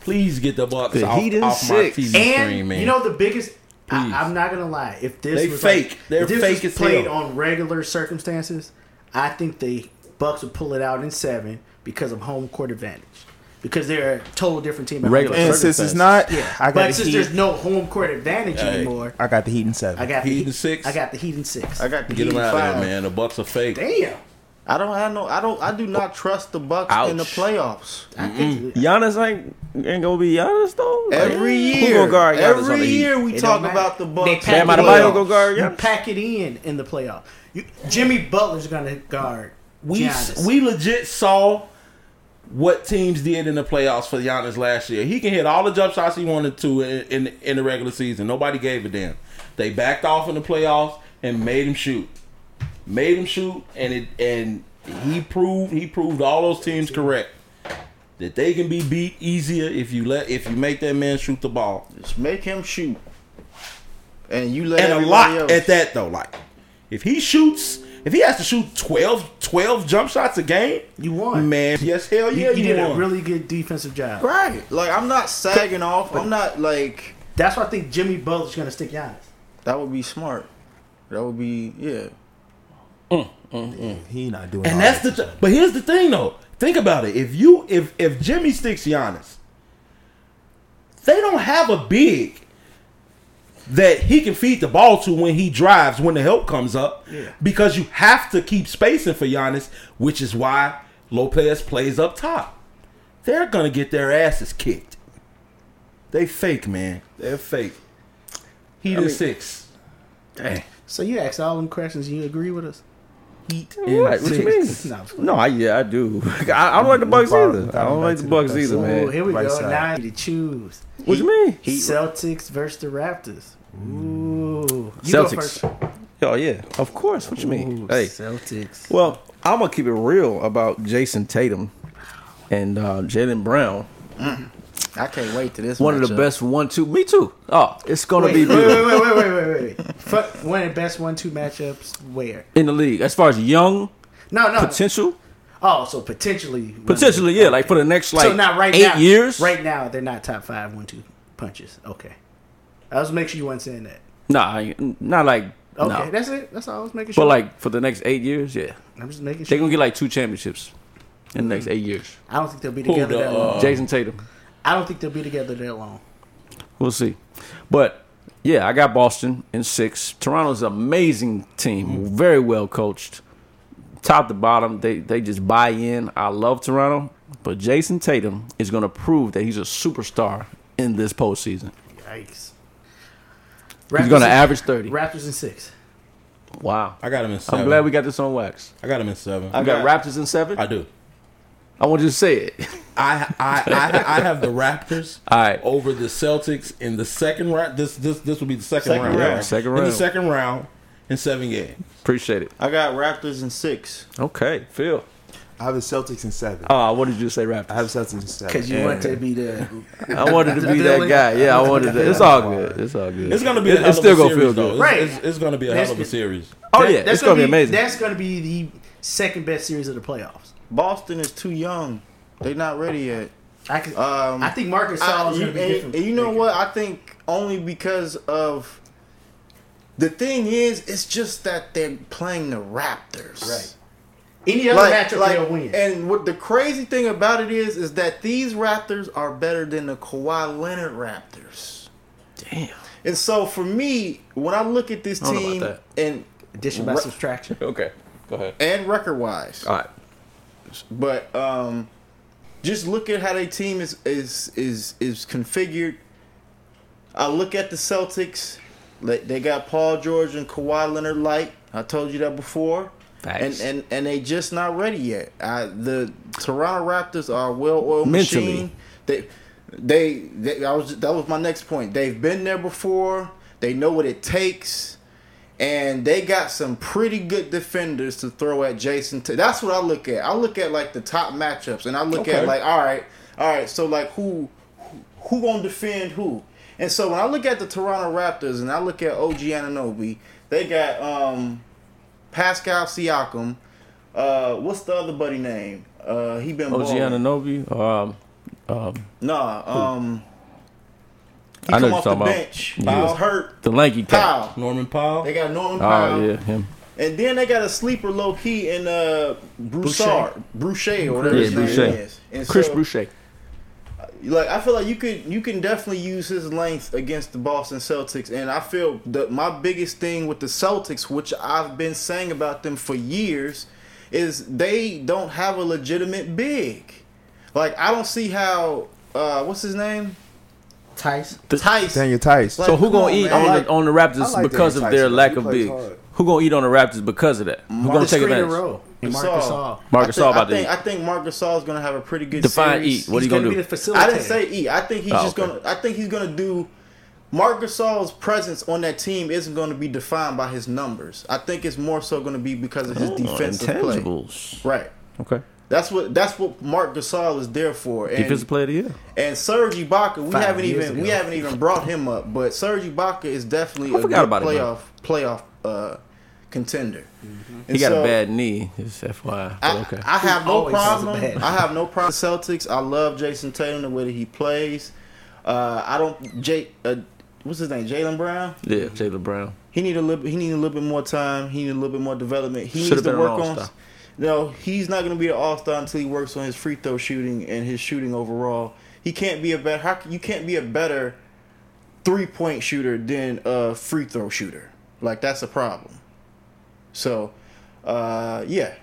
[SPEAKER 4] Please get the Bucks
[SPEAKER 1] The
[SPEAKER 4] off,
[SPEAKER 1] Heat in
[SPEAKER 4] off
[SPEAKER 1] six.
[SPEAKER 4] my TV
[SPEAKER 3] And
[SPEAKER 4] screen, man.
[SPEAKER 3] you know the biggest.
[SPEAKER 4] Please.
[SPEAKER 3] I, I'm not gonna lie. If this
[SPEAKER 4] They
[SPEAKER 3] was
[SPEAKER 4] fake.
[SPEAKER 3] like-
[SPEAKER 4] They're
[SPEAKER 3] if this
[SPEAKER 4] fake
[SPEAKER 3] was
[SPEAKER 4] as
[SPEAKER 3] played
[SPEAKER 4] hell.
[SPEAKER 3] on regular circumstances, I think the Bucks would pull it out in seven because of home court advantage. Because they're a total different team. at home
[SPEAKER 1] Regular
[SPEAKER 3] court.
[SPEAKER 2] And since it's not, I
[SPEAKER 3] but
[SPEAKER 2] got the
[SPEAKER 3] since
[SPEAKER 2] heat.
[SPEAKER 3] there's no home court advantage
[SPEAKER 4] Hey.
[SPEAKER 3] anymore,
[SPEAKER 2] I got the heat in seven.
[SPEAKER 3] I got
[SPEAKER 4] Heat
[SPEAKER 3] the
[SPEAKER 4] in six.
[SPEAKER 3] I got the Heat in six.
[SPEAKER 5] I got the
[SPEAKER 4] get
[SPEAKER 5] Heat
[SPEAKER 4] them out of
[SPEAKER 5] five.
[SPEAKER 4] there, man. The Bucks are fake.
[SPEAKER 3] Damn.
[SPEAKER 5] I don't. I know. I don't. I do not trust the Bucks in the
[SPEAKER 1] Ouch.
[SPEAKER 5] playoffs.
[SPEAKER 3] I
[SPEAKER 4] Mm.
[SPEAKER 3] think
[SPEAKER 1] Giannis ain't ain't gonna be Giannis though. Like,
[SPEAKER 5] Every
[SPEAKER 1] who
[SPEAKER 5] year,
[SPEAKER 1] gonna guard Giannis on
[SPEAKER 5] every
[SPEAKER 1] the Heat?
[SPEAKER 5] year we
[SPEAKER 3] It
[SPEAKER 5] talk
[SPEAKER 3] don't matter.
[SPEAKER 5] about the Bucks.
[SPEAKER 3] They
[SPEAKER 5] in
[SPEAKER 3] pack
[SPEAKER 5] the
[SPEAKER 1] Bam Adebayo
[SPEAKER 5] playoffs.
[SPEAKER 1] go guard
[SPEAKER 3] you
[SPEAKER 1] Giannis.
[SPEAKER 3] pack it in in the playoff. You, Jimmy Butler's gonna guard.
[SPEAKER 4] We
[SPEAKER 3] Giannis.
[SPEAKER 4] we legit saw what teams did in the playoffs for Giannis last year. He can hit all the jump shots he wanted to in in, in the regular season. Nobody gave a damn. They backed off in the playoffs and made him shoot. Made him shoot and it and he proved he proved all those teams correct. That they can be beat easier if you let if you make that man shoot the ball.
[SPEAKER 5] Just make him shoot, and you let
[SPEAKER 4] and a
[SPEAKER 5] everybody
[SPEAKER 4] lot
[SPEAKER 5] else.
[SPEAKER 4] at that though. Like if he shoots, if he has to shoot 12, 12 jump shots a game,
[SPEAKER 3] You won.
[SPEAKER 4] man. Yes, hell
[SPEAKER 3] You,
[SPEAKER 4] yeah,
[SPEAKER 3] you
[SPEAKER 4] you,
[SPEAKER 3] did
[SPEAKER 4] won.
[SPEAKER 3] a really good defensive job.
[SPEAKER 5] Right. Like I'm not sagging off. I'm not like
[SPEAKER 3] That's why I think Jimmy Butler's gonna stick Giannis.
[SPEAKER 5] that would be smart. That would be yeah.
[SPEAKER 2] He not doing.
[SPEAKER 4] and that's the. Th- but here's the thing though. Think about it. If you if if Jimmy sticks Giannis, they don't have a big that he can feed the ball to when he drives when the help comes up because you have to keep spacing for Giannis, which is why Lopez plays up top. They're gonna get their asses kicked. They fake, man. They're fake. Heat in six. Dang.
[SPEAKER 3] So you asked all them questions and you agree with us?
[SPEAKER 4] Heat
[SPEAKER 1] What?
[SPEAKER 4] in
[SPEAKER 1] What you
[SPEAKER 4] six.
[SPEAKER 1] mean?
[SPEAKER 3] No, I'm just-
[SPEAKER 1] No, I yeah I do. I, I don't like the Bucks
[SPEAKER 2] Without-
[SPEAKER 1] either. I
[SPEAKER 2] without
[SPEAKER 1] don't like
[SPEAKER 2] him,
[SPEAKER 1] the Bucks
[SPEAKER 2] that's-
[SPEAKER 1] either,
[SPEAKER 2] Ooh,
[SPEAKER 3] Oh,
[SPEAKER 1] man.
[SPEAKER 3] here we
[SPEAKER 2] Right
[SPEAKER 3] go.
[SPEAKER 2] side.
[SPEAKER 3] Now I need to choose.
[SPEAKER 1] What you mean?
[SPEAKER 3] Celtics versus the Raptors. Ooh. You go first.
[SPEAKER 1] Celtics. Oh yeah, of course. What you mean?
[SPEAKER 3] Ooh,
[SPEAKER 1] hey,
[SPEAKER 3] Celtics.
[SPEAKER 1] Well, I'm gonna keep it real about Jason Tatum and uh, Jalen Brown.
[SPEAKER 5] I can't wait to this.
[SPEAKER 1] One of the
[SPEAKER 5] matchup.
[SPEAKER 1] best one-two. Me too. Oh, it's gonna
[SPEAKER 3] Wait,
[SPEAKER 1] be
[SPEAKER 3] wait, wait,
[SPEAKER 1] beautiful.
[SPEAKER 3] wait, wait, wait, wait, wait. Fuck, one of the best one-two matchups. Where?
[SPEAKER 1] in the league as far as young
[SPEAKER 3] No, no.
[SPEAKER 1] potential.
[SPEAKER 3] oh, so potentially.
[SPEAKER 1] Potentially, yeah. Like for the next like
[SPEAKER 3] so not right
[SPEAKER 1] eight
[SPEAKER 3] now.
[SPEAKER 1] years.
[SPEAKER 3] Right now, they're not top five one-two punches. Okay. I was making sure you weren't saying that.
[SPEAKER 1] Nah, I ain't- not like
[SPEAKER 3] Okay,
[SPEAKER 1] no.
[SPEAKER 3] that's it. That's all I was making sure.
[SPEAKER 1] But like for the next eight years, yeah,
[SPEAKER 3] I'm just making
[SPEAKER 1] they
[SPEAKER 3] sure.
[SPEAKER 1] gonna get like two championships in the next eight years.
[SPEAKER 3] I don't think they'll be
[SPEAKER 4] Who
[SPEAKER 3] together
[SPEAKER 4] the,
[SPEAKER 3] that long.
[SPEAKER 4] uh,
[SPEAKER 1] Jason Tatum,
[SPEAKER 3] I don't think they'll be together that long.
[SPEAKER 1] we'll see. But yeah, I got Boston in six. Toronto's an amazing team, very well coached, top to bottom. They they just buy in. I love Toronto, but Jason Tatum is gonna prove that he's a superstar in this postseason.
[SPEAKER 3] Yikes.
[SPEAKER 1] He's gonna
[SPEAKER 3] in-
[SPEAKER 1] average thirty.
[SPEAKER 3] Raptors in six.
[SPEAKER 1] Wow.
[SPEAKER 4] I got him in seven.
[SPEAKER 1] I'm glad we got this on wax.
[SPEAKER 4] I got him in seven.
[SPEAKER 1] I
[SPEAKER 4] I,
[SPEAKER 1] got Raptors in seven. I,
[SPEAKER 4] do.
[SPEAKER 1] want you to say it.
[SPEAKER 4] I I I, I have the Raptors
[SPEAKER 1] All right.
[SPEAKER 4] over the Celtics in the second round. This this this will be the second,
[SPEAKER 5] Second
[SPEAKER 4] round.
[SPEAKER 5] round.
[SPEAKER 4] right?
[SPEAKER 1] Second
[SPEAKER 4] In
[SPEAKER 1] round.
[SPEAKER 4] the second round in seven games.
[SPEAKER 1] Appreciate it.
[SPEAKER 5] I got Raptors in six.
[SPEAKER 1] Okay, Phil.
[SPEAKER 2] I have the Celtics in seven.
[SPEAKER 1] Ah, what did you say, Raptors?
[SPEAKER 2] I have Celtics in seven.
[SPEAKER 3] Because Oh. you
[SPEAKER 2] And-
[SPEAKER 3] want to be the.
[SPEAKER 1] I wanted to be
[SPEAKER 3] I
[SPEAKER 1] that
[SPEAKER 3] feel
[SPEAKER 1] guy.
[SPEAKER 3] like-
[SPEAKER 1] Yeah,
[SPEAKER 3] I
[SPEAKER 1] I
[SPEAKER 3] feel
[SPEAKER 1] wanted
[SPEAKER 3] like
[SPEAKER 1] to.
[SPEAKER 3] I
[SPEAKER 1] It's all good. It's all good.
[SPEAKER 4] It's gonna be.
[SPEAKER 1] It-
[SPEAKER 4] a hell
[SPEAKER 1] it's still
[SPEAKER 4] of a
[SPEAKER 1] gonna
[SPEAKER 4] series,
[SPEAKER 1] feel
[SPEAKER 4] though.
[SPEAKER 1] good.
[SPEAKER 4] It's-
[SPEAKER 3] Right.
[SPEAKER 4] It's, it's gonna be a
[SPEAKER 3] That's
[SPEAKER 4] hell of a
[SPEAKER 3] good.
[SPEAKER 4] series.
[SPEAKER 1] Oh
[SPEAKER 3] That-
[SPEAKER 1] yeah, it's gonna be amazing.
[SPEAKER 3] That's going to be the second best series of the playoffs.
[SPEAKER 5] Boston is too young. They not ready yet.
[SPEAKER 3] I can,
[SPEAKER 5] Um,
[SPEAKER 3] I think Marcus
[SPEAKER 5] I,
[SPEAKER 3] Saul is
[SPEAKER 5] you,
[SPEAKER 3] going to be
[SPEAKER 5] and-
[SPEAKER 3] different.
[SPEAKER 5] and you know what? I think only because of the thing is, it's just that they're playing the Raptors.
[SPEAKER 3] Right. Any other matchup they'll win.
[SPEAKER 5] And what the crazy thing about it is, is that these Raptors are better than the Kawhi Leonard Raptors.
[SPEAKER 1] Damn.
[SPEAKER 5] And so for me, when I look at this
[SPEAKER 1] I don't know
[SPEAKER 5] team
[SPEAKER 1] about
[SPEAKER 5] and
[SPEAKER 3] Addition by
[SPEAKER 5] Ra-
[SPEAKER 3] subtraction.
[SPEAKER 1] Okay. Go ahead.
[SPEAKER 5] and record wise,
[SPEAKER 1] All right.
[SPEAKER 5] but um, just look at how their team is is is is configured. I look at the Celtics. They they got Paul George and Kawhi Leonard light. I told you that before.
[SPEAKER 1] Facts.
[SPEAKER 5] And, and and they just not ready yet. I, the Toronto Raptors are a well-oiled
[SPEAKER 1] Mentally.
[SPEAKER 5] machine. They, they, they. I was. That was my next point. They've been there before. They know what it takes, and they got some pretty good defenders to throw at Jason. T- That's what I look at. I look at like the top matchups, and I look
[SPEAKER 4] Okay.
[SPEAKER 5] at like, all right, all right. So like, who, who gonna defend who? And so when I look at the Toronto Raptors and I look at OG Ananobi, they got um. Pascal Siakam. Uh, what's the other buddy name? Uh, he been
[SPEAKER 1] OG
[SPEAKER 5] balling.
[SPEAKER 1] Ananobi. Um, um,
[SPEAKER 5] Nah, um, he
[SPEAKER 1] I know
[SPEAKER 5] come
[SPEAKER 1] what
[SPEAKER 5] off
[SPEAKER 1] you're
[SPEAKER 5] the
[SPEAKER 1] talking about.
[SPEAKER 5] bench.
[SPEAKER 1] Yeah.
[SPEAKER 5] Powell hurt.
[SPEAKER 1] the lanky cat.
[SPEAKER 5] Powell.
[SPEAKER 4] Norman Powell.
[SPEAKER 5] They got Norman Powell.
[SPEAKER 1] Oh yeah, him.
[SPEAKER 5] And then they got a sleeper low key in uh, Broussard, Brouchet, or whatever
[SPEAKER 1] Yeah,
[SPEAKER 5] his name
[SPEAKER 1] Boucher.
[SPEAKER 5] is. And
[SPEAKER 1] Chris
[SPEAKER 5] so,
[SPEAKER 1] Boucher.
[SPEAKER 5] like I feel like you could you can definitely use his length against the Boston Celtics, and I feel that my biggest thing with the Celtics, which I've been saying about them for years, is they don't have a legitimate big. Like I don't see how uh, what's his name
[SPEAKER 3] Tice.
[SPEAKER 5] Tice.
[SPEAKER 2] Daniel Tice.
[SPEAKER 5] Like,
[SPEAKER 1] So who
[SPEAKER 5] come
[SPEAKER 1] gonna
[SPEAKER 5] on,
[SPEAKER 1] eat
[SPEAKER 5] man.
[SPEAKER 1] on
[SPEAKER 5] Like,
[SPEAKER 1] the on the Raptors
[SPEAKER 2] like
[SPEAKER 1] because of their
[SPEAKER 2] Daniel Tyson.
[SPEAKER 1] lack
[SPEAKER 2] He
[SPEAKER 1] of
[SPEAKER 2] plays
[SPEAKER 1] big?
[SPEAKER 2] hard.
[SPEAKER 1] Who gonna eat on the Raptors because of that? Who gonna take
[SPEAKER 3] Three in a
[SPEAKER 1] advantage?
[SPEAKER 3] row. And Marcus Saul.
[SPEAKER 5] I
[SPEAKER 1] Marcus
[SPEAKER 5] think,
[SPEAKER 1] All about
[SPEAKER 5] I think,
[SPEAKER 1] to
[SPEAKER 5] I think Marcus Saul is going to have a pretty good
[SPEAKER 1] define
[SPEAKER 5] series.
[SPEAKER 1] eat. What are
[SPEAKER 3] He's
[SPEAKER 1] you gonna
[SPEAKER 3] gonna be
[SPEAKER 1] do?
[SPEAKER 3] the facilitator.
[SPEAKER 5] I didn't say eat. I think he's
[SPEAKER 1] Oh,
[SPEAKER 5] just
[SPEAKER 1] okay.
[SPEAKER 5] gonna. I think he's gonna do. Marc Gasol's presence on that team isn't going to be defined by his numbers. I think it's more so going to be because of his
[SPEAKER 1] Oh,
[SPEAKER 5] defensive play.
[SPEAKER 1] Intangibles.
[SPEAKER 5] Right.
[SPEAKER 1] Okay.
[SPEAKER 5] That's what that's what Marc Gasol is there for. And,
[SPEAKER 1] Defensive player of the year.
[SPEAKER 5] and Serge Ibaka, we
[SPEAKER 3] Five
[SPEAKER 5] haven't
[SPEAKER 3] years
[SPEAKER 5] even
[SPEAKER 3] ago.
[SPEAKER 5] we haven't even brought him up, but Serge Ibaka is definitely
[SPEAKER 1] I
[SPEAKER 5] a
[SPEAKER 1] forgot
[SPEAKER 5] good
[SPEAKER 1] about him, man.
[SPEAKER 5] playoff playoff uh, contender.
[SPEAKER 3] Mm-hmm.
[SPEAKER 1] He got a bad knee. It's FYI.
[SPEAKER 5] I,
[SPEAKER 1] But okay.
[SPEAKER 5] I have
[SPEAKER 3] He
[SPEAKER 5] no
[SPEAKER 3] always has a
[SPEAKER 5] problem.
[SPEAKER 3] bad-
[SPEAKER 5] I have no problem. with Celtics. I love Jason Tatum the way that he plays. Uh, I don't. Jay, uh, what's his name? Jalen Brown.
[SPEAKER 1] yeah, Jalen Brown.
[SPEAKER 5] He need a little. He need a little bit more time. He need a little bit more development. He
[SPEAKER 1] Should've
[SPEAKER 5] needs
[SPEAKER 1] been
[SPEAKER 5] to
[SPEAKER 1] an
[SPEAKER 5] work
[SPEAKER 1] all-star.
[SPEAKER 5] on. No, he's not going to be an all star until he works on his free throw shooting and his shooting overall. He can't be a better. How, can- you can't be a better three point shooter than a free throw shooter. Like that's a problem. So, uh, yeah,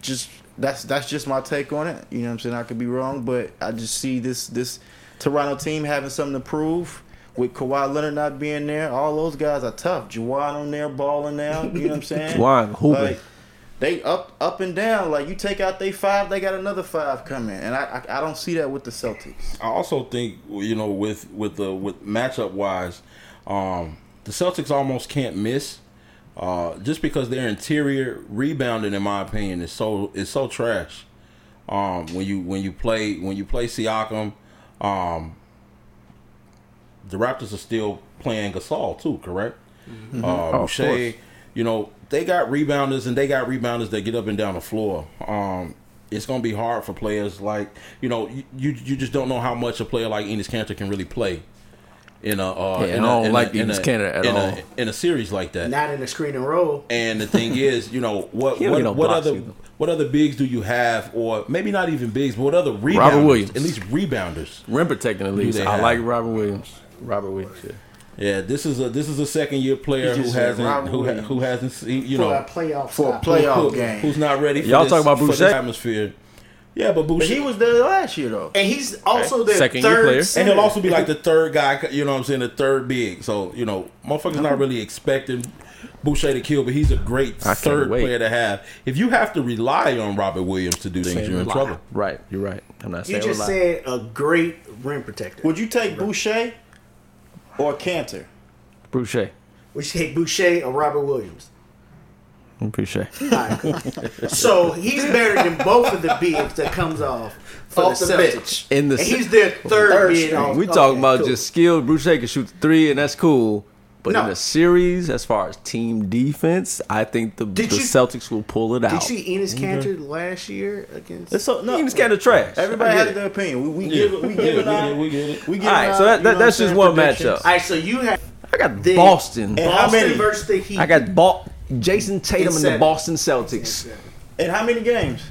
[SPEAKER 5] just that's that's just my take on it. You know what I'm saying? I could be wrong, but I just see this this Toronto team having something to prove. With Kawhi Leonard not being there, all those guys are tough. Juwan on there, balling out. You know what I'm saying?
[SPEAKER 1] Juwan, hooping.
[SPEAKER 5] Like, they up up and down. Like you take out they five, they got another five coming, and I I, I don't see that with the Celtics.
[SPEAKER 4] I also think you know with with the with matchup wise, um, the Celtics almost can't miss, uh, just because their interior rebounding, in my opinion, is so is so trash. Um, when you when you play when you play Siakam, um, the Raptors are still playing Gasol too, correct? Uh,
[SPEAKER 1] Mm-hmm. Oh, of
[SPEAKER 4] Boucher,
[SPEAKER 1] course.
[SPEAKER 4] you know they got rebounders and they got rebounders that get up and down the floor. Um, it's gonna be hard for players like you know you you you just don't know how much a player like Enos Cantor can really play in a uh,
[SPEAKER 1] Yeah,
[SPEAKER 4] in
[SPEAKER 1] I
[SPEAKER 4] a-
[SPEAKER 1] don't
[SPEAKER 4] in
[SPEAKER 1] like
[SPEAKER 4] a, in
[SPEAKER 1] Eagles
[SPEAKER 4] a-
[SPEAKER 1] Canada at
[SPEAKER 4] in a-
[SPEAKER 1] all.
[SPEAKER 4] in a series like that.
[SPEAKER 3] Not in the screen and roll.
[SPEAKER 4] And the thing is, you know, what
[SPEAKER 1] He don't
[SPEAKER 4] what,
[SPEAKER 1] get no
[SPEAKER 4] what
[SPEAKER 1] blocks
[SPEAKER 4] other
[SPEAKER 1] either.
[SPEAKER 4] what other bigs do you have, or maybe not even bigs, but what other rebounders?
[SPEAKER 1] Williams.
[SPEAKER 4] at least rebounders.
[SPEAKER 1] Rim protecting at least.
[SPEAKER 4] they
[SPEAKER 1] I
[SPEAKER 4] have?
[SPEAKER 1] like Robert Williams. Robert Williams. Yeah.
[SPEAKER 4] Yeah, this is a this is a second year player
[SPEAKER 5] You
[SPEAKER 4] who
[SPEAKER 5] just said
[SPEAKER 4] hasn't
[SPEAKER 5] Robert
[SPEAKER 4] who, ha-
[SPEAKER 5] Williams.
[SPEAKER 4] who hasn't seen you
[SPEAKER 3] for
[SPEAKER 4] know
[SPEAKER 3] a playoff
[SPEAKER 5] For a
[SPEAKER 3] stop.
[SPEAKER 5] play- playoff
[SPEAKER 4] who-
[SPEAKER 5] game.
[SPEAKER 4] who's not ready. For
[SPEAKER 1] Y'all
[SPEAKER 4] this,
[SPEAKER 1] talking about
[SPEAKER 4] for this
[SPEAKER 1] Boucher?
[SPEAKER 4] atmosphere? Yeah, but Boucher.
[SPEAKER 5] But he was there last year though.
[SPEAKER 3] And he's also the
[SPEAKER 1] Second year
[SPEAKER 3] third
[SPEAKER 1] player.
[SPEAKER 4] and
[SPEAKER 3] center.
[SPEAKER 4] he'll also be like the third guy, you know what I'm saying, the third big. So, you know, motherfuckers not really expecting Boucher to kill, but he's a great
[SPEAKER 1] can't
[SPEAKER 4] third
[SPEAKER 1] wait.
[SPEAKER 4] player to have. If you have to rely on Robert Williams to do things, you're in trouble.
[SPEAKER 1] Right. You're right. I'm not
[SPEAKER 3] you
[SPEAKER 1] saying
[SPEAKER 3] just
[SPEAKER 1] rely.
[SPEAKER 3] said a great rim protector.
[SPEAKER 5] Would you take Boucher or Cantor?
[SPEAKER 1] Boucher.
[SPEAKER 3] Would you take Boucher or Robert Williams?
[SPEAKER 1] Boucher.
[SPEAKER 3] So he's better than both of the bigs that comes off for
[SPEAKER 5] Off
[SPEAKER 3] the,
[SPEAKER 5] the
[SPEAKER 3] Celtics.
[SPEAKER 5] bench.
[SPEAKER 1] In the
[SPEAKER 3] and
[SPEAKER 1] se-
[SPEAKER 3] he's their third,
[SPEAKER 5] Third
[SPEAKER 3] big.
[SPEAKER 5] string.
[SPEAKER 3] off-
[SPEAKER 1] We
[SPEAKER 3] okay,
[SPEAKER 1] talking about
[SPEAKER 3] cool.
[SPEAKER 1] just skilled. Boucher can shoot the three, and that's cool. But
[SPEAKER 3] No.
[SPEAKER 1] in a series, as far as team defense, I think the, the
[SPEAKER 3] Did you-
[SPEAKER 1] Celtics will pull it
[SPEAKER 3] Did you
[SPEAKER 1] out. Mm-hmm.
[SPEAKER 3] see Enos Cantor last year against?
[SPEAKER 5] It's so, no,
[SPEAKER 1] He was kind of trash.
[SPEAKER 5] Everybody
[SPEAKER 1] I get
[SPEAKER 5] has
[SPEAKER 1] it.
[SPEAKER 5] their opinion. We, we
[SPEAKER 4] Yeah,
[SPEAKER 5] give it. We
[SPEAKER 4] yeah,
[SPEAKER 5] give it.
[SPEAKER 4] get
[SPEAKER 5] our-
[SPEAKER 4] it, we get it.
[SPEAKER 5] We give
[SPEAKER 1] All right,
[SPEAKER 5] it
[SPEAKER 1] so
[SPEAKER 5] our,
[SPEAKER 1] that-
[SPEAKER 5] you
[SPEAKER 1] that-
[SPEAKER 5] know
[SPEAKER 1] that's
[SPEAKER 5] what I'm
[SPEAKER 1] just
[SPEAKER 5] saying,
[SPEAKER 1] one
[SPEAKER 5] predictions.
[SPEAKER 1] matchup.
[SPEAKER 3] All right, so you have
[SPEAKER 1] I got
[SPEAKER 3] Then-
[SPEAKER 1] Boston.
[SPEAKER 5] And how
[SPEAKER 3] Boston
[SPEAKER 5] many?
[SPEAKER 3] versus the Heat.
[SPEAKER 1] I got ba- Jason Tatum
[SPEAKER 3] In
[SPEAKER 1] and the
[SPEAKER 3] seven.
[SPEAKER 1] Boston Celtics
[SPEAKER 5] And how many games?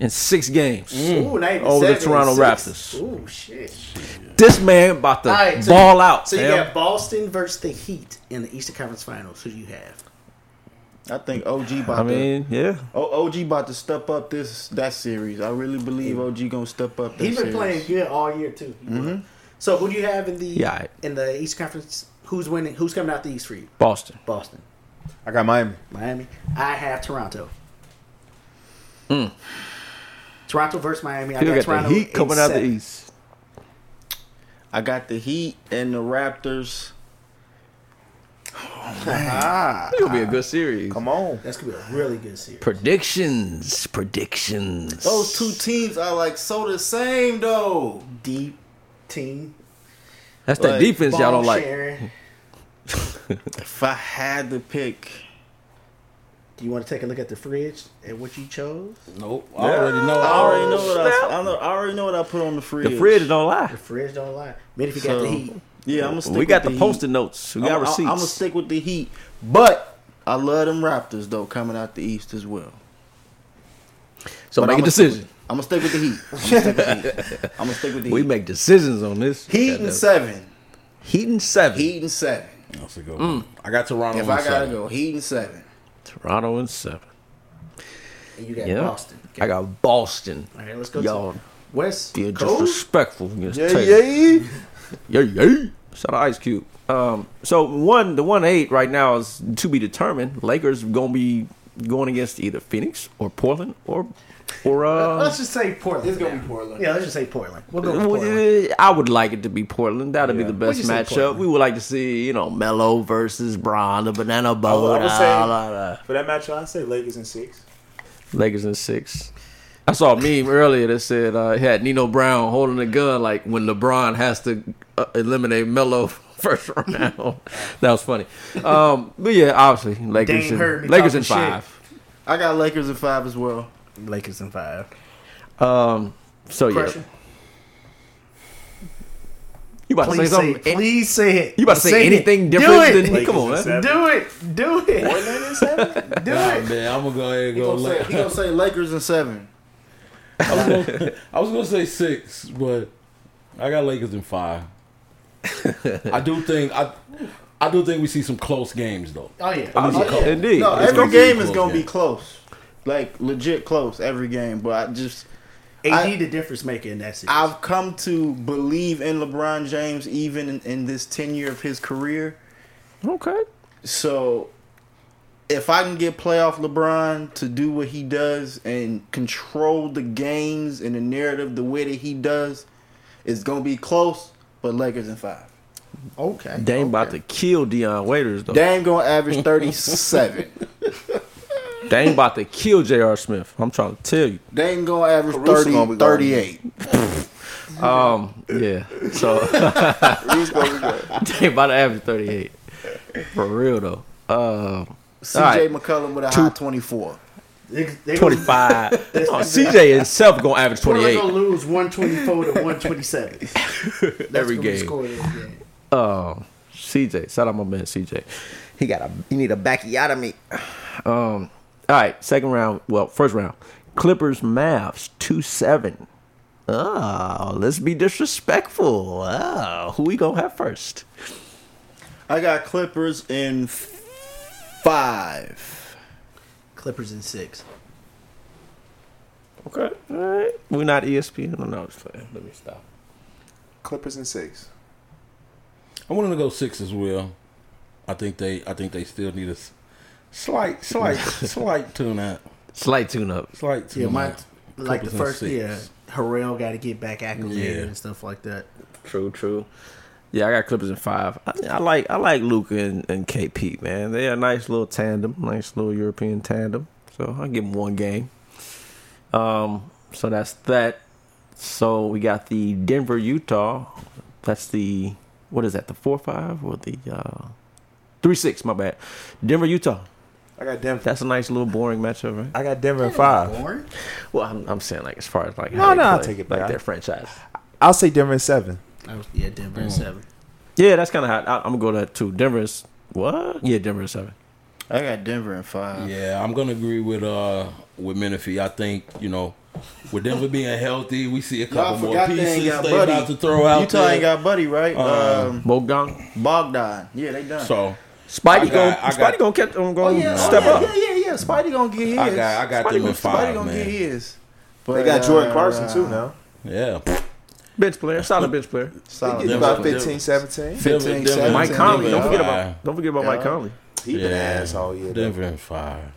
[SPEAKER 1] in six games.
[SPEAKER 3] Ooh, not even
[SPEAKER 1] Mm. Over the
[SPEAKER 3] seven,
[SPEAKER 1] Toronto
[SPEAKER 3] six.
[SPEAKER 1] Raptors.
[SPEAKER 3] Ooh, shit.
[SPEAKER 1] This man about to
[SPEAKER 3] All right, so
[SPEAKER 1] ball
[SPEAKER 3] you,
[SPEAKER 1] out.
[SPEAKER 3] So you
[SPEAKER 1] fam.
[SPEAKER 3] got Boston versus the Heat in the Eastern Conference Finals. Who do you have?
[SPEAKER 5] I think OG about
[SPEAKER 1] I mean, yeah.
[SPEAKER 5] to, O- OG about to step up this that series. I really believe OG gonna step up. That
[SPEAKER 3] He's been
[SPEAKER 5] series.
[SPEAKER 3] playing good all year too. So who do you have in the
[SPEAKER 1] Mm-hmm. Yeah, all right.
[SPEAKER 3] in the East Conference? Who's winning? Who's coming out the East for you?
[SPEAKER 1] Boston.
[SPEAKER 3] Boston,
[SPEAKER 2] I got Miami.
[SPEAKER 3] Miami. I have Toronto. Toronto versus Miami. I
[SPEAKER 1] You
[SPEAKER 3] got,
[SPEAKER 1] got
[SPEAKER 3] Toronto
[SPEAKER 1] Mm. the Heat
[SPEAKER 3] in
[SPEAKER 1] coming out the
[SPEAKER 3] seven.
[SPEAKER 1] East.
[SPEAKER 5] I got the Heat and the Raptors.
[SPEAKER 1] It'll be a good series.
[SPEAKER 2] Come on.
[SPEAKER 3] That's gonna be a really good series.
[SPEAKER 1] Predictions. Predictions.
[SPEAKER 5] Those two teams are like so the same though.
[SPEAKER 3] Deep team.
[SPEAKER 1] That's that
[SPEAKER 5] like,
[SPEAKER 1] defense y'all
[SPEAKER 3] ball
[SPEAKER 1] don't like.
[SPEAKER 3] sharing.
[SPEAKER 5] If I had to pick,
[SPEAKER 3] Do you want to take a look at the fridge and what you chose?
[SPEAKER 4] Nope. I already know.
[SPEAKER 5] I already know what
[SPEAKER 1] snap.
[SPEAKER 5] I, I, know, I already know what I put on the fridge.
[SPEAKER 1] The fridge don't lie.
[SPEAKER 3] The fridge don't lie. Maybe if you got
[SPEAKER 5] So,
[SPEAKER 3] the heat.
[SPEAKER 5] yeah, I'm gonna stick
[SPEAKER 1] We
[SPEAKER 5] with
[SPEAKER 1] got the
[SPEAKER 5] Heat.
[SPEAKER 1] post-it notes. We got
[SPEAKER 5] I'm,
[SPEAKER 1] receipts.
[SPEAKER 5] I'm gonna stick with the Heat, but I love them Raptors though coming out the East as well.
[SPEAKER 1] so
[SPEAKER 5] But
[SPEAKER 1] make
[SPEAKER 5] I'm
[SPEAKER 1] a decision.
[SPEAKER 5] I'm gonna stick with the Heat. I'm gonna stick with the Heat. I'm gonna stick with the
[SPEAKER 1] We
[SPEAKER 5] Heat.
[SPEAKER 1] make decisions on this.
[SPEAKER 5] Heat
[SPEAKER 1] Goddamn.
[SPEAKER 5] and seven.
[SPEAKER 1] Heat and seven.
[SPEAKER 5] Heat and seven.
[SPEAKER 4] That's a good one. I got Toronto.
[SPEAKER 5] If
[SPEAKER 4] in
[SPEAKER 5] I gotta
[SPEAKER 4] seven.
[SPEAKER 5] go, Heat and seven.
[SPEAKER 1] Toronto and seven.
[SPEAKER 3] And you got
[SPEAKER 1] Yeah.
[SPEAKER 3] Boston.
[SPEAKER 1] I got Boston.
[SPEAKER 3] All right, let's go.
[SPEAKER 1] Y'all
[SPEAKER 3] to West
[SPEAKER 1] Being
[SPEAKER 3] Coast.
[SPEAKER 1] disrespectful against
[SPEAKER 5] Yeah,
[SPEAKER 1] Taylor.
[SPEAKER 5] yeah.
[SPEAKER 1] Yeah, yeah. Shout out Ice Cube. Um, so one, the one eight right now is to be determined. Lakers gonna be going against either Phoenix or Portland or or uh.
[SPEAKER 3] Let's just say Portland.
[SPEAKER 5] It's
[SPEAKER 3] for
[SPEAKER 5] gonna
[SPEAKER 3] now.
[SPEAKER 5] be Portland.
[SPEAKER 3] Yeah, let's just say Portland. We'll go with Portland.
[SPEAKER 1] I would like it to be Portland. That'd be the best
[SPEAKER 3] We just say
[SPEAKER 1] matchup.
[SPEAKER 3] Portland.
[SPEAKER 1] We would like to see, you know, Melo versus Braun, the banana
[SPEAKER 3] Oh,
[SPEAKER 1] boat.
[SPEAKER 2] would say-
[SPEAKER 1] ah, la, la.
[SPEAKER 2] For that matchup, I say Lakers in six.
[SPEAKER 1] Lakers in six. I saw a meme earlier that said uh, it had Nino Brown holding a gun like when LeBron has to uh, eliminate Melo first round. that was funny. Um, but yeah, obviously Lakers
[SPEAKER 3] Dame heard me
[SPEAKER 1] in, Lakers in
[SPEAKER 3] talking shit.
[SPEAKER 1] five.
[SPEAKER 5] I got Lakers in five as well.
[SPEAKER 3] Lakers in five.
[SPEAKER 1] Um, so
[SPEAKER 3] Pressure.
[SPEAKER 1] yeah, you about to say
[SPEAKER 3] Please say,
[SPEAKER 1] something?
[SPEAKER 3] it. please say it.
[SPEAKER 1] you about to say,
[SPEAKER 3] it.
[SPEAKER 1] anything
[SPEAKER 3] Do
[SPEAKER 1] different
[SPEAKER 3] it.
[SPEAKER 1] than me? Come on, man.
[SPEAKER 2] Lakers in seven.
[SPEAKER 3] Do it. Do it.
[SPEAKER 2] Portland in seven?
[SPEAKER 3] Do
[SPEAKER 4] Nah,
[SPEAKER 3] it.
[SPEAKER 4] man, I'm gonna go ahead and
[SPEAKER 5] He
[SPEAKER 4] go.
[SPEAKER 5] gonna, say,
[SPEAKER 4] Lake.
[SPEAKER 5] he gonna say Lakers in seven.
[SPEAKER 4] I, was gonna, I was gonna say six, but I got Lakers in five. I do think I, I do think we see some close games though.
[SPEAKER 3] Oh, yeah.
[SPEAKER 4] At least a
[SPEAKER 5] Oh, yeah.
[SPEAKER 4] couple.
[SPEAKER 1] Indeed.
[SPEAKER 5] No,
[SPEAKER 1] It's
[SPEAKER 5] every
[SPEAKER 1] gonna-
[SPEAKER 5] game
[SPEAKER 4] be
[SPEAKER 5] is
[SPEAKER 4] close,
[SPEAKER 5] gonna be
[SPEAKER 4] yeah.
[SPEAKER 5] close, like legit close every game. But I just
[SPEAKER 3] AD
[SPEAKER 5] I-
[SPEAKER 3] the difference maker in that series.
[SPEAKER 5] I've come to believe in LeBron James even in, in this tenure of his career.
[SPEAKER 1] okay.
[SPEAKER 5] So if I can get playoff LeBron to do what he does and control the games and the narrative the way that he does, it's gonna be close. But Lakers in five.
[SPEAKER 3] okay.
[SPEAKER 1] Dame about to kill Deion Waiters though.
[SPEAKER 5] Dame gonna average thirty seven.
[SPEAKER 1] Dame about to kill J.R. Smith. I'm trying to tell you.
[SPEAKER 5] Dame gonna average
[SPEAKER 2] Caruso
[SPEAKER 5] 30,
[SPEAKER 2] gonna be gone.
[SPEAKER 5] 38.
[SPEAKER 1] Um, yeah. So.
[SPEAKER 2] Who's gonna be good?
[SPEAKER 1] They about to average 38. For real though. Uh,
[SPEAKER 5] CJ
[SPEAKER 1] right.
[SPEAKER 5] McCullum with a high twenty four.
[SPEAKER 3] They, they
[SPEAKER 1] 25. oh, CJ himself gonna average
[SPEAKER 3] Gonna, Portland gonna
[SPEAKER 1] 28
[SPEAKER 3] lose 124 to 127. That's
[SPEAKER 1] every
[SPEAKER 3] gonna be the
[SPEAKER 1] game.
[SPEAKER 3] score of this game.
[SPEAKER 1] uh, CJ. Shout out my man CJ. He got a he need a backiotomy. Um, all right, second round. Well, first round. Clippers Mavs two seven. Oh, let's be disrespectful. Oh, who we gonna have first?
[SPEAKER 5] I got Clippers in f- five.
[SPEAKER 3] Clippers in six.
[SPEAKER 1] Okay, all right. We're not E ESPN. No, no, just playing. let me stop.
[SPEAKER 2] Clippers and six.
[SPEAKER 4] I want them to go six as well. I think they I think they still need a s- slight slight slight tune out.
[SPEAKER 1] Slight tune up.
[SPEAKER 4] Slight tune
[SPEAKER 3] Yeah, my
[SPEAKER 4] out.
[SPEAKER 3] like the
[SPEAKER 4] Clippers in
[SPEAKER 3] first
[SPEAKER 4] six.
[SPEAKER 3] yeah, Harrell got to get back acclimated
[SPEAKER 4] Yeah.
[SPEAKER 3] and stuff like that.
[SPEAKER 1] True, true. Yeah, I got Clippers in five. I, I like I like Luca and, and KP, man. They are a nice little tandem, nice little European tandem. So I'll give them one game. Um, so that's that. So we got the Denver Utah. That's the what is that? The four five or the uh, three six? My bad. Denver Utah.
[SPEAKER 2] I got Denver.
[SPEAKER 1] That's a nice little boring matchup, right?
[SPEAKER 2] I got Denver in five.
[SPEAKER 3] Warren?
[SPEAKER 1] Well, I'm, I'm saying like as far as like
[SPEAKER 2] No, no, I'll
[SPEAKER 1] play,
[SPEAKER 2] take it
[SPEAKER 1] like
[SPEAKER 2] back.
[SPEAKER 1] their franchise.
[SPEAKER 2] I'll say Denver in seven.
[SPEAKER 3] I was, yeah, Denver in seven.
[SPEAKER 1] Yeah, that's kind of hot. I, I'm gonna go to that too. Denver is what? Yeah, Denver is seven.
[SPEAKER 5] I got Denver in five.
[SPEAKER 4] Yeah, I'm gonna agree with uh with Menifee. I think you know with Denver being healthy, we see a
[SPEAKER 5] Y'all
[SPEAKER 4] couple more
[SPEAKER 5] forgot they ain't
[SPEAKER 4] pieces
[SPEAKER 5] got
[SPEAKER 4] they
[SPEAKER 5] Buddy.
[SPEAKER 4] about to throw out
[SPEAKER 5] Utah
[SPEAKER 4] there.
[SPEAKER 5] ain't got Buddy, right?
[SPEAKER 4] Uh,
[SPEAKER 5] um,
[SPEAKER 1] Bogdan.
[SPEAKER 5] Bogdan. Yeah, they done.
[SPEAKER 4] so I
[SPEAKER 1] Spidey
[SPEAKER 4] got-
[SPEAKER 1] gonna
[SPEAKER 4] I got-
[SPEAKER 1] Spidey gonna catch um, gonna
[SPEAKER 5] oh, yeah,
[SPEAKER 1] step
[SPEAKER 5] oh, yeah,
[SPEAKER 1] up.
[SPEAKER 5] yeah, yeah, yeah. Spidey gonna get his.
[SPEAKER 4] I got I got
[SPEAKER 5] Spidey
[SPEAKER 4] them in
[SPEAKER 5] gonna- Spidey
[SPEAKER 4] five,
[SPEAKER 5] gonna get
[SPEAKER 4] man.
[SPEAKER 5] his.
[SPEAKER 2] They
[SPEAKER 5] But,
[SPEAKER 2] got Jordan
[SPEAKER 5] uh,
[SPEAKER 2] Clarkson too now.
[SPEAKER 4] Yeah,
[SPEAKER 1] Bench player, solid bench player.
[SPEAKER 2] They
[SPEAKER 5] Solid.
[SPEAKER 2] get you
[SPEAKER 4] Denver-
[SPEAKER 2] about 15, 17.
[SPEAKER 4] Denver-
[SPEAKER 5] 15,
[SPEAKER 4] Denver-
[SPEAKER 5] Mike
[SPEAKER 1] Mike
[SPEAKER 4] Denver
[SPEAKER 1] Conley,
[SPEAKER 4] in
[SPEAKER 1] don't forget
[SPEAKER 4] five.
[SPEAKER 1] about don't forget about Mike Conley.
[SPEAKER 2] He been an ass all year. though.
[SPEAKER 4] Denver in five.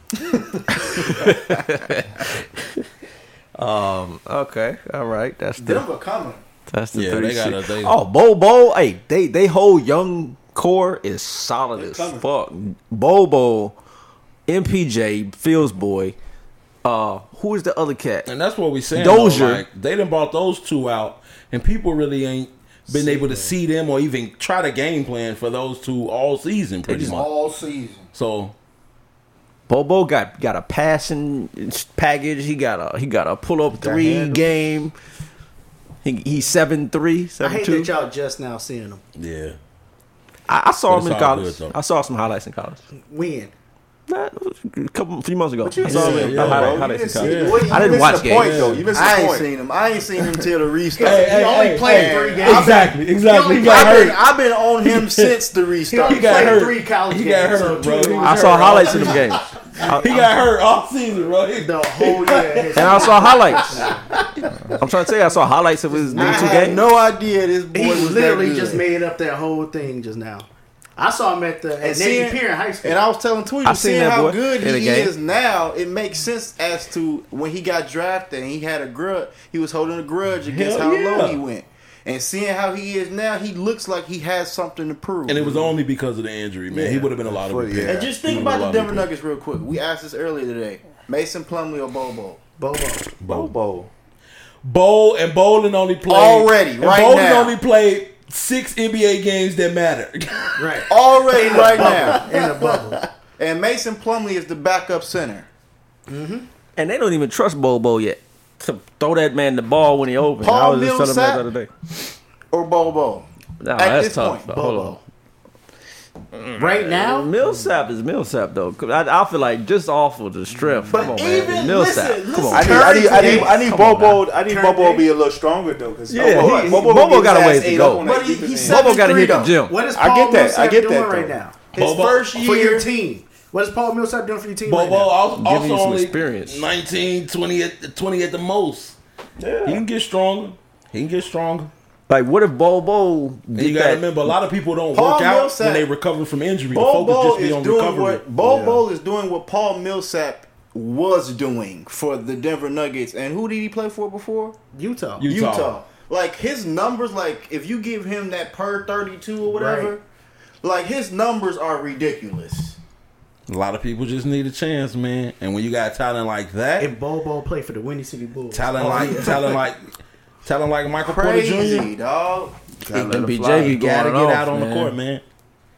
[SPEAKER 1] Um, okay, all right, that's the
[SPEAKER 5] Denver coming.
[SPEAKER 1] that's the
[SPEAKER 4] Yeah,
[SPEAKER 1] three.
[SPEAKER 4] they got
[SPEAKER 1] six.
[SPEAKER 4] a- they-
[SPEAKER 1] oh, Bo Bo, hey, they they whole young core is solid as
[SPEAKER 5] coming.
[SPEAKER 1] fuck. Bo Bo, MPJ, Fields boy. Uh, who is the other cat?
[SPEAKER 4] And that's what we saying. though,
[SPEAKER 1] Dozier.
[SPEAKER 4] Like, they done bought those two out, and people really ain't been able to see them or even try to game plan for those two all season, pretty
[SPEAKER 1] just
[SPEAKER 4] much.
[SPEAKER 5] All season.
[SPEAKER 4] So
[SPEAKER 1] Bobo got got a passing package. He got a he got a pull up
[SPEAKER 2] got
[SPEAKER 1] three
[SPEAKER 2] handles.
[SPEAKER 1] game. He he's seven three
[SPEAKER 3] I
[SPEAKER 1] seven
[SPEAKER 3] hate
[SPEAKER 1] two.
[SPEAKER 3] that y'all just now seeing him
[SPEAKER 4] yeah,
[SPEAKER 1] I, I saw
[SPEAKER 4] But
[SPEAKER 1] him
[SPEAKER 4] it's
[SPEAKER 1] in
[SPEAKER 4] all
[SPEAKER 1] college.
[SPEAKER 4] good, though.
[SPEAKER 1] I saw some highlights in college.
[SPEAKER 3] win.
[SPEAKER 1] Nah, it was a couple few months ago.
[SPEAKER 2] But you
[SPEAKER 1] I
[SPEAKER 2] was
[SPEAKER 1] saw
[SPEAKER 2] all
[SPEAKER 1] him
[SPEAKER 2] in
[SPEAKER 1] in-
[SPEAKER 4] yeah,
[SPEAKER 1] highlight-
[SPEAKER 4] bro.
[SPEAKER 2] bro. You
[SPEAKER 1] highlights in
[SPEAKER 2] didn't
[SPEAKER 1] college.
[SPEAKER 2] see-
[SPEAKER 5] college.
[SPEAKER 2] you
[SPEAKER 1] I didn't
[SPEAKER 2] missed
[SPEAKER 1] watch
[SPEAKER 2] the point
[SPEAKER 1] games.
[SPEAKER 2] though. You missed
[SPEAKER 5] I
[SPEAKER 2] the
[SPEAKER 5] ain't
[SPEAKER 2] point.
[SPEAKER 5] seen him. I ain't seen him till the restart.
[SPEAKER 4] Hey, hey,
[SPEAKER 5] he only
[SPEAKER 4] hey,
[SPEAKER 5] played
[SPEAKER 4] hey.
[SPEAKER 5] three games.
[SPEAKER 4] Exactly,
[SPEAKER 5] He
[SPEAKER 4] exactly.
[SPEAKER 5] only
[SPEAKER 4] He got
[SPEAKER 5] played-
[SPEAKER 4] hurt.
[SPEAKER 5] I've been on him since the restart.
[SPEAKER 4] He got
[SPEAKER 5] Played
[SPEAKER 4] hurt.
[SPEAKER 5] Three college
[SPEAKER 4] He
[SPEAKER 5] games.
[SPEAKER 4] got hurt,
[SPEAKER 5] so
[SPEAKER 4] bro.
[SPEAKER 5] two-
[SPEAKER 4] He
[SPEAKER 1] I
[SPEAKER 4] was
[SPEAKER 1] saw
[SPEAKER 4] hurt
[SPEAKER 1] highlights
[SPEAKER 4] all-
[SPEAKER 1] in them games,
[SPEAKER 4] He got hurt all season, bro. He-
[SPEAKER 5] The whole year.
[SPEAKER 1] and I saw highlights. I'm trying to tell you, I saw highlights of his
[SPEAKER 5] I
[SPEAKER 1] new two
[SPEAKER 5] had
[SPEAKER 1] games.
[SPEAKER 5] no idea this boy
[SPEAKER 3] He
[SPEAKER 5] was
[SPEAKER 3] literally
[SPEAKER 5] that good.
[SPEAKER 3] just made up that whole thing just now. I saw him at the at
[SPEAKER 5] seeing-
[SPEAKER 3] Navy Pier in high school.
[SPEAKER 5] And I was telling Tweety,
[SPEAKER 1] I seen
[SPEAKER 5] seeing
[SPEAKER 1] that
[SPEAKER 5] how
[SPEAKER 1] boy
[SPEAKER 5] good
[SPEAKER 1] in a
[SPEAKER 5] he
[SPEAKER 1] game.
[SPEAKER 5] is now, it makes sense as to when he got drafted and he had a grudge. He was holding a grudge against
[SPEAKER 4] Hell
[SPEAKER 5] how
[SPEAKER 4] yeah.
[SPEAKER 5] low he went. And seeing how he is now, he looks like he has something to prove.
[SPEAKER 4] And it was only because of the injury, man. He
[SPEAKER 5] Yeah.
[SPEAKER 4] would have been a lot of
[SPEAKER 2] For-
[SPEAKER 4] repair.
[SPEAKER 5] And just think about the Denver Nuggets real quick. We asked this earlier today. Mason Plumlee or Bobo?
[SPEAKER 3] Bobo.
[SPEAKER 2] Bobo.
[SPEAKER 4] Bowl and Bowling only played
[SPEAKER 5] Already,
[SPEAKER 4] and
[SPEAKER 5] right
[SPEAKER 4] Bolden
[SPEAKER 5] now.
[SPEAKER 4] only played six NBA games that matter.
[SPEAKER 3] Right.
[SPEAKER 5] Already right now.
[SPEAKER 3] In a bubble.
[SPEAKER 5] And Mason Plumlee is the backup center.
[SPEAKER 1] And they don't even trust Bobo yet to throw that man the ball when he open. I
[SPEAKER 5] Paul
[SPEAKER 1] was just telling him that the
[SPEAKER 5] Millsap?
[SPEAKER 1] other day.
[SPEAKER 5] Or Bobo.
[SPEAKER 1] Nah,
[SPEAKER 5] At
[SPEAKER 1] that's
[SPEAKER 5] this
[SPEAKER 1] tough.
[SPEAKER 5] point,
[SPEAKER 1] though. Hold on.
[SPEAKER 3] Bobo. Right now,
[SPEAKER 1] Millsap is Millsap though. 'Cause I, I feel like just awful the strength. Come on, man.
[SPEAKER 5] even-
[SPEAKER 1] Millsap.
[SPEAKER 5] listen,
[SPEAKER 1] Come on.
[SPEAKER 2] I need, I need, I need, I need
[SPEAKER 1] Come on
[SPEAKER 2] Bobo. I need
[SPEAKER 3] Curry
[SPEAKER 2] Bobo to
[SPEAKER 3] Davis.
[SPEAKER 2] be a little stronger though, because
[SPEAKER 1] Yeah, he- he- Bobo got a ways to go.
[SPEAKER 5] But he- he said-
[SPEAKER 1] Bobo got to hit the
[SPEAKER 5] 73
[SPEAKER 1] gym.
[SPEAKER 3] what is
[SPEAKER 2] I
[SPEAKER 3] Paul
[SPEAKER 2] get that.
[SPEAKER 3] Millsap
[SPEAKER 2] I get
[SPEAKER 3] doing
[SPEAKER 2] that,
[SPEAKER 3] right
[SPEAKER 2] though.
[SPEAKER 3] now?
[SPEAKER 5] His
[SPEAKER 4] Bobo-
[SPEAKER 5] first
[SPEAKER 3] For your
[SPEAKER 5] year.
[SPEAKER 3] team. What is Paul Millsap doing for your team right
[SPEAKER 4] Bobo
[SPEAKER 3] now?
[SPEAKER 4] also,
[SPEAKER 1] Give him
[SPEAKER 4] also
[SPEAKER 1] some
[SPEAKER 4] only
[SPEAKER 1] experience.
[SPEAKER 4] 19, 20 at, the- 20 at the most. He can get stronger. He can get stronger.
[SPEAKER 1] Like, what if Bobo
[SPEAKER 4] And you
[SPEAKER 1] did
[SPEAKER 4] got to
[SPEAKER 1] that?
[SPEAKER 4] remember, a lot of people don't
[SPEAKER 5] Paul
[SPEAKER 4] work out
[SPEAKER 5] Millsap-
[SPEAKER 4] when they recover from injury. The focus
[SPEAKER 5] Bobo
[SPEAKER 4] just be
[SPEAKER 5] is
[SPEAKER 4] on
[SPEAKER 5] doing
[SPEAKER 4] recovery.
[SPEAKER 5] what Bobo is doing what Paul Millsap was doing for the Denver Nuggets. And who did he play for before?
[SPEAKER 3] Utah.
[SPEAKER 4] You- Utah.
[SPEAKER 5] Utah. Like his numbers, like if you give him that per thirty-two or whatever,
[SPEAKER 3] Right.
[SPEAKER 5] like his numbers are ridiculous.
[SPEAKER 4] A lot of people just need a chance, man. And when you got talent like that,
[SPEAKER 3] And Bobo played for the Windy City Bulls. Oh,
[SPEAKER 4] talent like talent like talent like Michael Porter
[SPEAKER 5] Crazy
[SPEAKER 4] Jr.
[SPEAKER 5] dog.
[SPEAKER 1] MPJ be
[SPEAKER 4] You gotta
[SPEAKER 1] going off,
[SPEAKER 4] get out on the
[SPEAKER 1] man.
[SPEAKER 4] court, man.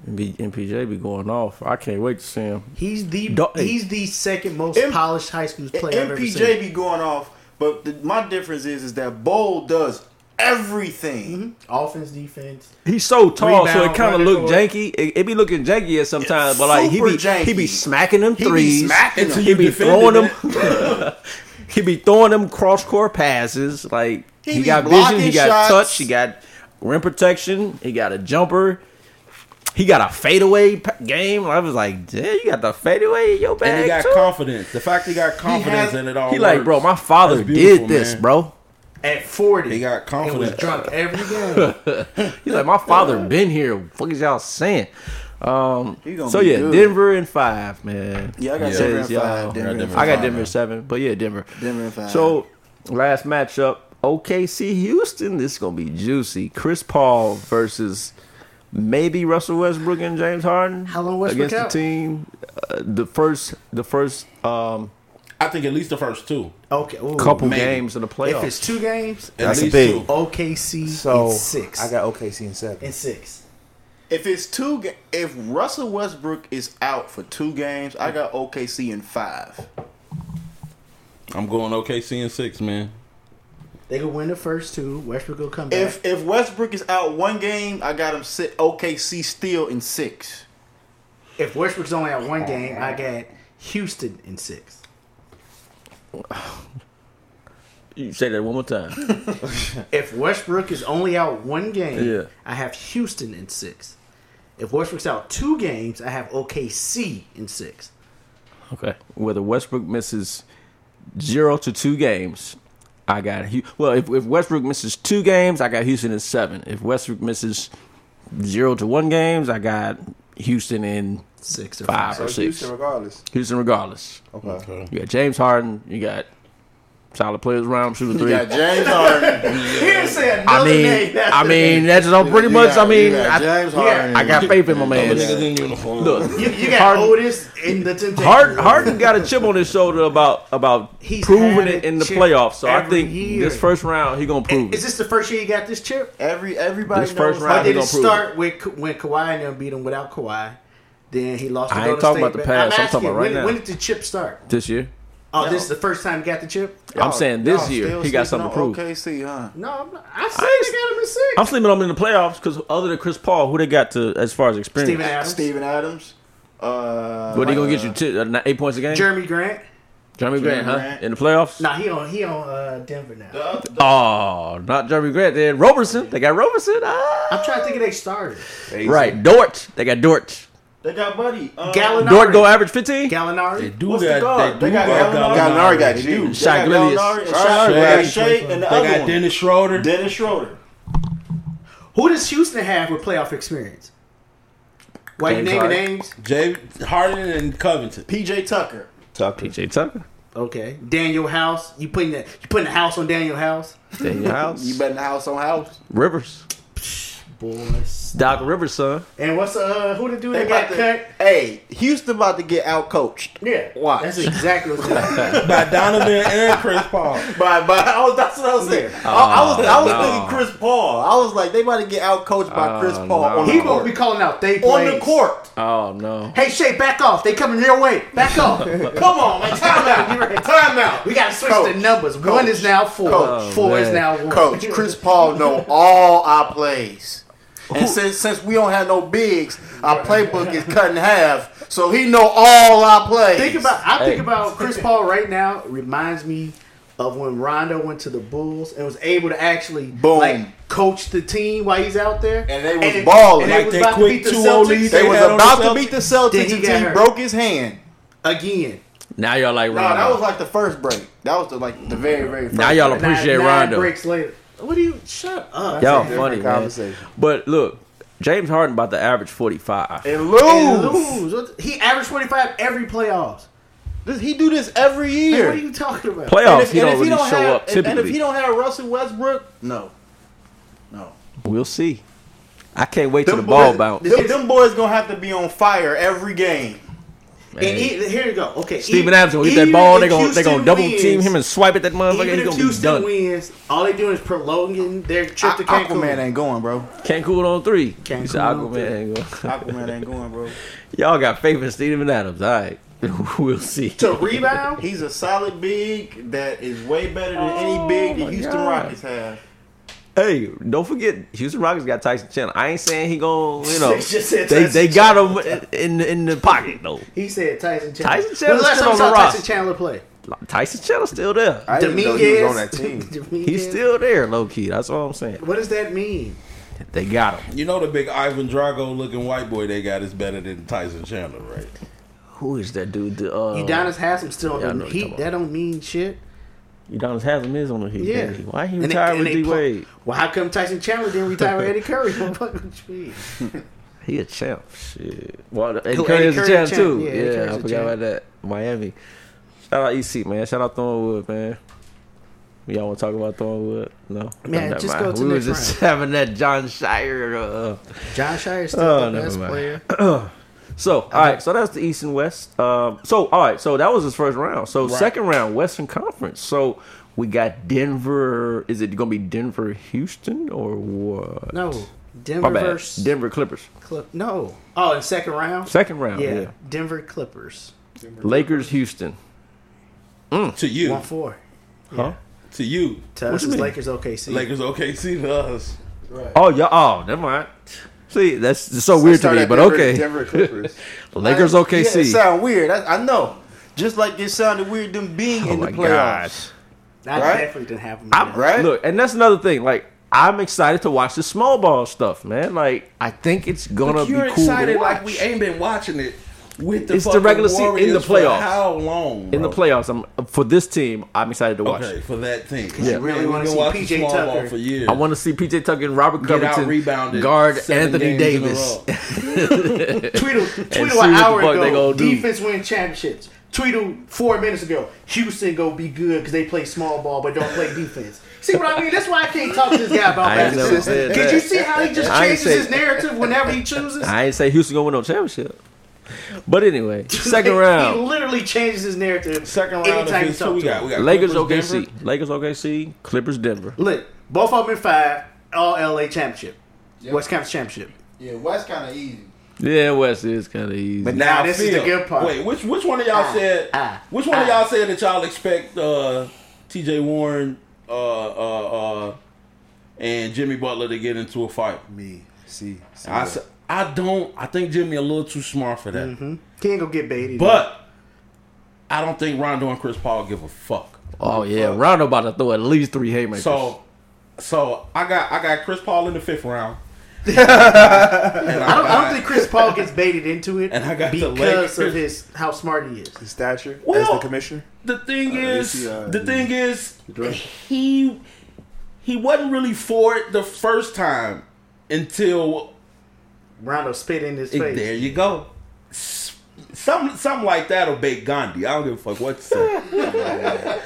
[SPEAKER 1] MB- MPJ be going off. I can't wait to see him.
[SPEAKER 3] He's the
[SPEAKER 1] Dog-
[SPEAKER 3] he's the second most
[SPEAKER 5] M-
[SPEAKER 3] polished high school player I've ever
[SPEAKER 5] MPJ
[SPEAKER 3] seen.
[SPEAKER 5] be going off, but the, my difference is is that Bowl does everything.
[SPEAKER 3] Offense, defense.
[SPEAKER 1] He's so tall, so it
[SPEAKER 3] Rebound,
[SPEAKER 1] kind of
[SPEAKER 3] running
[SPEAKER 1] look
[SPEAKER 3] forward.
[SPEAKER 1] janky. It, it be looking janky at sometimes, but like he
[SPEAKER 5] super
[SPEAKER 1] be he be
[SPEAKER 5] janky.
[SPEAKER 1] smacking them
[SPEAKER 5] He be
[SPEAKER 1] threes.
[SPEAKER 5] smacking
[SPEAKER 1] he
[SPEAKER 5] them.
[SPEAKER 1] be
[SPEAKER 4] defended
[SPEAKER 1] throwing them. he be throwing them cross court passes. Like he,
[SPEAKER 5] He be
[SPEAKER 1] got vision, he
[SPEAKER 5] blocking
[SPEAKER 1] got
[SPEAKER 5] shots.
[SPEAKER 1] touch, he got rim protection, he got a jumper. He got a fadeaway pa- game. I was like, damn, you got the fadeaway in your bag
[SPEAKER 4] And he got
[SPEAKER 1] too.
[SPEAKER 4] confidence. The fact he got confidence
[SPEAKER 3] had-
[SPEAKER 4] in it all.
[SPEAKER 1] he like,
[SPEAKER 4] works.
[SPEAKER 1] bro, my father
[SPEAKER 4] That's beautiful,
[SPEAKER 1] did this,
[SPEAKER 4] man.
[SPEAKER 1] bro.
[SPEAKER 3] At 40.
[SPEAKER 4] He got
[SPEAKER 3] and was
[SPEAKER 4] confidence.
[SPEAKER 3] drunk every game.
[SPEAKER 1] He's like, my father been here. Fuck is y'all saying? Um,
[SPEAKER 5] He gonna
[SPEAKER 1] so
[SPEAKER 5] be
[SPEAKER 1] yeah,
[SPEAKER 5] good.
[SPEAKER 1] Denver in five, man.
[SPEAKER 5] Yeah, I got
[SPEAKER 4] Yeah.
[SPEAKER 5] Denver in
[SPEAKER 1] Says y'all.
[SPEAKER 5] five. Denver in
[SPEAKER 4] Denver.
[SPEAKER 5] five.
[SPEAKER 1] I got
[SPEAKER 4] five,
[SPEAKER 1] Denver
[SPEAKER 4] man.
[SPEAKER 1] seven, but yeah, Denver.
[SPEAKER 5] Denver in five.
[SPEAKER 1] So last matchup, OKC Houston. This is gonna be juicy. Chris Paul versus maybe Russell Westbrook and James Harden.
[SPEAKER 3] How long Westbrook
[SPEAKER 1] against
[SPEAKER 3] out?
[SPEAKER 1] the team? Uh, the first, the first um,
[SPEAKER 4] I think at least the first two.
[SPEAKER 3] Okay. ooh.
[SPEAKER 1] couple
[SPEAKER 4] Maybe.
[SPEAKER 1] games in the
[SPEAKER 3] If
[SPEAKER 1] playoffs.
[SPEAKER 3] it's two games,
[SPEAKER 4] At
[SPEAKER 2] That's
[SPEAKER 4] least
[SPEAKER 2] big.
[SPEAKER 4] two.
[SPEAKER 3] OKC
[SPEAKER 2] So
[SPEAKER 3] in six.
[SPEAKER 2] I got OKC in seven.
[SPEAKER 3] in six.
[SPEAKER 5] If it's two, ga- if Russell Westbrook is out for two games, I got OKC in five.
[SPEAKER 4] I'm going OKC in six, man.
[SPEAKER 3] They could win the first two. Westbrook will come back.
[SPEAKER 5] If if Westbrook is out one game, I got him sit OKC still in six.
[SPEAKER 3] If Westbrook's only at one game, I got Houston in six.
[SPEAKER 1] you say that one more time.
[SPEAKER 3] If Westbrook is only out one game,
[SPEAKER 1] Yeah.
[SPEAKER 3] I have Houston in six. If Westbrook's out two games, I have OKC in six.
[SPEAKER 1] Okay. Whether Westbrook misses zero to two games, I got Hu- well. If, if Westbrook misses two games, I got Houston in seven. If Westbrook misses zero to one games, I got Houston in
[SPEAKER 3] Six or
[SPEAKER 1] five
[SPEAKER 2] So
[SPEAKER 1] or six.
[SPEAKER 2] Houston, regardless.
[SPEAKER 1] Houston, regardless.
[SPEAKER 2] Okay.
[SPEAKER 1] You got James Harden. You got solid players around shooting
[SPEAKER 5] You
[SPEAKER 1] three.
[SPEAKER 5] got James Harden.
[SPEAKER 3] Here's another
[SPEAKER 1] I mean,
[SPEAKER 3] name. That's
[SPEAKER 1] I
[SPEAKER 3] the
[SPEAKER 1] mean,
[SPEAKER 3] name.
[SPEAKER 1] that's all pretty
[SPEAKER 5] You
[SPEAKER 1] much.
[SPEAKER 5] got-
[SPEAKER 1] I mean,
[SPEAKER 5] you got
[SPEAKER 1] I,
[SPEAKER 5] James Harden. uh,
[SPEAKER 1] I got faith in my man.
[SPEAKER 4] Niggas in uniform.
[SPEAKER 1] Look,
[SPEAKER 3] you, you got
[SPEAKER 1] Harden-
[SPEAKER 3] Otis in the temptation.
[SPEAKER 1] Harden, Harden got a chip on his shoulder about about
[SPEAKER 3] He's
[SPEAKER 1] proving
[SPEAKER 3] had
[SPEAKER 1] it
[SPEAKER 3] a
[SPEAKER 1] in the
[SPEAKER 3] chip
[SPEAKER 1] playoffs. So I
[SPEAKER 3] every
[SPEAKER 1] think
[SPEAKER 3] year.
[SPEAKER 1] this first round he gonna prove
[SPEAKER 3] Is
[SPEAKER 1] it.
[SPEAKER 3] this the first year you got this chip?
[SPEAKER 5] Every everybody
[SPEAKER 1] This
[SPEAKER 5] knows
[SPEAKER 1] first
[SPEAKER 3] Why
[SPEAKER 1] round, he
[SPEAKER 3] did it
[SPEAKER 1] gonna prove
[SPEAKER 3] start with Ka- when Kawhi and them beat him without Kawhi? Then he lost. To
[SPEAKER 1] I ain't
[SPEAKER 3] Golden
[SPEAKER 1] talking
[SPEAKER 3] State,
[SPEAKER 1] about the
[SPEAKER 3] but
[SPEAKER 1] past. I'm
[SPEAKER 3] asking
[SPEAKER 1] talking about
[SPEAKER 3] you,
[SPEAKER 1] right
[SPEAKER 3] when,
[SPEAKER 1] now.
[SPEAKER 3] When did the chip start?
[SPEAKER 1] This year,
[SPEAKER 3] Oh, this is the first time you got the chip?
[SPEAKER 1] I'm saying this year he got something to prove.
[SPEAKER 5] OKC, huh?
[SPEAKER 3] No, I'm not. I said
[SPEAKER 1] ain't-
[SPEAKER 3] they got him in six.
[SPEAKER 1] I'm sleeping on him in the playoffs because other than Chris Paul, who they got to as far as experience?
[SPEAKER 3] Steven Adams,
[SPEAKER 5] Steven Adams. Uh,
[SPEAKER 1] what are they gonna
[SPEAKER 5] uh,
[SPEAKER 1] get you? Two, uh, ni- eight points a game.
[SPEAKER 3] Jeremy Grant.
[SPEAKER 1] Jeremy Grant, huh?
[SPEAKER 5] Grant.
[SPEAKER 1] In the playoffs?
[SPEAKER 3] Nah, he on he on uh, Denver now.
[SPEAKER 1] Oh, not Jeremy Grant. Then Roberson. They got Roberson. Ah.
[SPEAKER 3] I'm trying to think of their starters.
[SPEAKER 1] Right, Dort. They got Dort.
[SPEAKER 5] They got Buddy. Um,
[SPEAKER 3] Gallinari.
[SPEAKER 1] Dort go average 15.
[SPEAKER 4] They
[SPEAKER 3] Gallinari.
[SPEAKER 4] do
[SPEAKER 5] What's the
[SPEAKER 4] got.
[SPEAKER 5] guard?
[SPEAKER 4] They
[SPEAKER 5] They
[SPEAKER 4] do
[SPEAKER 5] got
[SPEAKER 4] got. Gallinari.
[SPEAKER 5] Gallinari. Gallinari got
[SPEAKER 4] They
[SPEAKER 5] you.
[SPEAKER 4] do.
[SPEAKER 5] They
[SPEAKER 1] Shaq
[SPEAKER 5] got
[SPEAKER 1] Gilgeous.
[SPEAKER 5] Gallinari and
[SPEAKER 4] Shaq.
[SPEAKER 5] Shaq. Shea
[SPEAKER 4] Shea.
[SPEAKER 5] and
[SPEAKER 4] They
[SPEAKER 5] the other
[SPEAKER 4] got
[SPEAKER 5] one.
[SPEAKER 4] Dennis Schroeder.
[SPEAKER 5] Dennis Schroeder.
[SPEAKER 3] Who does Houston have with playoff experience? Why you
[SPEAKER 1] James
[SPEAKER 3] naming
[SPEAKER 1] Harden.
[SPEAKER 3] names?
[SPEAKER 4] Jay Harden and Covington.
[SPEAKER 5] PJ Tucker.
[SPEAKER 2] Tucker.
[SPEAKER 1] PJ Tucker.
[SPEAKER 3] Okay, Daniel House. You putting that? You putting the house on Daniel House?
[SPEAKER 1] Daniel
[SPEAKER 5] You
[SPEAKER 1] House.
[SPEAKER 5] betting house on house.
[SPEAKER 1] Rivers.
[SPEAKER 3] Boys.
[SPEAKER 1] Doc Rivers, son.
[SPEAKER 3] And what's uh who the dude
[SPEAKER 5] They
[SPEAKER 3] that got
[SPEAKER 5] about to-
[SPEAKER 3] cut?
[SPEAKER 5] Hey, Houston about to get out coached.
[SPEAKER 3] Yeah.
[SPEAKER 5] Watch.
[SPEAKER 3] That's exactly what's happening.
[SPEAKER 4] By Donovan and Chris Paul.
[SPEAKER 5] By, by, I was, that's what I was saying. I, I was, I was thinking Chris Paul. I was like, they about to get out coached by Chris
[SPEAKER 1] Oh,
[SPEAKER 5] Paul
[SPEAKER 1] no.
[SPEAKER 5] on the
[SPEAKER 3] He
[SPEAKER 5] court.
[SPEAKER 3] gonna be calling out they
[SPEAKER 5] on
[SPEAKER 3] plays.
[SPEAKER 5] the court.
[SPEAKER 1] Oh no.
[SPEAKER 3] Hey Shay, back off. They coming your way. Back off. Come on, man. Time out. You're right. Time out. We gotta switch
[SPEAKER 5] Coach.
[SPEAKER 3] the numbers. One is now four.
[SPEAKER 5] Coach.
[SPEAKER 3] Four is
[SPEAKER 1] Oh, man.
[SPEAKER 3] now one.
[SPEAKER 5] Coach Chris Paul know all our plays. And since since we don't have no bigs, our playbook is cut in half. So he know all our plays.
[SPEAKER 3] Think about I
[SPEAKER 1] Hey.
[SPEAKER 3] think about Chris Paul right now reminds me of when Rondo went to the Bulls and was able to actually
[SPEAKER 5] Boom.
[SPEAKER 3] like coach the team while he's out there.
[SPEAKER 5] And they was
[SPEAKER 3] it-
[SPEAKER 5] balling.
[SPEAKER 3] and
[SPEAKER 5] Like
[SPEAKER 3] was
[SPEAKER 4] they
[SPEAKER 3] about to beat
[SPEAKER 4] quick
[SPEAKER 3] the
[SPEAKER 4] 2-0 lead.
[SPEAKER 3] Celtics
[SPEAKER 5] they
[SPEAKER 4] They
[SPEAKER 5] was
[SPEAKER 4] had on
[SPEAKER 5] about
[SPEAKER 4] the
[SPEAKER 5] to
[SPEAKER 4] Celtics.
[SPEAKER 5] beat the Celtics
[SPEAKER 3] Then he
[SPEAKER 5] and
[SPEAKER 3] got
[SPEAKER 5] he
[SPEAKER 3] hurt.
[SPEAKER 5] broke his hand.
[SPEAKER 3] again.
[SPEAKER 1] Now y'all like
[SPEAKER 5] No, that was
[SPEAKER 1] Rondo.
[SPEAKER 5] like the first break. That was the like the very very first.
[SPEAKER 1] Now y'all
[SPEAKER 5] break.
[SPEAKER 1] appreciate
[SPEAKER 3] nine, nine
[SPEAKER 1] Rondo.
[SPEAKER 3] breaks later. What do you shut up?
[SPEAKER 1] Y'all
[SPEAKER 2] different
[SPEAKER 1] funny man.
[SPEAKER 2] conversation.
[SPEAKER 1] But look, James Harden about to average 45.
[SPEAKER 5] and
[SPEAKER 3] And
[SPEAKER 5] lose.
[SPEAKER 3] lose. What- He averaged 25 every playoffs.
[SPEAKER 5] This- He do this every
[SPEAKER 3] Man,
[SPEAKER 5] year.
[SPEAKER 3] what are you talking about?
[SPEAKER 1] Playoffs, he don't
[SPEAKER 5] if
[SPEAKER 1] really show
[SPEAKER 5] have,
[SPEAKER 1] up
[SPEAKER 5] and- And if he
[SPEAKER 1] typically.
[SPEAKER 5] don't have Russell Westbrook, no, no.
[SPEAKER 1] We'll see. I can't wait till the
[SPEAKER 5] Them
[SPEAKER 1] ball
[SPEAKER 5] boys-
[SPEAKER 1] bounce.
[SPEAKER 5] Them, them boys gonna have to be on fire every game.
[SPEAKER 3] And e- here you go. Okay,
[SPEAKER 1] Steven
[SPEAKER 3] even-
[SPEAKER 1] Adams gonna get that
[SPEAKER 3] even
[SPEAKER 1] ball.
[SPEAKER 3] if
[SPEAKER 1] They gonna they gonna
[SPEAKER 3] Houston
[SPEAKER 1] double
[SPEAKER 3] wins,
[SPEAKER 1] team him and swipe at that
[SPEAKER 3] Even
[SPEAKER 1] motherfucker. He's
[SPEAKER 3] if
[SPEAKER 1] gonna be
[SPEAKER 3] Houston
[SPEAKER 1] done.
[SPEAKER 3] wins, all they doing is prolonging their trip to
[SPEAKER 5] Aquaman
[SPEAKER 3] Cancun.
[SPEAKER 5] ain't going, bro.
[SPEAKER 1] Can't cool on three.
[SPEAKER 3] Can't
[SPEAKER 1] He said,
[SPEAKER 3] cool on
[SPEAKER 1] Aquaman
[SPEAKER 3] three.
[SPEAKER 1] ain't gonna-
[SPEAKER 5] Aquaman ain't going, bro.
[SPEAKER 1] Y'all got faith in Steven Adams. All right, we'll see.
[SPEAKER 3] To rebound,
[SPEAKER 5] He's a solid big that is way better than any
[SPEAKER 1] Oh
[SPEAKER 5] big
[SPEAKER 1] my
[SPEAKER 5] the Houston
[SPEAKER 1] God.
[SPEAKER 5] Rockets have.
[SPEAKER 1] Hey, don't forget, Houston Rockets got Tyson Chandler. I ain't saying he gon' you know,
[SPEAKER 3] Just said
[SPEAKER 1] they
[SPEAKER 3] Tyson
[SPEAKER 1] they got him in in the pocket though.
[SPEAKER 3] He said Tyson Chandler.
[SPEAKER 1] Tyson Chandler's
[SPEAKER 3] When was
[SPEAKER 1] still
[SPEAKER 3] the last time
[SPEAKER 1] on the
[SPEAKER 3] you saw
[SPEAKER 1] roster.
[SPEAKER 3] Tyson Chandler play.
[SPEAKER 1] Tyson Chandler's still there.
[SPEAKER 2] I didn't know he was on that team.
[SPEAKER 3] Dominguez.
[SPEAKER 1] He's still there, low key. That's all I'm saying.
[SPEAKER 3] What does that mean?
[SPEAKER 1] They got him.
[SPEAKER 4] You know the big Ivan Drago looking white boy they got is better than Tyson Chandler, right?
[SPEAKER 1] Who is that dude? The, uh,
[SPEAKER 3] Udonis Haslam still on
[SPEAKER 1] Yeah, I know
[SPEAKER 3] the
[SPEAKER 1] what you're
[SPEAKER 3] Heat.
[SPEAKER 1] talking
[SPEAKER 3] That don't mean shit.
[SPEAKER 1] Udonis Haslam is on the Heat.
[SPEAKER 3] Yeah.
[SPEAKER 1] Yeah. Why he
[SPEAKER 3] And they-
[SPEAKER 1] retired
[SPEAKER 3] and
[SPEAKER 1] with
[SPEAKER 3] they
[SPEAKER 1] D
[SPEAKER 3] pl-
[SPEAKER 1] Wade?
[SPEAKER 3] Well, how come Tyson Chandler didn't retire with Eddie Curry? What the fuck would you mean?
[SPEAKER 1] He a champ. Shit. Well, Eddie
[SPEAKER 3] Who,
[SPEAKER 1] Curry
[SPEAKER 3] Eddie
[SPEAKER 1] is a
[SPEAKER 3] Curry
[SPEAKER 1] champ
[SPEAKER 3] a champ.
[SPEAKER 1] too.
[SPEAKER 3] Yeah,
[SPEAKER 1] Yeah,
[SPEAKER 3] Eddie Curry's
[SPEAKER 1] I
[SPEAKER 3] a
[SPEAKER 1] forgot
[SPEAKER 3] champ.
[SPEAKER 1] about that. Miami. Shout out EC man. Shout out Thornwood man. Y'all want to talk about Thornwood? No.
[SPEAKER 3] Man,
[SPEAKER 1] Never
[SPEAKER 3] just
[SPEAKER 1] mind.
[SPEAKER 3] go to
[SPEAKER 1] We
[SPEAKER 3] next
[SPEAKER 1] were just having that John Shire. Uh,
[SPEAKER 3] John Shire is still
[SPEAKER 1] Oh,
[SPEAKER 3] the
[SPEAKER 1] never
[SPEAKER 3] best
[SPEAKER 1] mind.
[SPEAKER 3] player.
[SPEAKER 1] so all right. So that's the East and West. Um, so all right. So that was his first round. So second round, Western Conference. So we got Denver. Is it gonna be Denver, Houston, or what?
[SPEAKER 3] No,
[SPEAKER 1] My
[SPEAKER 3] Denver
[SPEAKER 1] bad.
[SPEAKER 3] versus
[SPEAKER 1] Denver Clippers.
[SPEAKER 3] Clip. No. Oh, in second round.
[SPEAKER 1] Second round.
[SPEAKER 3] yeah.
[SPEAKER 1] Oh, Yeah.
[SPEAKER 3] Denver Clippers.
[SPEAKER 1] Lakers, Houston.
[SPEAKER 4] To you,
[SPEAKER 3] One four.
[SPEAKER 1] Huh?
[SPEAKER 4] to you,
[SPEAKER 3] To us,
[SPEAKER 1] you
[SPEAKER 3] it's
[SPEAKER 1] mean?
[SPEAKER 3] Lakers OKC.
[SPEAKER 4] Lakers OKC to us.
[SPEAKER 1] Oh yeah. Oh, never mind. See, that's just so weird to
[SPEAKER 5] Start
[SPEAKER 1] me,
[SPEAKER 5] at
[SPEAKER 1] but
[SPEAKER 5] Denver-
[SPEAKER 1] okay.
[SPEAKER 5] Denver Clippers.
[SPEAKER 1] Lakers
[SPEAKER 5] I- Yeah, it
[SPEAKER 1] OKC.
[SPEAKER 5] sound weird. I, I know. Just like it sounded weird them being
[SPEAKER 1] oh
[SPEAKER 5] in
[SPEAKER 1] my
[SPEAKER 5] the
[SPEAKER 1] gosh.
[SPEAKER 5] playoffs.
[SPEAKER 3] I
[SPEAKER 5] Right?
[SPEAKER 3] definitely didn't have them.
[SPEAKER 1] I'm,
[SPEAKER 5] Right?
[SPEAKER 1] Look, and that's another thing. Like, I'm excited to watch the small ball stuff, man. Like, I think it's gonna be
[SPEAKER 4] You're
[SPEAKER 1] cool
[SPEAKER 4] excited
[SPEAKER 1] to watch.
[SPEAKER 4] like we ain't been watching it with the
[SPEAKER 1] It's the
[SPEAKER 4] fucking
[SPEAKER 1] regular se- in the
[SPEAKER 4] Warriors for
[SPEAKER 1] playoffs.
[SPEAKER 4] How long
[SPEAKER 1] in the
[SPEAKER 4] bro?
[SPEAKER 1] playoffs, I'm for this team. I'm excited to watch.
[SPEAKER 4] Okay, for that team.
[SPEAKER 1] Yeah.
[SPEAKER 4] We
[SPEAKER 3] really
[SPEAKER 4] ain't
[SPEAKER 3] wanna
[SPEAKER 4] been
[SPEAKER 3] see
[SPEAKER 4] watching
[SPEAKER 3] PJ
[SPEAKER 4] small ball
[SPEAKER 3] Tucker.
[SPEAKER 4] for years.
[SPEAKER 1] I want to see PJ Tucker and Robert
[SPEAKER 4] Get out
[SPEAKER 1] Covington
[SPEAKER 4] rebounded.
[SPEAKER 1] guard
[SPEAKER 4] seven
[SPEAKER 1] Anthony
[SPEAKER 4] games in a
[SPEAKER 1] Davis.
[SPEAKER 4] row.
[SPEAKER 3] Tweedle,
[SPEAKER 1] see
[SPEAKER 3] Tweedle
[SPEAKER 1] what
[SPEAKER 3] an
[SPEAKER 1] the
[SPEAKER 3] hour
[SPEAKER 1] fuck they
[SPEAKER 3] ago.
[SPEAKER 1] gonna do.
[SPEAKER 3] Defense win championships. Tweedle four minutes ago. Houston go be good because they play small ball but don't play defense. See what I mean? That's why I can't talk to this guy about
[SPEAKER 1] I ain't never
[SPEAKER 3] basketball.
[SPEAKER 1] said
[SPEAKER 3] Did
[SPEAKER 1] that.
[SPEAKER 3] you see how he just
[SPEAKER 1] I ain't
[SPEAKER 3] changes
[SPEAKER 1] say-
[SPEAKER 3] his narrative whenever he chooses?
[SPEAKER 1] I ain't say Houston gonna win no championship, but anyway, second
[SPEAKER 3] He
[SPEAKER 1] round,
[SPEAKER 3] literally changes his narrative.
[SPEAKER 4] Second round
[SPEAKER 3] Anytime
[SPEAKER 4] of
[SPEAKER 3] you
[SPEAKER 4] his
[SPEAKER 3] talk
[SPEAKER 4] who we
[SPEAKER 3] to him.
[SPEAKER 4] got. We got
[SPEAKER 1] Lakers
[SPEAKER 4] Clippers,
[SPEAKER 1] OKC,
[SPEAKER 4] Denver.
[SPEAKER 1] Lakers OKC, Clippers Denver.
[SPEAKER 3] Look, both of them in five, all LA championship. West Conference championship.
[SPEAKER 6] Yeah, West kind of easy.
[SPEAKER 1] Yeah, West is kind of easy.
[SPEAKER 3] But now this is the good part.
[SPEAKER 4] Wait, which which one of y'all
[SPEAKER 3] Ah,
[SPEAKER 4] said?
[SPEAKER 3] ah,
[SPEAKER 4] which one of
[SPEAKER 3] ah.
[SPEAKER 4] y'all said that y'all expect uh, T.J. Warren uh, uh, uh, and Jimmy Butler to get into a fight?
[SPEAKER 2] Me, see, see
[SPEAKER 4] I, s- I don't. I think Jimmy a little too smart for that.
[SPEAKER 3] He ain't gonna get baited.
[SPEAKER 4] But I don't think Rondo and Chris Paul give a fuck.
[SPEAKER 1] oh yeah, Rondo about to throw at least three haymakers.
[SPEAKER 4] So, so I got I got Chris Paul in the fifth round. and I,
[SPEAKER 3] I don't, I
[SPEAKER 4] got-
[SPEAKER 3] don't think Chris Paul gets baited into it
[SPEAKER 4] And I got the
[SPEAKER 3] because of
[SPEAKER 4] Lakers.
[SPEAKER 3] his how smart he is.
[SPEAKER 2] his stature as
[SPEAKER 4] Well-
[SPEAKER 2] the commissioner.
[SPEAKER 4] the thing is,
[SPEAKER 2] see, uh,
[SPEAKER 4] the thing is, he he wasn't really for it the first time until
[SPEAKER 3] Rondo spit in his
[SPEAKER 4] it,
[SPEAKER 3] face.
[SPEAKER 4] there you go. S- Some something like that'll bait Gandhi. I don't give a fuck what you say.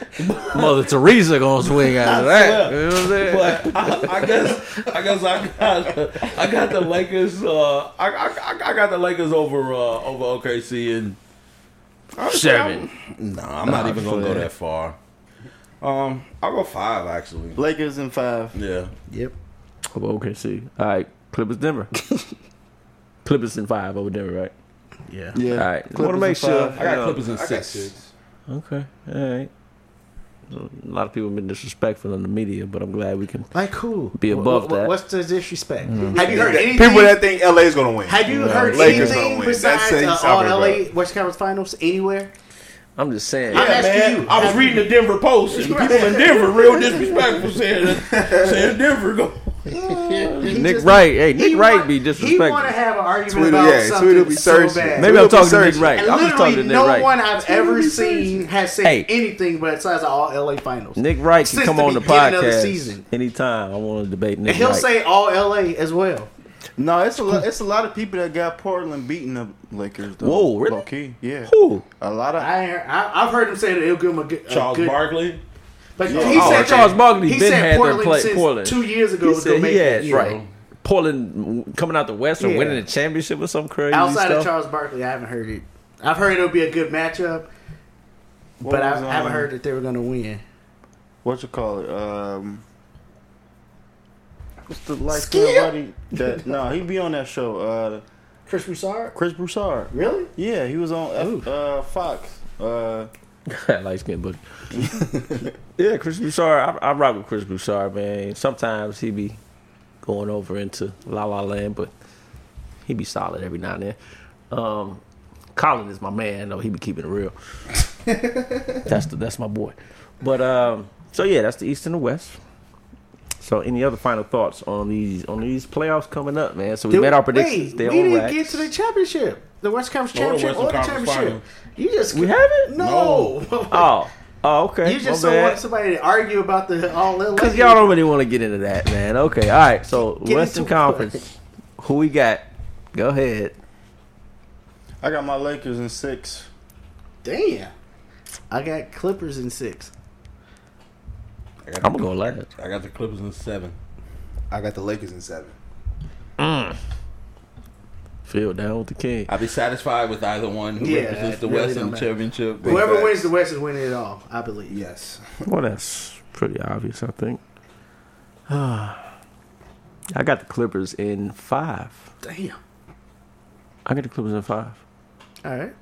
[SPEAKER 1] Mother Teresa gonna swing out of that.
[SPEAKER 4] swear.
[SPEAKER 1] You know what I'm saying?
[SPEAKER 4] But I, I guess I guess I got I got the Lakers. Uh, I, I I- I got the Lakers over uh, over OKC and
[SPEAKER 1] Seven.
[SPEAKER 4] No, I'm not
[SPEAKER 1] Nah,
[SPEAKER 4] even gonna
[SPEAKER 1] sure.
[SPEAKER 4] go that far. Um, I'll go five actually.
[SPEAKER 5] Lakers in five.
[SPEAKER 4] Yeah,
[SPEAKER 3] Yep.
[SPEAKER 1] Oh, OKC. All right, Clippers Denver. Clippers in five over Denver, right?
[SPEAKER 3] Yeah.
[SPEAKER 5] Yeah.
[SPEAKER 1] All right,
[SPEAKER 5] Clippers
[SPEAKER 1] want to make
[SPEAKER 5] in
[SPEAKER 1] sure.
[SPEAKER 5] five.
[SPEAKER 4] I got
[SPEAKER 1] Yeah.
[SPEAKER 4] Clippers in
[SPEAKER 2] I got
[SPEAKER 4] six.
[SPEAKER 2] six.
[SPEAKER 1] Okay, all right. A lot of people have been disrespectful in the media, but I'm glad we can.
[SPEAKER 3] Like who?
[SPEAKER 1] Be above that. Mm-hmm.
[SPEAKER 3] What's the disrespect? Have you heard anything?
[SPEAKER 2] People that think LA is gonna win.
[SPEAKER 3] have you heard
[SPEAKER 2] Lakers gonna
[SPEAKER 3] anything
[SPEAKER 2] win. That's
[SPEAKER 3] besides
[SPEAKER 2] it.
[SPEAKER 3] uh,
[SPEAKER 2] He's
[SPEAKER 3] all
[SPEAKER 2] talking
[SPEAKER 3] LA
[SPEAKER 2] about.
[SPEAKER 3] West Conference Finals anywhere?
[SPEAKER 1] I'm just saying.
[SPEAKER 3] I'm
[SPEAKER 4] Yeah,
[SPEAKER 3] asking
[SPEAKER 4] man.
[SPEAKER 3] you.
[SPEAKER 4] I was reading the Denver Post, and people in Denver real disrespectful saying that saying Denver go.
[SPEAKER 3] He
[SPEAKER 1] Nick
[SPEAKER 3] just-
[SPEAKER 1] Wright, hey, Nick
[SPEAKER 3] he
[SPEAKER 1] Wright
[SPEAKER 3] want-
[SPEAKER 1] be
[SPEAKER 3] He want to
[SPEAKER 1] disrespectful.
[SPEAKER 3] have an argument
[SPEAKER 2] Tweedle-
[SPEAKER 3] about
[SPEAKER 2] yeah,
[SPEAKER 3] something
[SPEAKER 2] Tweedle be
[SPEAKER 3] so
[SPEAKER 2] searching.
[SPEAKER 3] bad.
[SPEAKER 1] Maybe I'm
[SPEAKER 2] We'll be
[SPEAKER 1] talking to Nick
[SPEAKER 2] searching.
[SPEAKER 1] Wright.
[SPEAKER 3] And
[SPEAKER 1] I'm just talking to
[SPEAKER 3] literally,
[SPEAKER 1] Nick
[SPEAKER 3] no
[SPEAKER 1] Wright.
[SPEAKER 3] one I've ever seen has said
[SPEAKER 1] Hey.
[SPEAKER 3] anything besides the all LA Finals.
[SPEAKER 1] Nick Wright can
[SPEAKER 3] Since
[SPEAKER 1] come
[SPEAKER 3] the
[SPEAKER 1] on the
[SPEAKER 3] beginning of the
[SPEAKER 1] podcast
[SPEAKER 3] season.
[SPEAKER 1] anytime. I want to debate Nick.
[SPEAKER 3] And he'll
[SPEAKER 1] Wright.
[SPEAKER 3] say all LA as well.
[SPEAKER 5] No, it's a lot, it's a lot of people that got Portland beating the Lakers. Though,
[SPEAKER 1] Whoa, really?
[SPEAKER 5] Low key, yeah.
[SPEAKER 1] Who?
[SPEAKER 5] A lot of
[SPEAKER 3] I, I I've heard him say that he'll give him a good a
[SPEAKER 4] Charles
[SPEAKER 3] good,
[SPEAKER 4] Barkley.
[SPEAKER 3] But he
[SPEAKER 1] Oh,
[SPEAKER 3] said
[SPEAKER 1] Charles
[SPEAKER 3] that-
[SPEAKER 1] Barkley
[SPEAKER 3] He
[SPEAKER 1] been
[SPEAKER 3] said
[SPEAKER 1] had their
[SPEAKER 3] Portland
[SPEAKER 1] play-
[SPEAKER 3] since
[SPEAKER 1] Portland.
[SPEAKER 3] two years ago
[SPEAKER 1] He
[SPEAKER 3] was gonna
[SPEAKER 1] said
[SPEAKER 3] make
[SPEAKER 1] he
[SPEAKER 3] it.
[SPEAKER 1] had
[SPEAKER 3] Yeah.
[SPEAKER 1] right. Portland w- coming out the West or
[SPEAKER 3] Yeah.
[SPEAKER 1] winning a championship or some crazy
[SPEAKER 3] Outside
[SPEAKER 1] stuff.
[SPEAKER 3] of Charles Barkley, I haven't heard it. I've heard it'll be a good matchup,
[SPEAKER 5] what
[SPEAKER 3] but I
[SPEAKER 5] was,
[SPEAKER 3] I haven't
[SPEAKER 5] um,
[SPEAKER 3] heard that they were gonna win.
[SPEAKER 5] what you call it. Um, what's the light
[SPEAKER 3] Skip?
[SPEAKER 5] buddy? That no, he be on that show. Uh,
[SPEAKER 3] Chris Broussard,
[SPEAKER 5] Chris Broussard.
[SPEAKER 3] really?
[SPEAKER 5] Yeah, he was on
[SPEAKER 3] Ooh.
[SPEAKER 5] F, uh, Fox. Uh,
[SPEAKER 1] light skin boogie. yeah, Chris Broussard. I, I rock with Chris Broussard, man. Sometimes he be going over into La La Land, but he be solid every now and then. Um, Colin is my man, though. He be keeping it real. that's the, that's my boy. But um, so yeah, that's the East and the West. So, any other final thoughts on these on these playoffs coming up, man? So we
[SPEAKER 3] Did-
[SPEAKER 1] made our predictions.
[SPEAKER 3] Wait,
[SPEAKER 1] They're
[SPEAKER 3] we
[SPEAKER 1] on
[SPEAKER 3] didn't
[SPEAKER 1] racks.
[SPEAKER 3] get to the championship, the West Conference
[SPEAKER 4] Or the
[SPEAKER 3] championship, or the,
[SPEAKER 4] Western Conference
[SPEAKER 3] championship. You just
[SPEAKER 1] We haven't?
[SPEAKER 3] no.
[SPEAKER 1] Oh, oh, okay.
[SPEAKER 3] you just
[SPEAKER 1] My
[SPEAKER 3] don't
[SPEAKER 1] bad.
[SPEAKER 3] want somebody to argue about the all LA.
[SPEAKER 1] Cause y'all don't really want to get into that, man. Okay, all right. So
[SPEAKER 3] Get
[SPEAKER 1] Western
[SPEAKER 3] into it.
[SPEAKER 1] Conference, who we got? Go ahead.
[SPEAKER 5] I got my Lakers in six.
[SPEAKER 3] Damn, I got Clippers in six.
[SPEAKER 4] I got,
[SPEAKER 1] I'm gonna go last.
[SPEAKER 4] I got the Clippers in seven.
[SPEAKER 2] I got the Lakers in seven.
[SPEAKER 1] Phil down with the king.
[SPEAKER 4] I'd be satisfied with either one who
[SPEAKER 3] Yeah,
[SPEAKER 4] represents the
[SPEAKER 3] it really
[SPEAKER 4] West in
[SPEAKER 3] don't
[SPEAKER 4] the
[SPEAKER 3] matter.
[SPEAKER 4] championship.
[SPEAKER 3] Whoever
[SPEAKER 2] facts.
[SPEAKER 3] wins the West is winning it all, I believe.
[SPEAKER 2] Yes.
[SPEAKER 1] Well, that's pretty obvious, I think. I got the Clippers in five.
[SPEAKER 3] Damn.
[SPEAKER 1] I got the Clippers in five.
[SPEAKER 3] All right.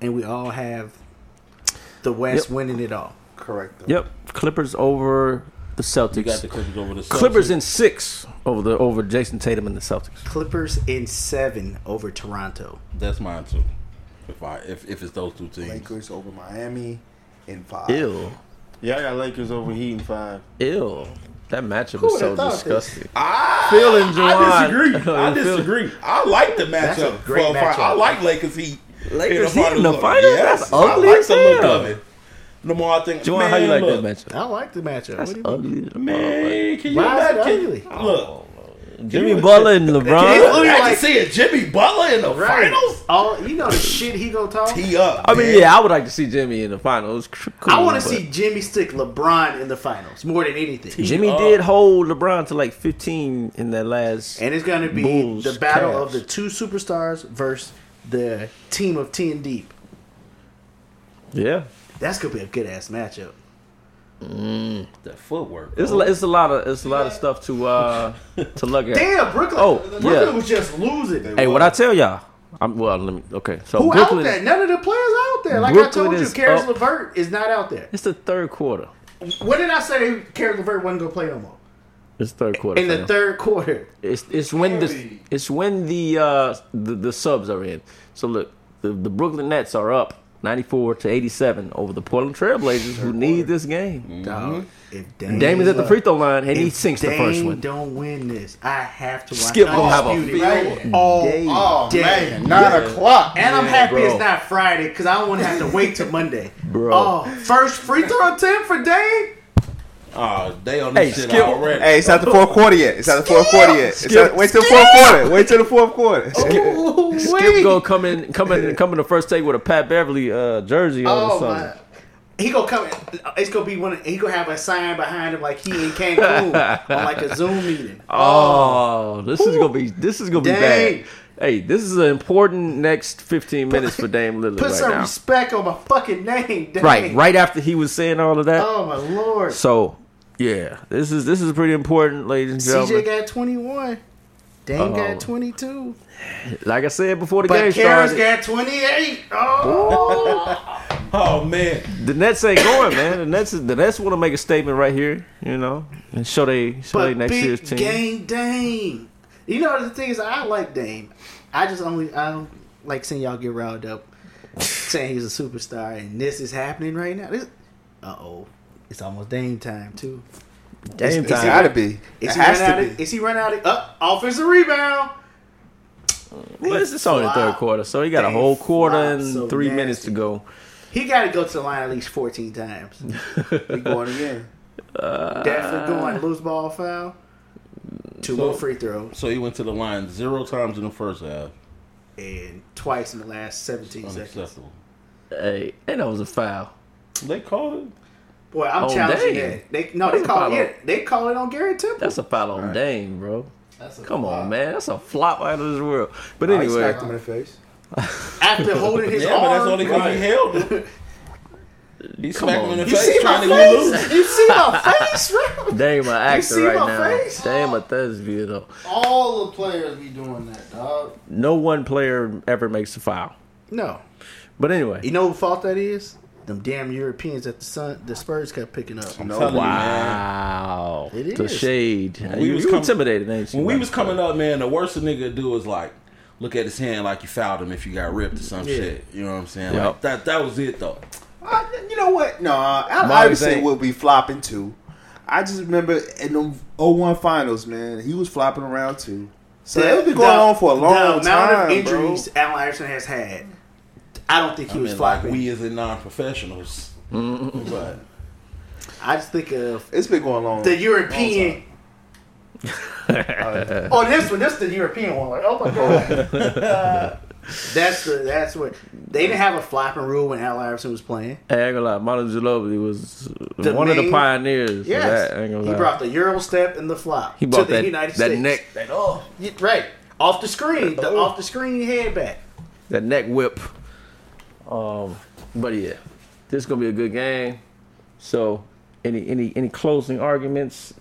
[SPEAKER 3] And we all have the West
[SPEAKER 1] Yep.
[SPEAKER 3] winning it all.
[SPEAKER 2] Correct. Though.
[SPEAKER 1] Yep, Clippers over the Celtics.
[SPEAKER 4] You got the Clippers over the Celtics.
[SPEAKER 1] Clippers in six over the over Jason Tatum and the Celtics.
[SPEAKER 3] Clippers in seven over Toronto.
[SPEAKER 4] That's mine too. If I if, if it's those two teams,
[SPEAKER 2] Lakers over Miami in five.
[SPEAKER 1] Ew,
[SPEAKER 5] Yeah, I got Lakers over Heat in five.
[SPEAKER 1] ew. That matchup
[SPEAKER 3] Who
[SPEAKER 1] was so
[SPEAKER 3] would've thought this?
[SPEAKER 1] disgusting.
[SPEAKER 4] Ah, I,
[SPEAKER 1] Phil and Juwan.
[SPEAKER 4] I disagree. I
[SPEAKER 1] Phil-
[SPEAKER 4] disagree. I like the
[SPEAKER 3] That's a
[SPEAKER 4] matchup.
[SPEAKER 3] great
[SPEAKER 4] for a fi- I
[SPEAKER 3] matchup.
[SPEAKER 4] like Lakers Heat.
[SPEAKER 1] Lakers
[SPEAKER 4] the
[SPEAKER 1] Heat in the
[SPEAKER 4] look.
[SPEAKER 1] finals? That's ugly
[SPEAKER 4] I like
[SPEAKER 1] as
[SPEAKER 4] the look
[SPEAKER 1] hell.
[SPEAKER 4] of it. The more I think,
[SPEAKER 1] Juwan,
[SPEAKER 4] man,
[SPEAKER 1] how you like
[SPEAKER 4] look,
[SPEAKER 1] that matchup?
[SPEAKER 3] I like the matchup.
[SPEAKER 1] That's
[SPEAKER 3] What do you mean?
[SPEAKER 1] ugly.
[SPEAKER 4] Man, can you
[SPEAKER 3] Oh, Why is it
[SPEAKER 4] imagine-
[SPEAKER 3] ugly?
[SPEAKER 4] Look, Oh,
[SPEAKER 1] Jimmy Butler and
[SPEAKER 4] can
[SPEAKER 1] LeBron.
[SPEAKER 4] you imagine
[SPEAKER 3] like-
[SPEAKER 4] seeing Jimmy Butler in the
[SPEAKER 3] Right.
[SPEAKER 4] finals?
[SPEAKER 3] All, you know the shit he gonna talk?
[SPEAKER 4] He up.
[SPEAKER 1] I mean,
[SPEAKER 4] man.
[SPEAKER 1] yeah, I would like to see Jimmy in the finals. Cool,
[SPEAKER 3] I want
[SPEAKER 1] but-
[SPEAKER 3] to see Jimmy stick LeBron in the finals more than anything.
[SPEAKER 1] Jimmy
[SPEAKER 4] up.
[SPEAKER 1] did hold LeBron to like 15 in that last.
[SPEAKER 3] And it's going to be
[SPEAKER 1] Bulls,
[SPEAKER 3] the battle
[SPEAKER 1] Cavs.
[SPEAKER 3] of the two superstars versus the team of 10 deep.
[SPEAKER 1] yeah,
[SPEAKER 3] That's going to be a good ass matchup.
[SPEAKER 4] the footwork.
[SPEAKER 1] it's a, lo- it's a lot of it's a lot of stuff to uh to look at.
[SPEAKER 3] Damn, Brooklyn.
[SPEAKER 1] Oh,
[SPEAKER 3] Brooklyn
[SPEAKER 1] yeah.
[SPEAKER 3] was just losing.
[SPEAKER 1] Hey, what I tell y'all? I'm well. Let me. Okay, so
[SPEAKER 3] Who out
[SPEAKER 1] Brooklyn.
[SPEAKER 3] there? None of the players out there. Like
[SPEAKER 1] Brooklyn
[SPEAKER 3] I told you,
[SPEAKER 1] is
[SPEAKER 3] Karis
[SPEAKER 1] up.
[SPEAKER 3] LeVert is not out there.
[SPEAKER 1] It's the third quarter.
[SPEAKER 3] What did I say? Karis LeVert wasn't going to play no more.
[SPEAKER 1] It's third quarter.
[SPEAKER 3] In the
[SPEAKER 1] fam.
[SPEAKER 3] third quarter.
[SPEAKER 1] It's it's when the it's when the uh the, the subs are in. So look, the, the Brooklyn Nets are up 94 to 87 over the Portland Trailblazers who need this game.
[SPEAKER 3] Dog, if Dame,
[SPEAKER 1] Damon's Mm-hmm. at the free throw line and he
[SPEAKER 3] If
[SPEAKER 1] sinks the
[SPEAKER 3] Dame
[SPEAKER 1] first one.
[SPEAKER 3] don't win this, I have to watch
[SPEAKER 1] Skip gonna have a
[SPEAKER 3] Undisputed
[SPEAKER 1] field
[SPEAKER 3] all
[SPEAKER 1] day.
[SPEAKER 2] Oh
[SPEAKER 3] day.
[SPEAKER 2] man, nine o'clock.
[SPEAKER 3] And I'm happy
[SPEAKER 1] bro.
[SPEAKER 3] it's not Friday because I won't have to wait till Monday.
[SPEAKER 1] Bro.
[SPEAKER 3] Oh, first free throw attempt for Dame?
[SPEAKER 4] Oh, they on
[SPEAKER 1] Hey,
[SPEAKER 4] this shit
[SPEAKER 1] Skip-
[SPEAKER 4] already.
[SPEAKER 2] Hey, it's not the fourth quarter yet. It's not the fourth quarter yet. It's
[SPEAKER 1] Skip.
[SPEAKER 2] not, wait till the fourth quarter. Wait till the fourth quarter.
[SPEAKER 3] Ooh,
[SPEAKER 1] Skip
[SPEAKER 3] wait.
[SPEAKER 1] go come in come in come in the first take with a Pat Beverly uh jersey on or
[SPEAKER 3] Oh,
[SPEAKER 1] something.
[SPEAKER 3] my. He gonna come. It's gonna be one. Of, he gonna have a sign behind him like he in Cancun on like a Zoom meeting.
[SPEAKER 1] Oh, this is gonna be this is gonna be
[SPEAKER 3] Dang.
[SPEAKER 1] bad. Hey, this is an important next 15 minutes for Dame Lillard
[SPEAKER 3] Put
[SPEAKER 1] right
[SPEAKER 3] some
[SPEAKER 1] now.
[SPEAKER 3] respect on my fucking name, Dame.
[SPEAKER 1] Right, right after he was saying all of that.
[SPEAKER 3] Oh my lord.
[SPEAKER 1] So yeah, this is this is pretty important, ladies and
[SPEAKER 3] CJ
[SPEAKER 1] gentlemen.
[SPEAKER 3] got 21. Dame
[SPEAKER 1] Oh.
[SPEAKER 3] got 22.
[SPEAKER 1] like I said before the game
[SPEAKER 3] But Karis
[SPEAKER 1] started,
[SPEAKER 3] got 28. Oh.
[SPEAKER 4] Oh man,
[SPEAKER 1] the Nets ain't going, man. The Nets the Nets want to make a statement right here, you know, and show they show they
[SPEAKER 3] but
[SPEAKER 1] next year's
[SPEAKER 3] big
[SPEAKER 1] team.
[SPEAKER 3] game Dame. You know the thing is, I like Dame. I just only I don't like seeing y'all get riled up saying he's a superstar, and this is happening right now. Uh oh, it's almost Dame time too.
[SPEAKER 1] Dame
[SPEAKER 2] It's
[SPEAKER 1] time.
[SPEAKER 2] gotta be. It
[SPEAKER 3] Is he run
[SPEAKER 2] has
[SPEAKER 3] out
[SPEAKER 2] to
[SPEAKER 3] of?
[SPEAKER 2] be.
[SPEAKER 3] Is he run out of? Up offensive rebound.
[SPEAKER 1] Well, it's, it's only the third
[SPEAKER 3] Wow.
[SPEAKER 1] quarter, so he got a
[SPEAKER 3] Dame
[SPEAKER 1] whole quarter
[SPEAKER 3] flopped
[SPEAKER 1] and
[SPEAKER 3] so
[SPEAKER 1] three
[SPEAKER 3] nasty.
[SPEAKER 1] minutes to go.
[SPEAKER 3] He got to go to the line at least fourteen times.
[SPEAKER 5] We going again.
[SPEAKER 3] Definitely going loose ball foul. Two
[SPEAKER 4] So-
[SPEAKER 3] more free throws
[SPEAKER 4] so he went to the line zero times in the first half.
[SPEAKER 3] and twice in the last seventeen seconds.
[SPEAKER 4] Unacceptable.
[SPEAKER 1] Hey, and that was a foul.
[SPEAKER 4] They called it.
[SPEAKER 3] Boy, I'm
[SPEAKER 1] Oh,
[SPEAKER 3] challenging
[SPEAKER 1] Dame.
[SPEAKER 3] that. They no, they
[SPEAKER 1] That's a
[SPEAKER 3] call it.
[SPEAKER 1] follow.
[SPEAKER 3] yeah, They call it on Gary Temple.
[SPEAKER 1] That's a foul on Dame, bro.
[SPEAKER 2] That's a
[SPEAKER 1] Come
[SPEAKER 2] flop.
[SPEAKER 1] on, man. That's a flop out of this world. But
[SPEAKER 2] I
[SPEAKER 1] anyway,
[SPEAKER 2] smacked him in the face.
[SPEAKER 3] after holding his
[SPEAKER 4] Yeah,
[SPEAKER 3] arm.
[SPEAKER 4] but that's only because he
[SPEAKER 3] Right.
[SPEAKER 4] held him. He smacked him
[SPEAKER 1] on.
[SPEAKER 4] in the
[SPEAKER 3] You see
[SPEAKER 4] face
[SPEAKER 3] my
[SPEAKER 4] trying to get loose.
[SPEAKER 3] face? You see my face, bro?
[SPEAKER 1] Dame an actor
[SPEAKER 3] see
[SPEAKER 1] right
[SPEAKER 3] my
[SPEAKER 1] now.
[SPEAKER 3] face?
[SPEAKER 1] Dame a thespian though.
[SPEAKER 5] All the players be doing that, dog.
[SPEAKER 1] No one player ever makes a foul.
[SPEAKER 3] No.
[SPEAKER 1] But anyway,
[SPEAKER 3] You know who fault that is? them damn Europeans that the Sun, the Spurs kept picking up.
[SPEAKER 5] No,
[SPEAKER 4] telling you,
[SPEAKER 1] Wow.
[SPEAKER 3] It
[SPEAKER 1] The
[SPEAKER 3] is.
[SPEAKER 1] shade.
[SPEAKER 4] we
[SPEAKER 1] you
[SPEAKER 4] was
[SPEAKER 1] was you
[SPEAKER 4] com-
[SPEAKER 1] intimidated, ain't you?
[SPEAKER 4] When we
[SPEAKER 1] Like,
[SPEAKER 4] was coming up, man, the worst a nigga do is like look at his hand like you fouled him if you got ripped or some
[SPEAKER 3] Yeah.
[SPEAKER 4] shit. You know what I'm saying?
[SPEAKER 1] Yup.
[SPEAKER 4] Like, that that was it though.
[SPEAKER 2] Uh, you know what? No, Al
[SPEAKER 1] Mine
[SPEAKER 2] Iverson
[SPEAKER 1] ain't.
[SPEAKER 2] will be flopping too. I just remember in the 01 finals, man, he was flopping around too. So it was been going
[SPEAKER 3] the-
[SPEAKER 2] on for a long
[SPEAKER 3] the amount
[SPEAKER 2] time,
[SPEAKER 3] of injuries Allen Iverson has had, I don't think
[SPEAKER 4] I
[SPEAKER 3] he was
[SPEAKER 4] mean, like
[SPEAKER 3] flopping.
[SPEAKER 4] we as in non-professionals, but
[SPEAKER 3] I just think of
[SPEAKER 2] Bro. It's been going on.
[SPEAKER 3] the European. oh, this one, this is the European one. Like, oh my god, Uh, that's the that's what they didn't have a flopping rule when Allen Iverson was playing.
[SPEAKER 1] I ain't gonna lie, Monte Ginobili was
[SPEAKER 3] The
[SPEAKER 1] one of the
[SPEAKER 3] main-
[SPEAKER 1] pioneers. Yeah,
[SPEAKER 3] Yes,
[SPEAKER 1] that. I ain't gonna
[SPEAKER 3] he
[SPEAKER 1] lie.
[SPEAKER 3] brought the Euro step and the flop
[SPEAKER 1] he brought
[SPEAKER 3] to the
[SPEAKER 1] that,
[SPEAKER 3] United
[SPEAKER 1] that
[SPEAKER 3] States.
[SPEAKER 1] neck
[SPEAKER 4] they oh
[SPEAKER 3] Yeah, right off the screen, the,
[SPEAKER 1] Oh.
[SPEAKER 3] off the screen head back.
[SPEAKER 1] that neck whip. Um, but yeah, this gonna be a good game. So, any any any closing arguments?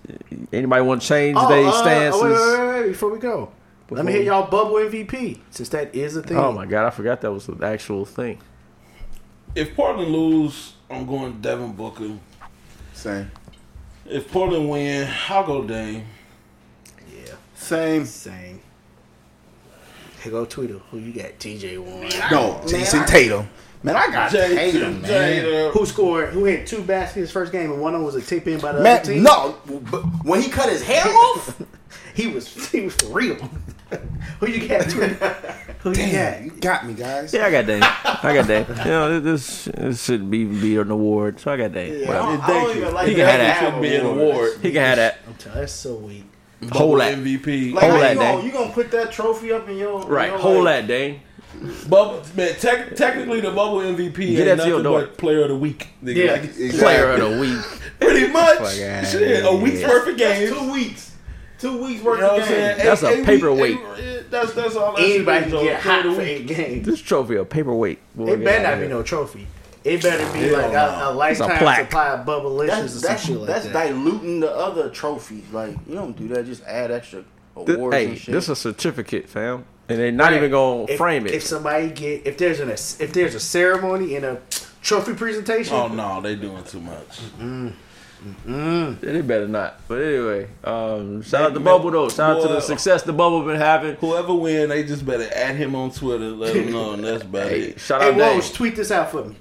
[SPEAKER 1] Anybody want to change
[SPEAKER 3] Oh,
[SPEAKER 1] their
[SPEAKER 3] uh,
[SPEAKER 1] stances?
[SPEAKER 3] wait, wait, wait, wait, before we go, let
[SPEAKER 1] Before
[SPEAKER 3] me hear
[SPEAKER 1] we-
[SPEAKER 3] y'all bubble MVP since that is a thing.
[SPEAKER 1] Oh my god, I forgot that was an actual thing.
[SPEAKER 4] If Portland lose, I'm going Devin Booker.
[SPEAKER 2] Same.
[SPEAKER 4] If Portland win, I'll go Dame.
[SPEAKER 3] Yeah,
[SPEAKER 5] Same.
[SPEAKER 3] same. Here go Tweedle. Who you got? TJ Warren.
[SPEAKER 2] No, Jason Tatum. Man, I got Tatum, man.
[SPEAKER 4] Jason Tatum.
[SPEAKER 3] Who scored? Who had two baskets first game and one of them was a tip in by the other
[SPEAKER 2] Man,
[SPEAKER 3] team?
[SPEAKER 2] no. But when he cut his hair off,
[SPEAKER 3] he was he was for real. Who you got? Tweedle? Who
[SPEAKER 2] damn,
[SPEAKER 3] you
[SPEAKER 2] you got me, guys.
[SPEAKER 1] Yeah, I got Dame. I got Dame. You know, this this should be be an award. So I got Dame.
[SPEAKER 3] Yeah.
[SPEAKER 1] Whatever.
[SPEAKER 5] I don't even like
[SPEAKER 1] He
[SPEAKER 5] that.
[SPEAKER 1] can have that.
[SPEAKER 5] Have
[SPEAKER 4] Should be an
[SPEAKER 5] awards.
[SPEAKER 4] award.
[SPEAKER 1] He can have that.
[SPEAKER 3] got? I'm telling that's so weak.
[SPEAKER 1] Hold
[SPEAKER 4] Bubble
[SPEAKER 1] that.
[SPEAKER 4] MVP.
[SPEAKER 5] Like,
[SPEAKER 1] Hold
[SPEAKER 5] how
[SPEAKER 1] that,
[SPEAKER 5] you gonna,
[SPEAKER 1] Dang.
[SPEAKER 5] you gonna put that trophy up in your
[SPEAKER 1] Right,
[SPEAKER 5] Your,
[SPEAKER 1] hold that,
[SPEAKER 5] like,
[SPEAKER 1] Dame.
[SPEAKER 4] Bubble, man, tec- technically the bubble MVP
[SPEAKER 1] Get
[SPEAKER 4] ain't
[SPEAKER 1] that to your
[SPEAKER 4] nothing
[SPEAKER 1] door.
[SPEAKER 4] but player of the week. Nigga.
[SPEAKER 3] Yeah.
[SPEAKER 4] Like,
[SPEAKER 2] Exactly.
[SPEAKER 1] Player of the week.
[SPEAKER 4] pretty much.
[SPEAKER 1] Fuck outta
[SPEAKER 4] Shit, a
[SPEAKER 1] here.
[SPEAKER 4] week's worth of
[SPEAKER 5] That's
[SPEAKER 4] games.
[SPEAKER 5] two weeks. Two weeks
[SPEAKER 4] You
[SPEAKER 5] worth
[SPEAKER 4] know what
[SPEAKER 5] of
[SPEAKER 4] I'm saying?
[SPEAKER 5] games.
[SPEAKER 1] That's a
[SPEAKER 4] week-
[SPEAKER 1] paperweight.
[SPEAKER 4] eh, that's that's all. that shit
[SPEAKER 3] Anybody
[SPEAKER 4] is,
[SPEAKER 3] can
[SPEAKER 4] though.
[SPEAKER 3] get
[SPEAKER 4] Player
[SPEAKER 3] hot
[SPEAKER 4] of the
[SPEAKER 3] for
[SPEAKER 4] week.
[SPEAKER 3] eight games.
[SPEAKER 1] This trophy a paperweight. Boy,
[SPEAKER 3] It
[SPEAKER 1] get
[SPEAKER 3] better
[SPEAKER 1] outta
[SPEAKER 3] not be
[SPEAKER 1] here.
[SPEAKER 3] no trophy. It better be like a, a lifetime
[SPEAKER 1] plaque.
[SPEAKER 3] supply of bubble
[SPEAKER 5] That's
[SPEAKER 3] licious or some
[SPEAKER 5] that's,
[SPEAKER 3] shit like
[SPEAKER 5] that's
[SPEAKER 3] that.
[SPEAKER 5] diluting the other trophies. Like you don't do that. Just add extra
[SPEAKER 1] Th-
[SPEAKER 5] awards
[SPEAKER 1] hey,
[SPEAKER 5] and shit.
[SPEAKER 1] this is a certificate, fam, and they're not even gonna
[SPEAKER 3] If-
[SPEAKER 1] frame it.
[SPEAKER 3] If somebody get if there's an if there's a ceremony and a trophy presentation,
[SPEAKER 4] Oh no, they doing too much.
[SPEAKER 1] They better not. But anyway, um, shout out to
[SPEAKER 4] Man,
[SPEAKER 1] Bubble though. Shout out to the
[SPEAKER 4] boy.
[SPEAKER 1] success the Bubble been having.
[SPEAKER 4] Whoever win, they just better add him on Twitter. Let him know, and that's about
[SPEAKER 1] Hey,
[SPEAKER 4] it.
[SPEAKER 1] shout
[SPEAKER 3] hey
[SPEAKER 1] out Dame.
[SPEAKER 3] Woj, tweet this out for me.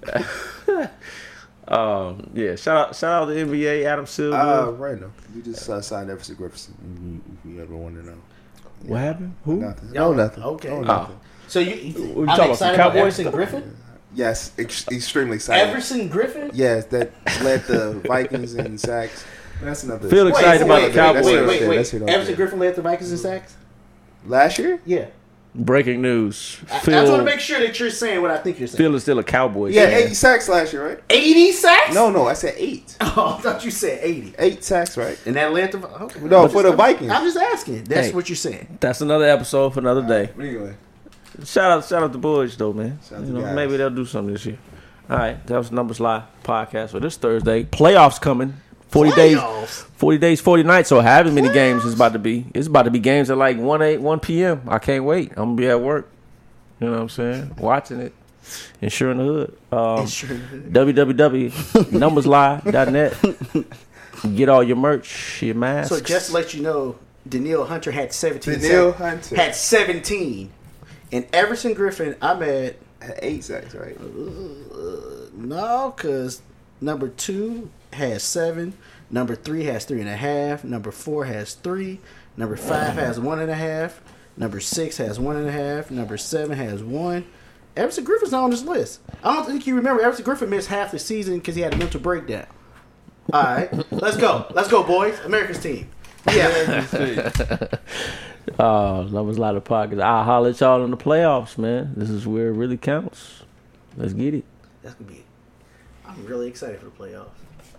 [SPEAKER 1] Um, yeah, shout out shout out to NBA Adam Silver.
[SPEAKER 2] Uh, Mm-hmm. right now. You just uh, signed Everson Griffin. If you ever want to know.
[SPEAKER 1] what happened? Who?
[SPEAKER 2] Nothing. No, nothing.
[SPEAKER 3] Okay.
[SPEAKER 2] No,
[SPEAKER 1] Oh,
[SPEAKER 2] nothing.
[SPEAKER 3] So you,
[SPEAKER 1] we
[SPEAKER 3] I'm
[SPEAKER 1] talking about
[SPEAKER 3] excited
[SPEAKER 1] the
[SPEAKER 3] about
[SPEAKER 1] Cowboys?
[SPEAKER 3] Everson Griffin.
[SPEAKER 2] Yes, ex- extremely excited.
[SPEAKER 3] Everson Griffin.
[SPEAKER 2] Yes, that led the Vikings in sacks. That's another.
[SPEAKER 1] Feel excited about the
[SPEAKER 3] wait,
[SPEAKER 1] Cowboys.
[SPEAKER 3] Wait, wait,
[SPEAKER 2] That's it,
[SPEAKER 3] wait.
[SPEAKER 2] that's it, that's
[SPEAKER 3] Everson
[SPEAKER 2] it.
[SPEAKER 3] Griffin led the Vikings in sacks.
[SPEAKER 2] Last year?
[SPEAKER 3] Yeah.
[SPEAKER 1] Breaking news.
[SPEAKER 3] I just want
[SPEAKER 1] Phil
[SPEAKER 3] to make sure that you're saying what I think you're saying.
[SPEAKER 1] Phil is still a Cowboy.
[SPEAKER 2] Yeah,
[SPEAKER 1] fan.
[SPEAKER 2] eight sacks last year, right?
[SPEAKER 3] 80 sacks?
[SPEAKER 2] No, no, I said eight.
[SPEAKER 3] Oh, I thought you said 80.
[SPEAKER 2] Eight sacks, right?
[SPEAKER 3] And that led to. Okay.
[SPEAKER 2] No,
[SPEAKER 3] I'm
[SPEAKER 2] for
[SPEAKER 3] just-
[SPEAKER 2] the Vikings.
[SPEAKER 3] I'm just asking. That's
[SPEAKER 1] Hey.
[SPEAKER 3] what you're saying.
[SPEAKER 1] That's another episode for another day.
[SPEAKER 2] Anyway,
[SPEAKER 1] Shout out shout out to Boys though, man.
[SPEAKER 2] Shout out
[SPEAKER 1] You
[SPEAKER 2] to
[SPEAKER 1] know,
[SPEAKER 2] guys.
[SPEAKER 1] maybe they'll do something this year. All right, that was Numbers Live podcast for this Thursday. Playoffs coming. Forty days.
[SPEAKER 3] Playoffs?
[SPEAKER 1] 40 days, 40 nights, so however many games it's about to be. It's about to be games at like 1 8, 1 p.m. I can't wait. I'm going to be at work. You know what I'm saying? Watching it. Insuring the hood. Um, www.numberslive.net. Get all your merch, your masks.
[SPEAKER 3] So just to let you know, Daniil Hunter had 17
[SPEAKER 2] Daniil
[SPEAKER 3] sacks.
[SPEAKER 2] Hunter.
[SPEAKER 3] Had 17. And Everson Griffin, I'm at.
[SPEAKER 2] eight sacks, right?
[SPEAKER 3] No, because number two has seven. Number three has three and a half. Number four has three. Number five has one and a half. Number six has one and a half. Number seven has one. Everson Griffin's not on this list. I don't think you remember. Everson Griffin missed half the season because he had a mental breakdown. All right, let's go. Let's go, boys. America's team. Yeah.
[SPEAKER 1] Uh, Numbers Live podcast. I'll holler at y'all in the playoffs, man. This is where it really counts. Let's get it.
[SPEAKER 3] That's going to be. I'm really excited for the playoffs.